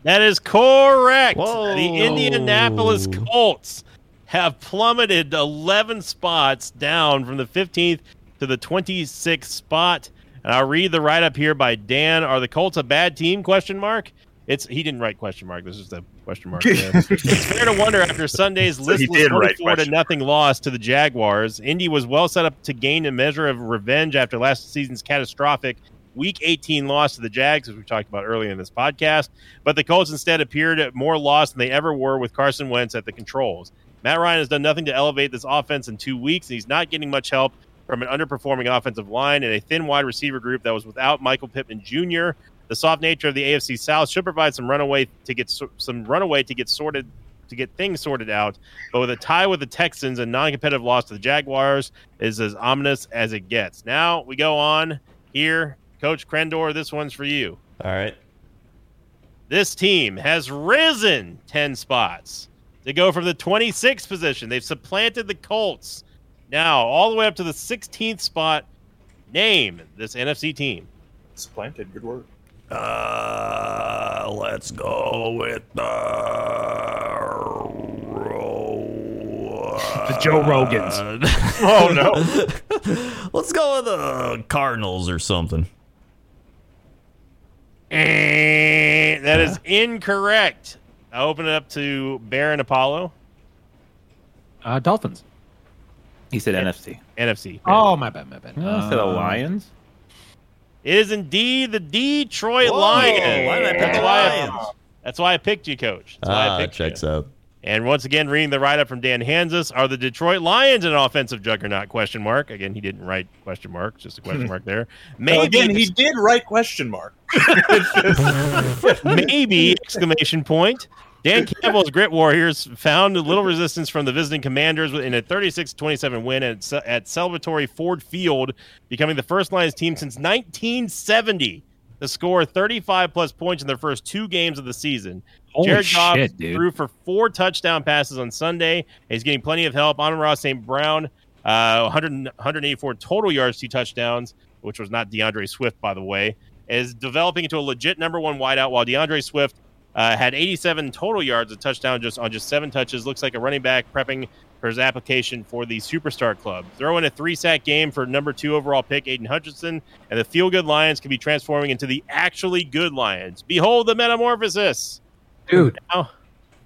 That is correct.
Whoa.
The Indianapolis Colts have plummeted 11 spots down from the 15th to the 26th spot. And I'll read the write up here by Dan. Are the Colts a bad team? Question mark. It's he didn't write question mark. This is the question mark. there. it's fair to wonder after Sunday's listless
did write
24 to
question
nothing loss to the Jaguars, Indy was well set up to gain a measure of revenge after last season's catastrophic Week 18 loss to the Jags, as we talked about earlier in this podcast. But the Colts instead appeared more lost than they ever were with Carson Wentz at the controls. Matt Ryan has done nothing to elevate this offense in two weeks, and he's not getting much help from an underperforming offensive line and a thin wide receiver group that was without Michael Pittman Jr. The soft nature of the AFC South should provide some runaway to get so- some runaway to get sorted to get things sorted out. But with a tie with the Texans and non-competitive loss to the Jaguars is as ominous as it gets. Now we go on here, Coach Crendor. This one's for you.
All right.
This team has risen 10 spots to go from the 26th position. They've supplanted the Colts now all the way up to the 16th spot. Name this NFC team.
Supplanted. Good work.
Uh, let's go with the
The Joe Rogans.
Oh, no.
let's go with the Cardinals or something.
that is incorrect. I open it up to Baron Apollo,
Uh, Dolphins.
He said NFC.
NFC.
Oh, my bad, my bad.
I said the
Uh,
Um,
Lions.
It is indeed the Detroit
Whoa,
Lions.
why did I pick
That's
the
why I-
Lions?
That's why I picked you, Coach. That's why I
Ah,
picked you.
checks out.
And once again, reading the write-up from Dan Hansis, are the Detroit Lions an offensive juggernaut? Question mark. Again, he didn't write question mark, just a question mark there. Maybe,
Well, again, he did write question mark.
maybe exclamation point. Dan Campbell's Grit Warriors found little resistance from the visiting commanders in a 36-27 win at, Sa- at Salvatore Ford Field, becoming the first Lions team since 1970 to score 35 plus points in their first two games of the season.
Holy
Jared Goff
shit, dude.
threw for four touchdown passes on Sunday. He's getting plenty of help. Amon Ross St. Brown, uh, 100, 184 total yards, two touchdowns, which was not DeAndre Swift, by the way, is developing into a legit number one wideout while DeAndre Swift uh, had 87 total yards, a touchdown just on just seven touches. Looks like a running back prepping for his application for the Superstar Club. Throw in a three sack game for number two overall pick, Aiden Hutchinson, and the feel good Lions can be transforming into the actually good Lions. Behold the metamorphosis.
Dude,
Now-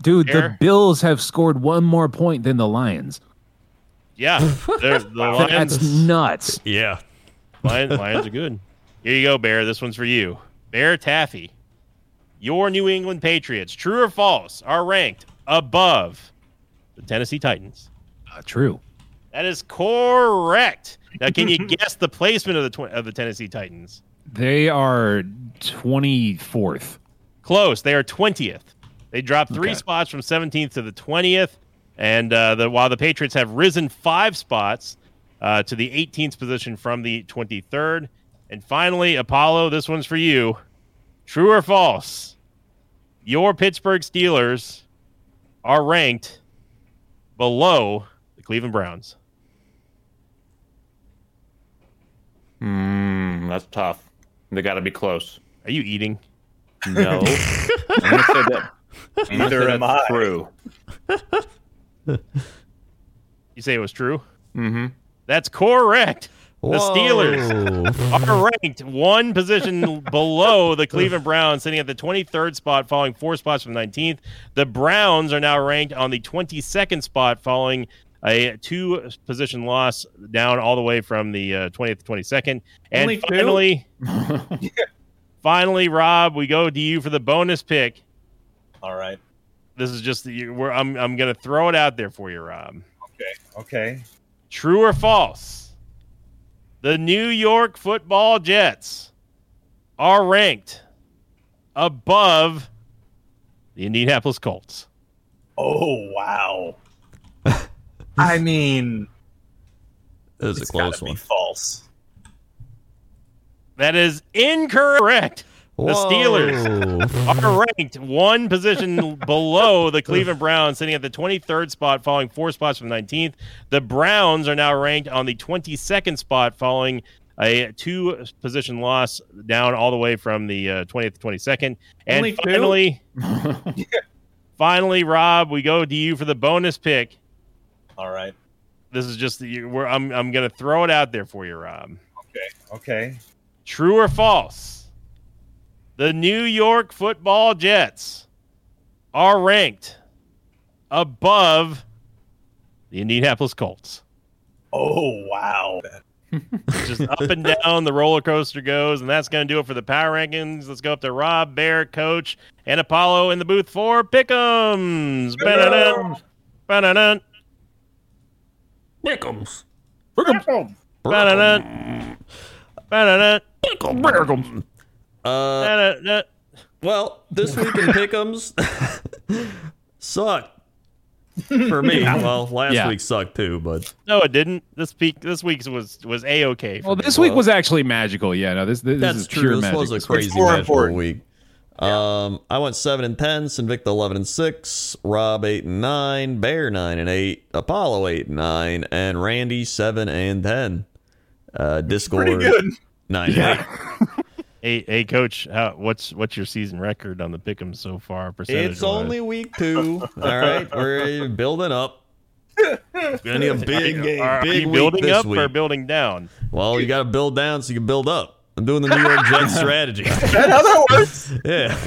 dude, the
Here.
Bills have scored one more point than the Lions.
Yeah, they're- the
That's
Lions,
nuts.
Yeah.
Lions, Lions are good. Here you go, Bear. This one's for you, Bear Taffy. Your New England Patriots, true or false, are ranked above the Tennessee Titans.
Uh, true.
That is correct. Now, can you guess the placement of the tw- of the Tennessee Titans?
They are 24th.
Close. They are twentieth. They dropped three
Okay.
spots from seventeenth to the twentieth, and uh, the, while the Patriots have risen five spots uh, to the eighteenth position from the twenty-third, and finally, Apollo. This one's for you. True or false? Your Pittsburgh Steelers are ranked below the Cleveland Browns.
Mm, that's tough. They got to be close.
Are you eating?
No. I'm gonna say that- I'm gonna
Neither
say
am
that's
I.
True.
You say it was true.
Mm-hmm.
That's correct. The Steelers.
Steelers.
are ranked one position below the Cleveland Browns, sitting at the 23rd spot, following four spots from 19th. The Browns are now ranked on the 22nd spot, following a two position loss down all the way from the uh, 20th to 22nd. And
Only two?
finally, finally, Rob, we go to you for the bonus pick.
All right.
This is just you- we're, I'm I'm going to throw it out there for you, Rob.
Okay.
True or false? The New York Football Jets are ranked above the Indianapolis Colts.
Oh wow. I mean,
This is a
it's
close
gotta
one.
be false.
That is incorrect. The
Steelers.
Mm-hmm.
Are ranked one position below the Cleveland Browns, sitting at the 23rd spot, following four spots from 19th. The Browns are now ranked on the 22nd spot, following a two position loss down all the way from the uh, 20th to 22nd. And
Only two?
finally, finally, Rob, we go to you for the bonus pick.
All right.
This is just you- we're, I'm I'm gonna throw it out there for you, Rob.
Okay.
True or false? The New York Football Jets are ranked above the Indianapolis Colts.
Oh wow.
Just up and down the roller coaster goes, and that's going to do it for the power rankings. Let's go up to Rob, Bear, Coach, and Apollo in the booth for Pick'ems. Ba-da-dun, ba-da-dun,
Pickums.
ba-da-dun, ba-da-dun,
Uh,
ba-da-dun.
well, this week in Pickums sucked for me. Well, last
Yeah.
week sucked too, but
No, it didn't. This peak, this week's was was a okay.
Well, this week was actually magical. Yeah, no, this this,
that's
is
true.
pure
This
magic.
was a crazy
more
match for a
important.
week. Um, I went seven and ten, Sinvicta eleven and six, Rob eight and nine, Bear nine and eight, Apollo eight and nine, and Randy seven and ten. Uh, Discord
Pretty good.
nine and eight.
Hey, hey, coach, how, what's what's your season record on the pick'em so far? Percentage.
It's only week two. All right, we're building up. Gonna need a big game,
Are
big
you
week
building
this
up
week.
or building down?
well, you got to build down so you can build up. I'm doing the New York Jets strategy.
that how that works?
yeah.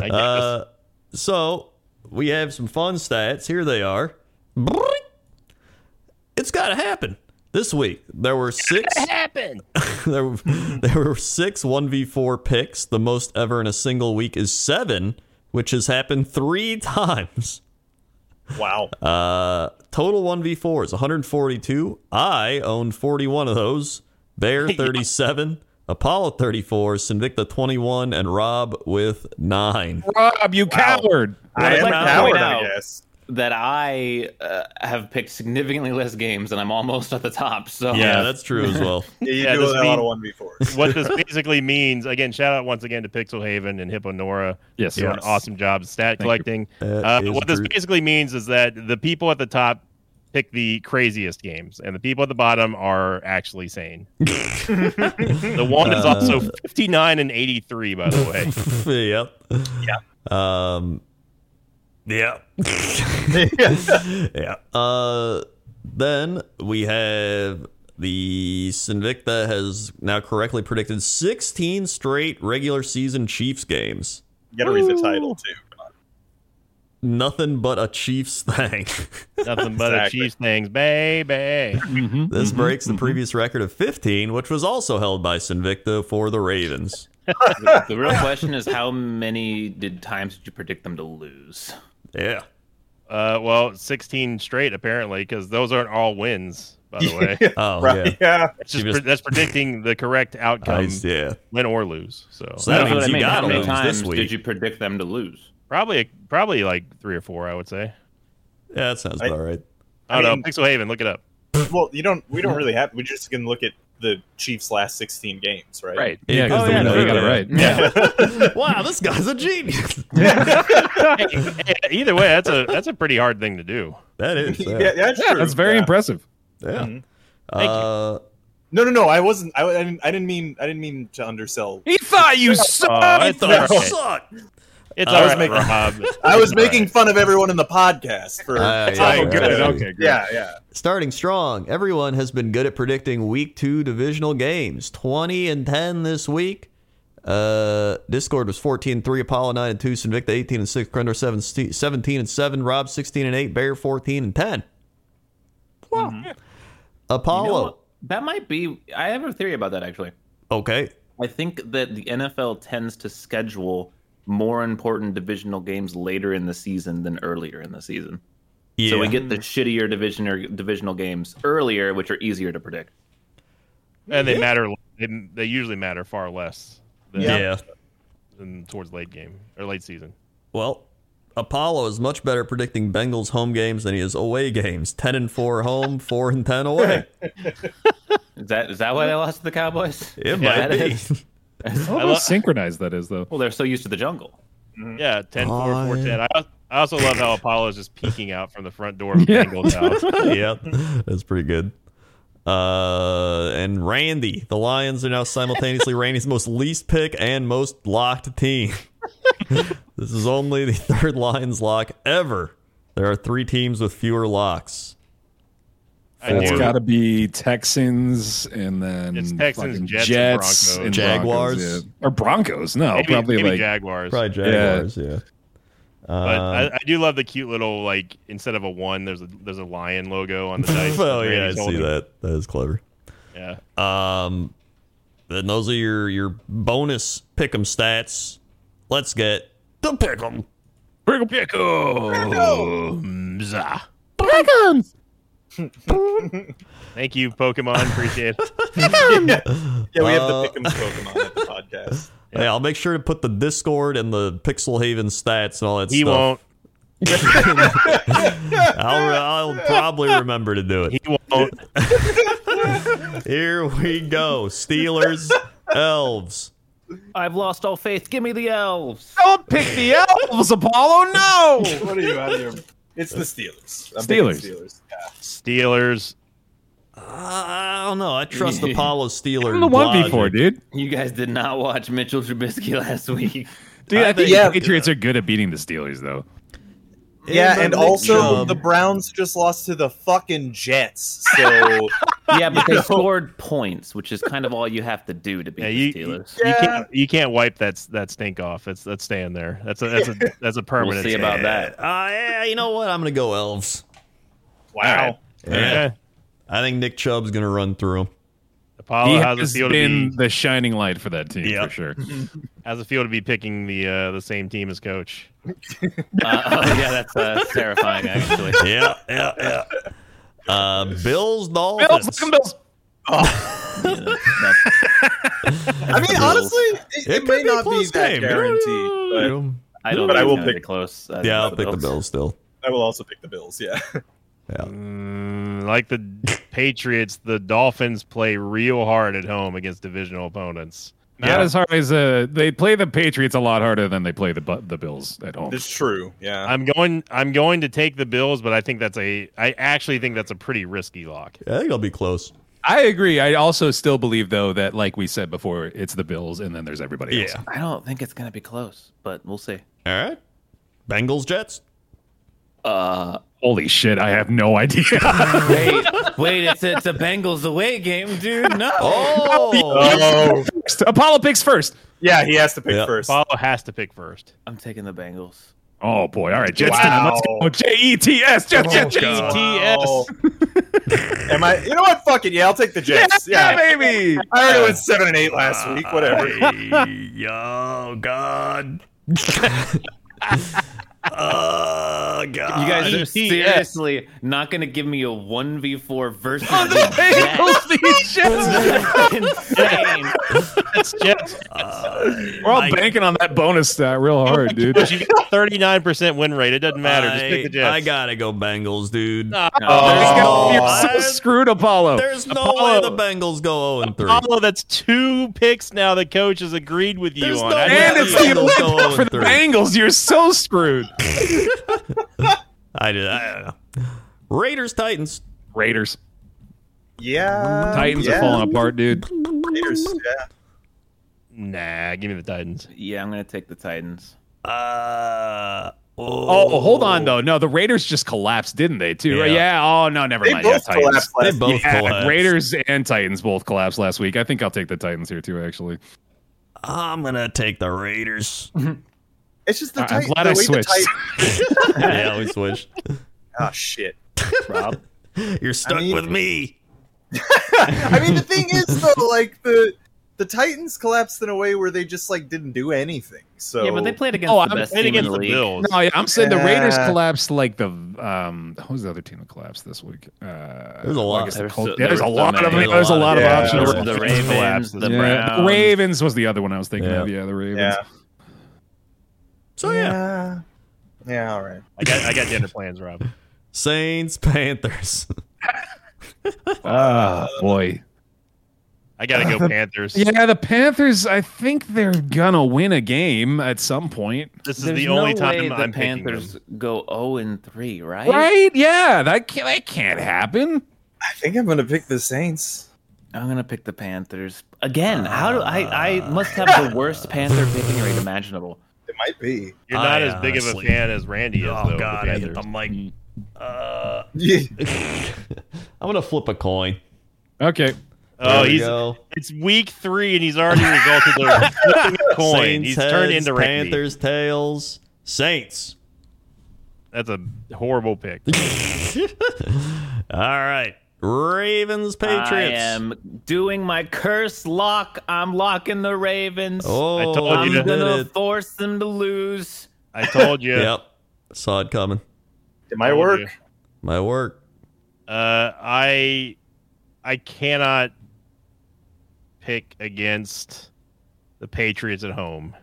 I guess.
Uh, so we have some fun stats. Here they are. Boing. It's got to happen this week. There were six.
happened.
there, were, there were six 1v4 picks. The most ever in a single week is seven, which has happened three times.
Wow.
Uh, total 1v4 is 142. I own 41 of those. Bear 37. Apollo 34. Sinvicta 21. And Rob with 9.
Rob, you coward.
I
I'd
am
like to
a coward,
point out-
I guess.
that I uh, have picked significantly less games, and I'm almost at the top. So
Yeah, that's true as well.
Yeah, you
Yeah,
do
this
a lot
mean-
of one before.
What this basically means, again, shout out once again to Pixel Haven and Hippo Nora
Yes,
doing
yes.
an awesome job of stat
you.
collecting.
That
Uh,
is
what this
true.
basically means is that the people at the top pick the craziest games, and the people at the bottom are actually sane. the one is also
Uh,
59 and 83, by the way.
yep. Yeah. Um. Yeah. yeah. Uh. Then we have the Sinvicta has now correctly predicted 16 straight regular season Chiefs games.
You gotta read the title too.
Nothing but a Chiefs thing.
Nothing but
Exactly.
a Chiefs things, baby.
Mhm.
this breaks the previous record of 15, which was also held by Sinvicta for the Ravens.
the real question is how many did times did you predict them to lose?
Yeah.
Uh, well, 16 straight apparently, because those aren't all wins. By the way,
Oh yeah.
Right. Yeah.
that's, just,
You just-
that's predicting the correct
I-
outcome,
yeah.
win or lose. So,
So that
That's what
means
I
you
mean.
gotta
how many
lose this
times
week.
did you predict them to lose?
probably, probably like three or four, I would say.
Yeah, that sounds
I-
about right.
I don't
I
know.
mean-
Pixel Haven, look it up.
Well, you don't. We don't really have. We just can look at the Chiefs' last sixteen games, right?
Yeah, because
Oh,
the
yeah,
window,
no,
you got it
yeah.
right. Yeah.
wow, this guy's a genius.
Hey, hey, either way, that's a that's a pretty hard thing to do.
that is. Yeah.
Yeah, yeah, that's true.
That's very
yeah.
impressive.
yeah.
Thank you.
Uh,
No, no, no. I wasn't. I, I didn't. I didn't mean. I didn't mean to undersell.
He thought you sucked.
Oh, it's all
that
right.
sucked.
It's
I
all
was
right,
making-
Rob.
I was
It's all
making
right.
fun of everyone in the podcast for.
Uh, yeah,
talking
yeah,
about
yeah.
it.
Okay, great.
Yeah, yeah.
Starting strong, everyone has been good at predicting week two divisional games. 20 and 10 this week. Uh, Discord was 14 3, Apollo 9 and 2, Sinvicta 18 and 6, Krendor 17, 17 and 7, Rob 16 and 8, Bear 14 and 10. Wow.
You know
Apollo.
what? that might be. I have a theory about that actually.
okay.
I think that the NFL tends to schedule more important divisional games later in the season than earlier in the season.
Yeah.
So we get the shittier division or divisional games earlier, which are easier to predict.
and they matter. They, they usually matter far less than,
yeah.
than towards late game or late season.
Well, Apollo is much better predicting Bengals home games than he is away games. Ten and four home, four and ten away.
Is that is that why they lost to the Cowboys?
It
Yeah,
might
that
be.
is.
How
I lo-
synchronized that is, though.
Well, they're so used to the jungle.
Yeah, 10 4
Oh,
4
yeah.
10. I, al- I also love how Apollo's just peeking out from the front door of
Yeah.
Bengals house.
yep, that's pretty good. Uh, and Randy, the Lions are now simultaneously Randy's most least pick and most locked team. this is only the third Lions lock ever. There are three teams with fewer locks.
I
It's
do.
got to be Texans and then
It's Texans,
fucking
Jets, and
Jets
Broncos.
and
Jaguars?
Broncos, yeah. or Broncos. No,
maybe,
probably
maybe
like
Jaguars.
Probably Jaguars, yeah.
But
Uh,
I, I do love the cute little like instead of a one, there's a there's a lion logo on the dice.
oh yeah, I
Brady's
see
holding.
that. That is clever.
Yeah.
Um, then those are your your bonus pick'em stats. Let's get the pick'em.
Pickle pickle.
Thank you, Pokemon. Appreciate it.
Yeah, we have
Uh,
the Pick'em Pokemon at the podcast.
Yeah. I'll make sure to put the Discord and the Pixel Haven stats and all that
He
stuff.
won't.
I'll, I'll probably remember to do
He
it.
won't.
Here we go. Steelers, elves.
I've lost all faith. Give me the elves.
Don't pick the elves, Apollo. No.
What are you out of your? It's the Steelers. I'm
Steelers.
picking Steelers.
Steelers.
I don't know. I trust Apollo Steeler.
I'm the one v four, dude.
You guys did not watch Mitchell Trubisky last week.
Dude, I, think
yeah.
the Patriots are good at beating the Steelers, though.
Yeah, and also the Browns just lost to the fucking Jets. So
Yeah, but they scored points, which is kind of all you have to do to beat
Yeah,
the
you, you
Steelers.
can't you can't wipe that that stink off. That's that's staying there. That's a that's a that's a
We'll
permanent.
see about that.
Uh, yeah, you know what? I'm gonna go elves.
wow.
stain. Yeah.
I think Nick Chubb's gonna run through.
Apollo,
he
how's it
has
feel to
been
be
the shining light for that team
Yeah.
for sure.
how's it feel to be picking the uh, the same team as coach?
Uh, oh, yeah, that's uh, terrifying, actually.
Yeah, yeah, yeah. Uh, Bills, Dolphins.
Bills, look 'em, Bills.
Yeah, that's-
I mean, honestly, it, it may
could a
not be
close
that
game.
guaranteed, but
I don't
But I
think
will
it's gonna
pick-
be close. uh, I think
yeah, I'll
it's
pick the Bills still.
I will also pick the Bills. Yeah,
Mm, like the Patriots, the Dolphins play real hard at home against divisional opponents.
Not as hard as uh, they play the Patriots a lot harder than they play the Bu- the Bills at home.
it's true. Yeah,
I'm going. I'm going to take the Bills, but I think that's a. I actually think that's a pretty risky lock.
I think I'll be close.
I agree. I also still believe though that, like we said before, it's the Bills and then there's everybody else.
I don't think it's gonna be close, but we'll see.
All right. Bengals, Jets.
Uh,
Holy shit! I have no idea.
wait, wait, it's it's a Bengals away game, dude. No,
Oh,
Oh,
Apollo picks first.
yeah, he has to pick
Yeah.
first.
Apollo has to pick first.
I'm taking the Bengals.
Oh boy! All right, Jets
Wow. Oh,
time. Let's go. J E T S. Jets. Jets. Jets.
God.
Wow. Am I? You know what? Fuck it. Yeah, I'll take the Jets. Yeah,
yeah, baby.
I already went seven and eight last week. Whatever.
oh God. oh God. You
You guys are
ETS.
Uh, seriously not gonna give me a one v four versus
On the
the Jets?
Bengals, these Jets.
Insane.
That's Jets.
We're all
I-
banking on that bonus stat real hard, dude.
But you got thirty nine percent win rate. It doesn't matter. Just pick the Jets.
I gotta go Bengals, dude.
Uh,
Oh,
Oh,
you're so screwed, Apollo.
There's no way
Apollo.
the Bengals go 0 3.
Apollo, that's two picks now. The coach has agreed with you
There's
on.
no
I-
And it's the
Bengals go
Olympic for the
0-3.
Bengals. You're so screwed.
I did. I don't know. Raiders, Titans.
Raiders.
Yeah,
Oh, Titans
yeah.
are falling apart, dude.
Raiders, yeah.
nah, give me the Titans.
Yeah, I'm gonna take the Titans.
Uh, oh,
Oh, hold on though. No, the Raiders just collapsed, didn't they? Too. Yeah.
Yeah.
Oh no, never
They
mind.
both
yeah, Titans.
collapsed
They
last week.
both
Yeah,
collapsed.
Raiders and Titans both collapsed last week. I think I'll take the Titans here too. Actually,
I'm gonna take the Raiders.
It's just the
I'm
Titans.
glad
the
I
way the
switched.
Titans-
yeah, we switched.
Oh shit.
Rob,
You're stuck
mean-
with me.
I mean, the thing is though, like the the Titans collapsed in a way where they just like didn't do anything. So
yeah, but they played against
Oh,
the
I'm
best
And
team in
against
the
the
league.
Bills.
no, yeah, I'm saying the Raiders
Yeah.
collapsed like the um. Who's the other team that collapsed this week? Uh,
There's a
well, I
lot.
guess the
There's
Colts-
so-
yeah, there's
there
a
were
lot
so
of
many.
there's a lot of
Yeah.
options.
There
The,
were-
Ravens, the
Yeah,
Browns.
Ravens was the other one I was thinking
Yeah.
of. Yeah, the Ravens.
yeah,
So yeah,
yeah, yeah. All right.
I got I got dinner plans, Rob.
Saints, Panthers.
Ah, boy.
I gotta go Panthers.
Yeah, the Panthers. I think they're gonna win a game at some point,
This is
There's
the only
no way
time
the
I'm picking them.
Panthers go 0 and 3, right?
right? Yeah, that can't, that can't happen.
I think I'm gonna pick the Saints.
I'm gonna pick the Panthers again. How do I? I must have the worst Panther picking rate imaginable.
It might be.
You're not
I
as big of a
honestly-
fan as Randy is, though.
Oh
of the
God, I hit
Panthers.
the mic.
Yeah.
I'm I'm gonna flip a coin.
Okay.
There
Oh,
we
he's
go.
it's week three and he's already resulted in flipping a coin.
Saints
he's turned
heads,
into Randy.
Panthers tails. Saints.
That's a horrible pick.
All right. Ravens Patriots.
I am doing my curse lock. I'm locking the Ravens.
Oh,
I told
you
you did
I'm gonna
it.
force them to lose.
I told you.
Yep. Saw it coming.
It might work.
My work.
Uh, I I cannot pick against the Patriots at home.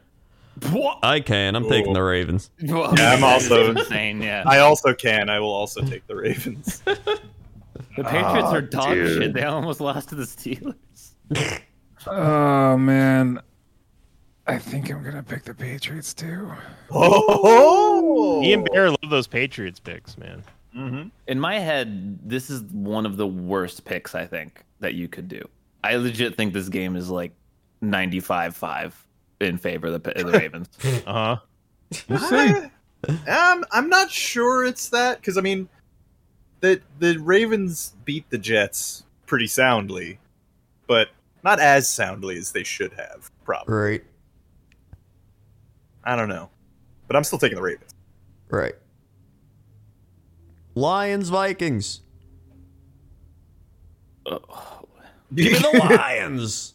I can. I'm taking
Ooh.
the Ravens.
Yeah, I'm also-
insane. Yeah,
I also can. I will also take the Ravens.
the Patriots
Oh,
are dog
dude.
shit. They almost lost to the Steelers.
Oh man, I think I'm gonna pick the Patriots too.
oh,
Ian Bear love those Patriots picks, man.
In my head, this is one of the worst picks I think that you could do. I legit think this game is like 95-5 in favor of the, of the Ravens.
Uh huh.
Um, I'm not sure it's that because I mean, the the Ravens beat the Jets pretty soundly, but not as soundly as they should have. Probably.
Right.
I don't know, but I'm still taking the Ravens.
Right. Lions Vikings. Give me the Lions.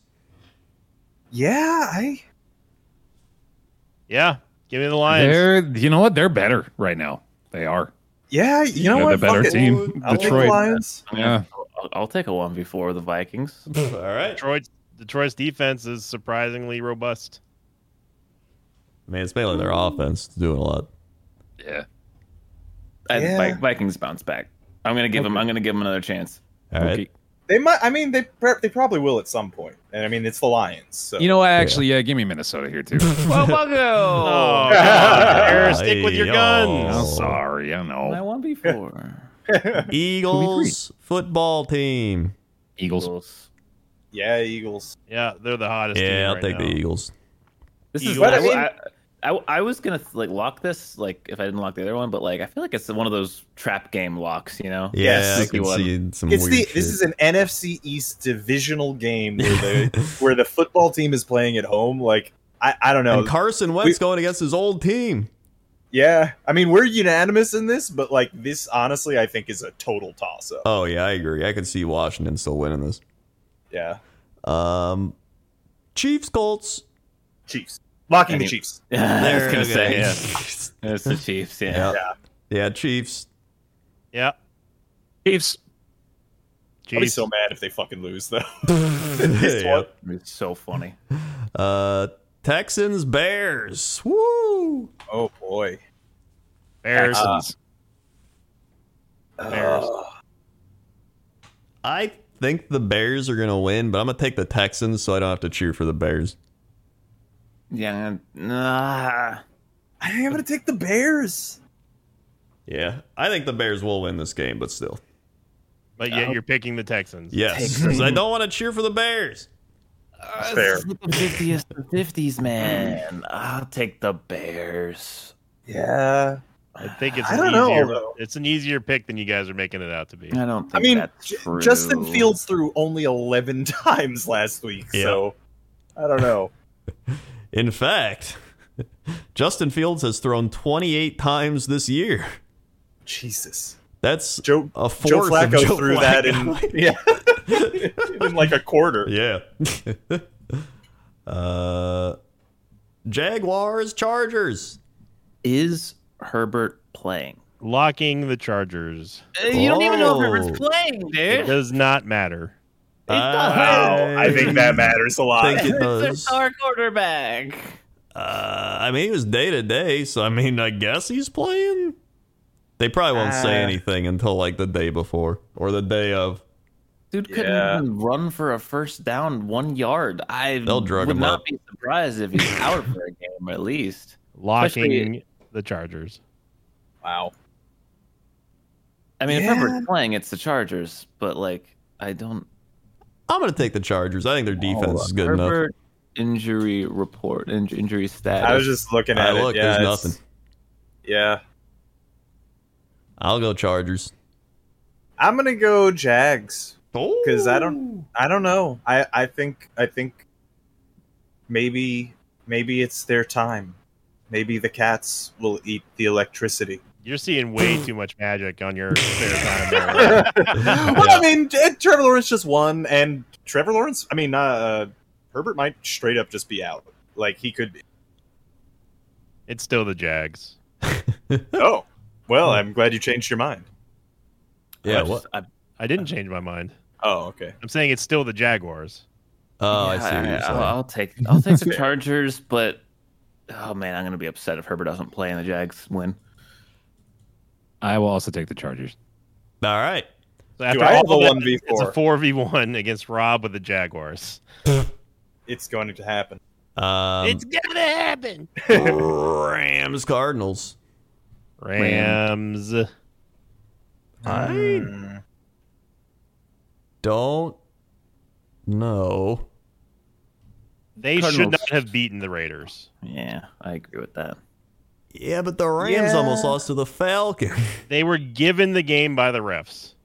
yeah, I.
Yeah, give me the Lions.
They're you know what? They're better right now. They are.
Yeah, you know
They're
what?
the better
Fuck it.
team.
I'll take the
Detroit.
Lions.
Yeah.
I'll, I'll take a 1v4 of the Vikings.
All right.
Detroit's Detroit's defense is surprisingly robust.
I mean, it's mainly their
Mm-hmm.
offense doing a lot.
I,
Yeah.
Vi- Vikings bounce back. I'm gonna give them. I'm gonna give them another chance.
All right.
They might. I mean, they pr- they probably will at some point, and I mean, it's the Lions. So
You know what? Actually, yeah. Give me Minnesota here too.
Oh, God, Bear, stick with your
Ayo.
guns.
oh.
I'm sorry. I
My
know.
1v4.
Eagles football team.
Eagles.
Eagles.
yeah, Eagles.
Yeah, they're the hottest. team
Yeah, I'll
right
take
now.
the Eagles.
This is.
Eagles.
I,
But I mean-
I, I, I was gonna like lock this like if I didn't lock the other one, but like I feel like it's one of those trap game locks, you know?
Yeah,
Yes.
I can
Sticky
see some
It's
weird
the
shit.
this is an NFC East divisional game where the where the football team is playing at home. Like I, I don't know.
and Carson Wentz
We-
going against his old team.
yeah, I mean we're unanimous in this, but like this honestly, I think is a total toss up.
Oh yeah, I agree. I can see Washington still winning this.
yeah,
Um, Chiefs Colts.
Chiefs locking
I
the
mean-
Chiefs.
I was gonna
okay.
say yeah.
yeah.
it's the Chiefs. Yeah.
yeah, Chiefs.
Yeah,
Chiefs.
I'll be
Chiefs.
so mad if they fucking lose though.
Yeah.
one.
It's so funny.
Uh, Texans Bears. Woo!
Oh boy,
Bears.
Uh,
Texans.
Bears.
I think the Bears are gonna win, but I'm gonna take the Texans so I don't have to cheer for the Bears.
Yeah. Nah.
I think I'm gonna take the Bears.
Yeah, I think the Bears will win this game, but still.
but yet you're picking the Texans.
Yes, 'cause I don't want to cheer for the Bears.
Fair.
Fifties, fifties, man. I'll take the Bears.
Yeah,
I think it's
I
an
don't know,
easier
though.
it's an easier pick than you guys are making it out to be.
I don't. Think
I mean,
that's
J-
true.
Justin Fields threw only 11 times last week,
Yeah.
so I don't know.
In fact, Justin Fields has thrown 28 times this year.
Jesus,
That's
Joe
a fourth
Joe
of
Flacco
Joe
threw
Flacco.
that in yeah in like a quarter.
Yeah. uh, Jaguars, Chargers.
is Herbert playing?
Locking the Chargers.
Uh, you don't even know if
Oh.
Herbert's playing,
It
dude.
does not matter.
Wow, Oh, I think that matters a lot.
think it
It's
does.
a star quarterback.
Uh, I mean, he was day to day, so I mean, I guess he's playing. They probably won't say
Uh.
anything until like the day before or the day of.
Dude couldn't
Yeah.
even run for a first down one yard. I
They'll drug
would
him
not
up.
be surprised if he's out for a game at least.
Locking
Especially-
the Chargers.
Wow.
I mean,
Yeah.
if Herbert's playing, it's the Chargers, but like, I don't.
I'm gonna take the Chargers. I think their
Oh,
defense is good enough.
Herbert injury report, in- injury status.
I was just looking
I
at
look,
it. Yeah,
there's
it's-
nothing.
Yeah.
I'll go Chargers.
I'm gonna go Jags.
Because
I don't- I don't know. I I think I think maybe maybe it's their time. Maybe the cats will eat the electricity.
You're seeing way too much magic on your spare time. there.
well, I mean, eh, Trevor Lawrence just won, and Trevor Lawrence. I mean, uh, uh, Herbert might straight up just be out. Like he could.
It's still the Jags.
Oh, well, I'm glad you changed your mind.
Yeah.
I just-
What?
I,
I didn't change my mind.
Oh, okay.
I'm saying it's still the Jaguars.
Oh, I
yeah,
see. What you're
I'll,
saying.
I'll take I'll take the Chargers, but oh man, I'm gonna be upset if Herbert doesn't play and the Jags win.
I will also take the Chargers.
All right.
So
I have
all
a
that,
1v4?
It's a four v one against Rob with the Jaguars.
It's going to happen.
Um,
gonna happen.
Rams Cardinals.
Rams.
I
Mm.
don't know.
They should
Cardinals.
not have beaten the Raiders.
Yeah, I agree with that.
Yeah, but the Rams
Yeah.
almost lost to the Falcons.
They were given the game by the refs.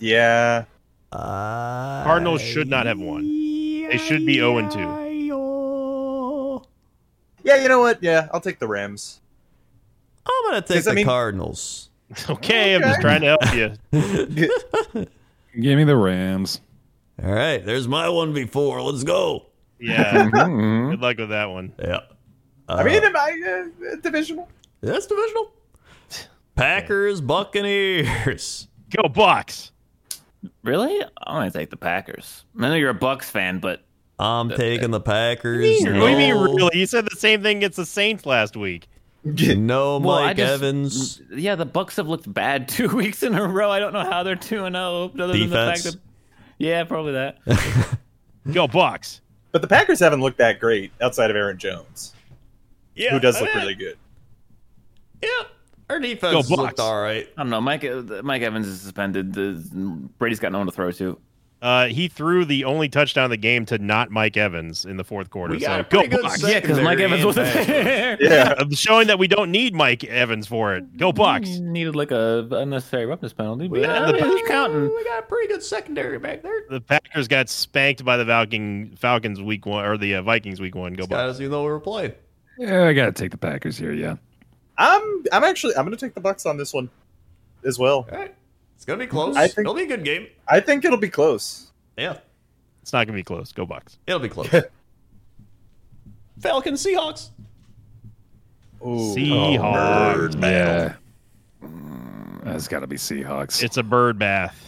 Yeah.
Cardinals
Cardinals should not have won. They should be 0 and 2.
two.
Yeah. You know what? Yeah, I'll take the Rams.
I'm gonna take
Does that
the
mean-
Cardinals.
Okay, I'm just trying to help you.
Give me the Rams.
All right, there's my one before. Let's go.
Yeah.
Mhm.
Good luck with that one.
Yeah.
I mean, am I uh, divisional?
that's divisional. Packers, Buccaneers.
Go Bucks.
Really? I'm gonna take the Packers. I know you're a Bucks fan, but
I'm taking the Packers.
What do you mean
No-
really? You said the same thing against the Saints last week.
No,
Well, I
Mike
just-
Evans.
Yeah, the Bucks have looked bad two weeks in a row. I don't know how they're two and zero. Other than the fact
Defense.
that, yeah, probably that.
Go Bucks.
But the Packers haven't looked that great outside of Aaron Jones,
Yeah,
who does
I
look
mean,
really good.
Yeah, our defense
Go
looked
Bucs.
all right.
I don't know. Mike uh, Mike Evans is suspended. The, Brady's got no one to throw to.
Uh, he threw the only touchdown of the game to not Mike Evans in the fourth quarter.
We got
so
a
go
pretty good
Bucks.
set.
Yeah, because Mike
Secondary
Evans
and
wasn't
pass
there.
Yeah.
Uh, showing that we don't need Mike Evans for it. Go Bucks.
Needed like a unnecessary roughness penalty. But
Yeah,
yeah,
the-
you counting.
We got a pretty good secondary back there.
The Packers got spanked by the Falcon, Falcons week one or the uh, Vikings week one. Go Bucks.
Guys, you know we were playing.
Yeah, I gotta take the Packers here. Yeah.
I'm. I'm actually. I'm going to take the Bucks on this one, as well.
All right, it's gonna be close.
I think-
It'll be a good game.
I think it'll be close.
Yeah,
It's not gonna be close. Go Bucks.
it'll be close. Falcon Seahawks.
Ooh. oh,
Seahawks.
Yeah.
Mm,
That's gotta be Seahawks.
It's a bird bath.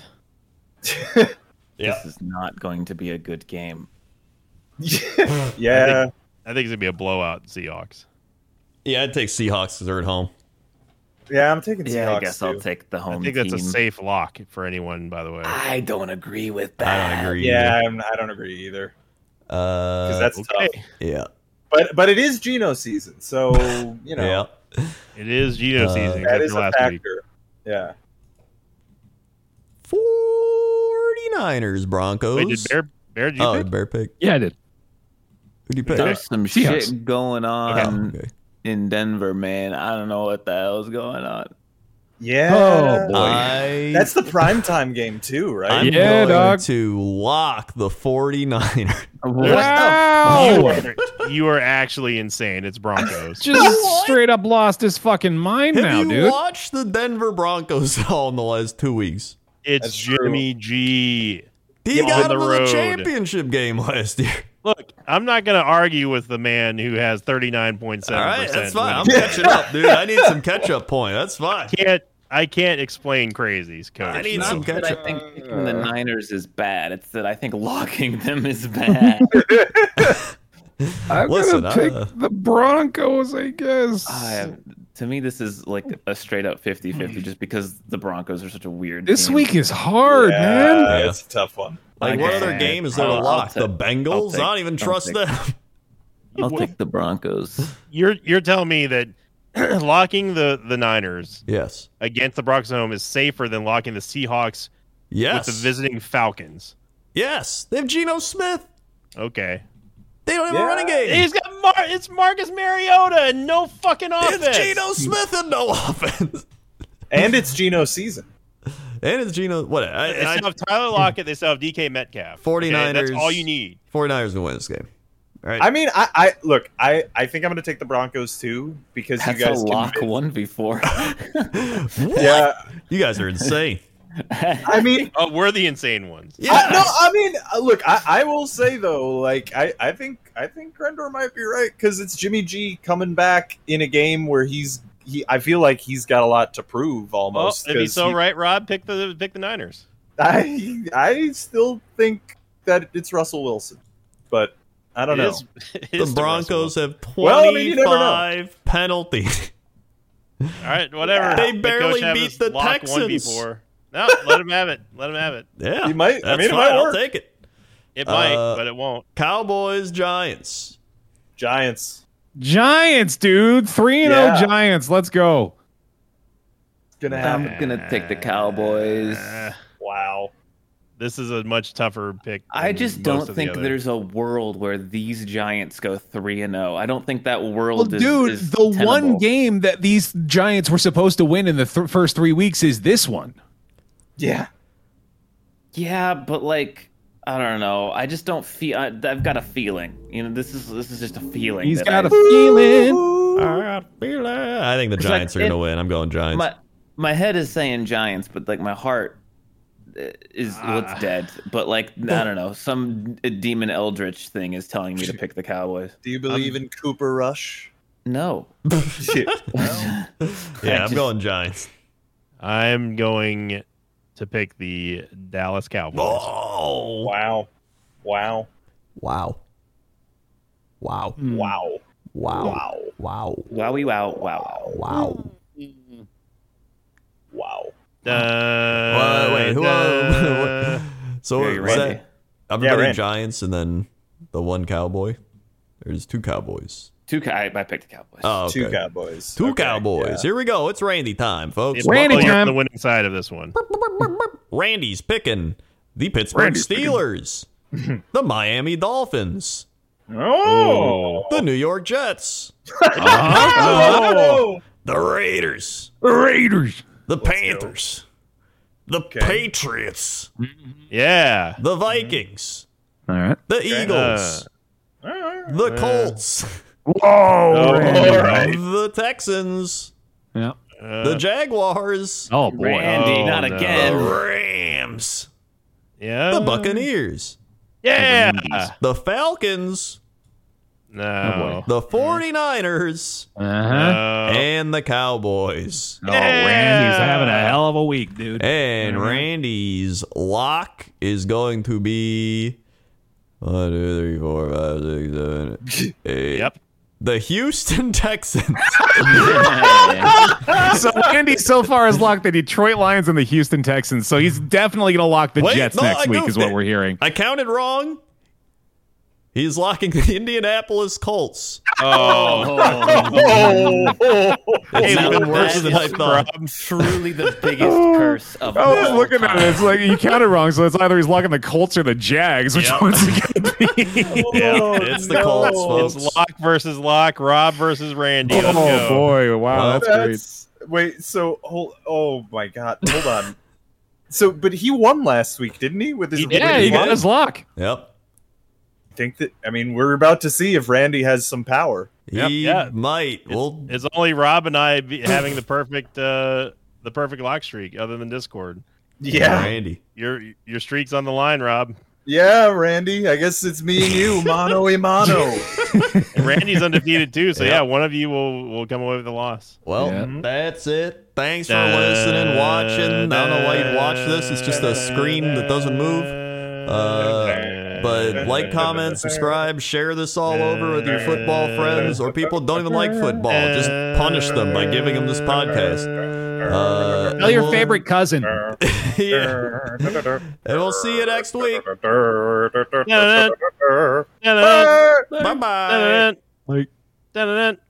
Yeah.
This is not going to be a good game.
yeah.
I think it's gonna be a blowout. Seahawks.
Yeah, I'd take Seahawks because they're at home.
Yeah, I'm taking Seahawks.
Yeah, I guess
too.
I'll take the
I
home
think
team.
that's a safe lock for anyone. By the way,
Ah,
I don't agree with that.
I don't agree.
Yeah, I'm, I don't agree either.
either. Uh,
Because that's
okay.
tough.
yeah,
But but it is Geno season, so you know
yeah.
it is Geno
Uh,
season.
that
except
is
for
a
last
factor.
week.
Yeah.
49ers Broncos.
Wait, did Bear Bear? Did you
oh,
pick?
Bear pick.
yeah, I did.
Who do you pick?
There's some
Seahawks.
shit going
Oh,
on
Um,
okay.
in Denver, man. I don't know what the hell's going on.
Yeah.
Oh, boy.
I,
That's the prime time game too, right?
I'm
Yeah,
going
dog.
to lock the 49ers.
Wow!
You are, you are actually insane. It's Broncos.
Just straight up lost his fucking mind
Have
now,
you
dude.
watched the Denver Broncos at all in the last two weeks?
it's
That's true.
Jimmy G.
He
On
got
the
them in the
road.
championship game last year.
Look, I'm not going to argue with the man who has 39.7.
All right, that's fine. I'm catching up, dude. I need some catch-up point. That's fine.
I can't. I can't explain crazies, coach.
I need
No.
some
But
catch-up.
I think picking the Niners is bad. It's that I think locking them is bad.
I'm
Listen,
gonna pick
uh,
the Broncos, I guess.
I have- to me, this is like a straight up 50 50 just because the Broncos are such a weird
This
team.
week is hard,
yeah,
man.
That's a tough one.
Like,
I
what
guess.
other game is there to
I'll- I'll
lock? The
take-
Bengals? I
I'll
don't
take-
even
I'll
trust
take-
them.
I'll take the Broncos.
You're you're telling me that locking the the Niners
Yes.
against the Broncos at home is safer than locking the Seahawks
Yes.
with the visiting Falcons.
yes. They have Geno Smith.
Okay.
They don't have
Yeah.
a running game.
He's got Mar- it's Marcus Mariota and no fucking offense.
It's Geno Smith and no offense.
And it's Geno season.
It And it's Gino. What? I,
They
I,
still have Tyler Lockett. They still have DK Metcalf. Okay,
49ers.
That's all you need.
49ers gonna win this game. All right.
I mean, I, I look, I, I think I'm going to take the Broncos too because
That's
you guys.
a
can-
lock one before.
What?
Yeah,
You guys are insane.
I mean,
Oh, we're the insane ones.
Yeah.
I, no, I mean, uh, look, I, I will say though, like I, I think I think Grendor might be right because it's Jimmy G coming back in a game where he's he. I feel like he's got a lot to prove
Well,
Oh,
almost.
if he's
'cause
so
he-
right, Rob, pick the pick the Niners.
I I still think that it's Russell Wilson, but I don't
It
know.
is- it
the
is
Broncos have
Well, I mean, you
25
never know.
penalties.
All right, whatever.
They
Let
barely
Coach have
beat
his
the
lock One
Texans.
before. No, let him have it. Let him have it.
yeah.
You might- I
That's
mean, it
fine.
might
I'll
work.
take it.
It might,
Uh,
but it won't.
Cowboys, Giants.
Giants.
Giants, dude. 3 and 0
Yeah.
Giants. Let's go.
Gonna
I'm
happen.
gonna take the Cowboys.
Uh,
Wow.
This is a much tougher pick.
I
than
just
most
don't
of the
think
other-
there's a world where these Giants go three and zero. I don't think that world.
Well,
is,
dude,
is
the one
tenable.
game that these Giants were supposed to win in the th- first three weeks is this one.
Yeah.
Yeah, but like I don't know. I just don't feel. I, I've got a feeling. You know, this is this is just a feeling.
He's
that
got
I-
a feeling.
I think the
like
Giants are going to
it-
win. I'm going Giants.
my my head is saying Giants, but like my heart uh, is
Ah.
well, it's dead. But like I don't know, some d- demon eldritch thing is telling me to pick the Cowboys.
Do you believe in Cooper Rush?
No,
yeah, I'm
just-
going Giants.
I'm going to pick the Dallas Cowboys.
Oh.
Wow. Wow.
Wow. Wow.
Wow.
Wow.
Wow.
Wow.
wowie wow wow.
Wow.
Wow.
Uh,
wait, who
uh,
So
Yeah, you're
was
Randy.
that- I'm
Yeah,
going
Randy.
Giants and then the one Cowboy. There's two Cowboys.
Two, Cow- I, I picked the Cowboys.
Oh, okay.
Two Cowboys.
Two
Okay,
Cowboys.
yeah.
Here we go. It's Randy time, folks.
Well,
Randy
you're on
time.
the winning side of this one.
Randy's picking the Pittsburgh
Randy's picking.
Steelers, the Miami Dolphins,
Oh.
the New York Jets,
Oh.
the Raiders,
Raiders.
the Panthers, the Patriots,
Yeah.
the
Mm-hmm.
Vikings,
All right.
the Eagles,
Uh,
the Colts,
Oh,
Whoa.
all right.
the Texans,
Yeah.
Uh,
the Jaguars,
Oh boy.
Randy,
Oh,
not
no.
the
again.
Rams,
yeah.
the Buccaneers,
Yeah.
the Falcons,
No.
the 49ers,
Uh-huh.
No.
and the Cowboys.
Oh, Randy's having a hell of a week, dude.
Mm-hmm.
And Randy's lock is going to be one, two, three, four, five, six, seven, eight.
Yep.
The Houston Texans.
so Randy so far has locked the Detroit Lions and the Houston Texans. So he's definitely going to lock the
Wait,
Jets
no, I
next week,
goofed
is what
it.
we're hearing.
I counted wrong. He's locking the Indianapolis Colts.
Oh.
It's
Hey,
even
look,
worse
that
than I
is
thought.
Truly the biggest curse of
Oh,
I was
all
looking at
time.
it. It's like you counted wrong, so it's either he's locking the Colts or the Jags, which
Yep.
one's it gonna be?
Yeah, it's the
no.
Colts, folks.
It's Lock versus Lock, Rob versus Randy.
oh
Let's go.
boy! Wow,
Well,
that's, great.
That's, wait, so hold, oh my god, hold on. So, but he won last week, didn't he? With his,
He did.
with
Yeah, he
his
got
lock?
his lock.
Yep.
I think that. I mean, we're about to see if Randy has some power.
Yep.
He
Yeah.
might. Well,
It's only Rob and I be having the perfect uh, the perfect lock streak, other than Discord.
Randy.
Your your streak's on the line, Rob.
yeah, Randy. I guess it's me and you, mano a mano.
And Randy's undefeated too, so
Yeah.
yeah, one of you will will come away with the loss.
Well,
Yeah.
that's it. Thanks for
Da-
listening, watching. I don't know why you'd watch this. It's just a screen that doesn't move. Uh, but like, comment, subscribe, share this all over with your football friends or people who don't even like football. Just punish them by giving them this podcast. Uh,
Tell your
and we'll-
favorite cousin.
yeah. And we'll see you next week.
Da-da-da.
week.
Da-da-da.
Uh,
Bye bye.
Da-da-da. Da-da-da.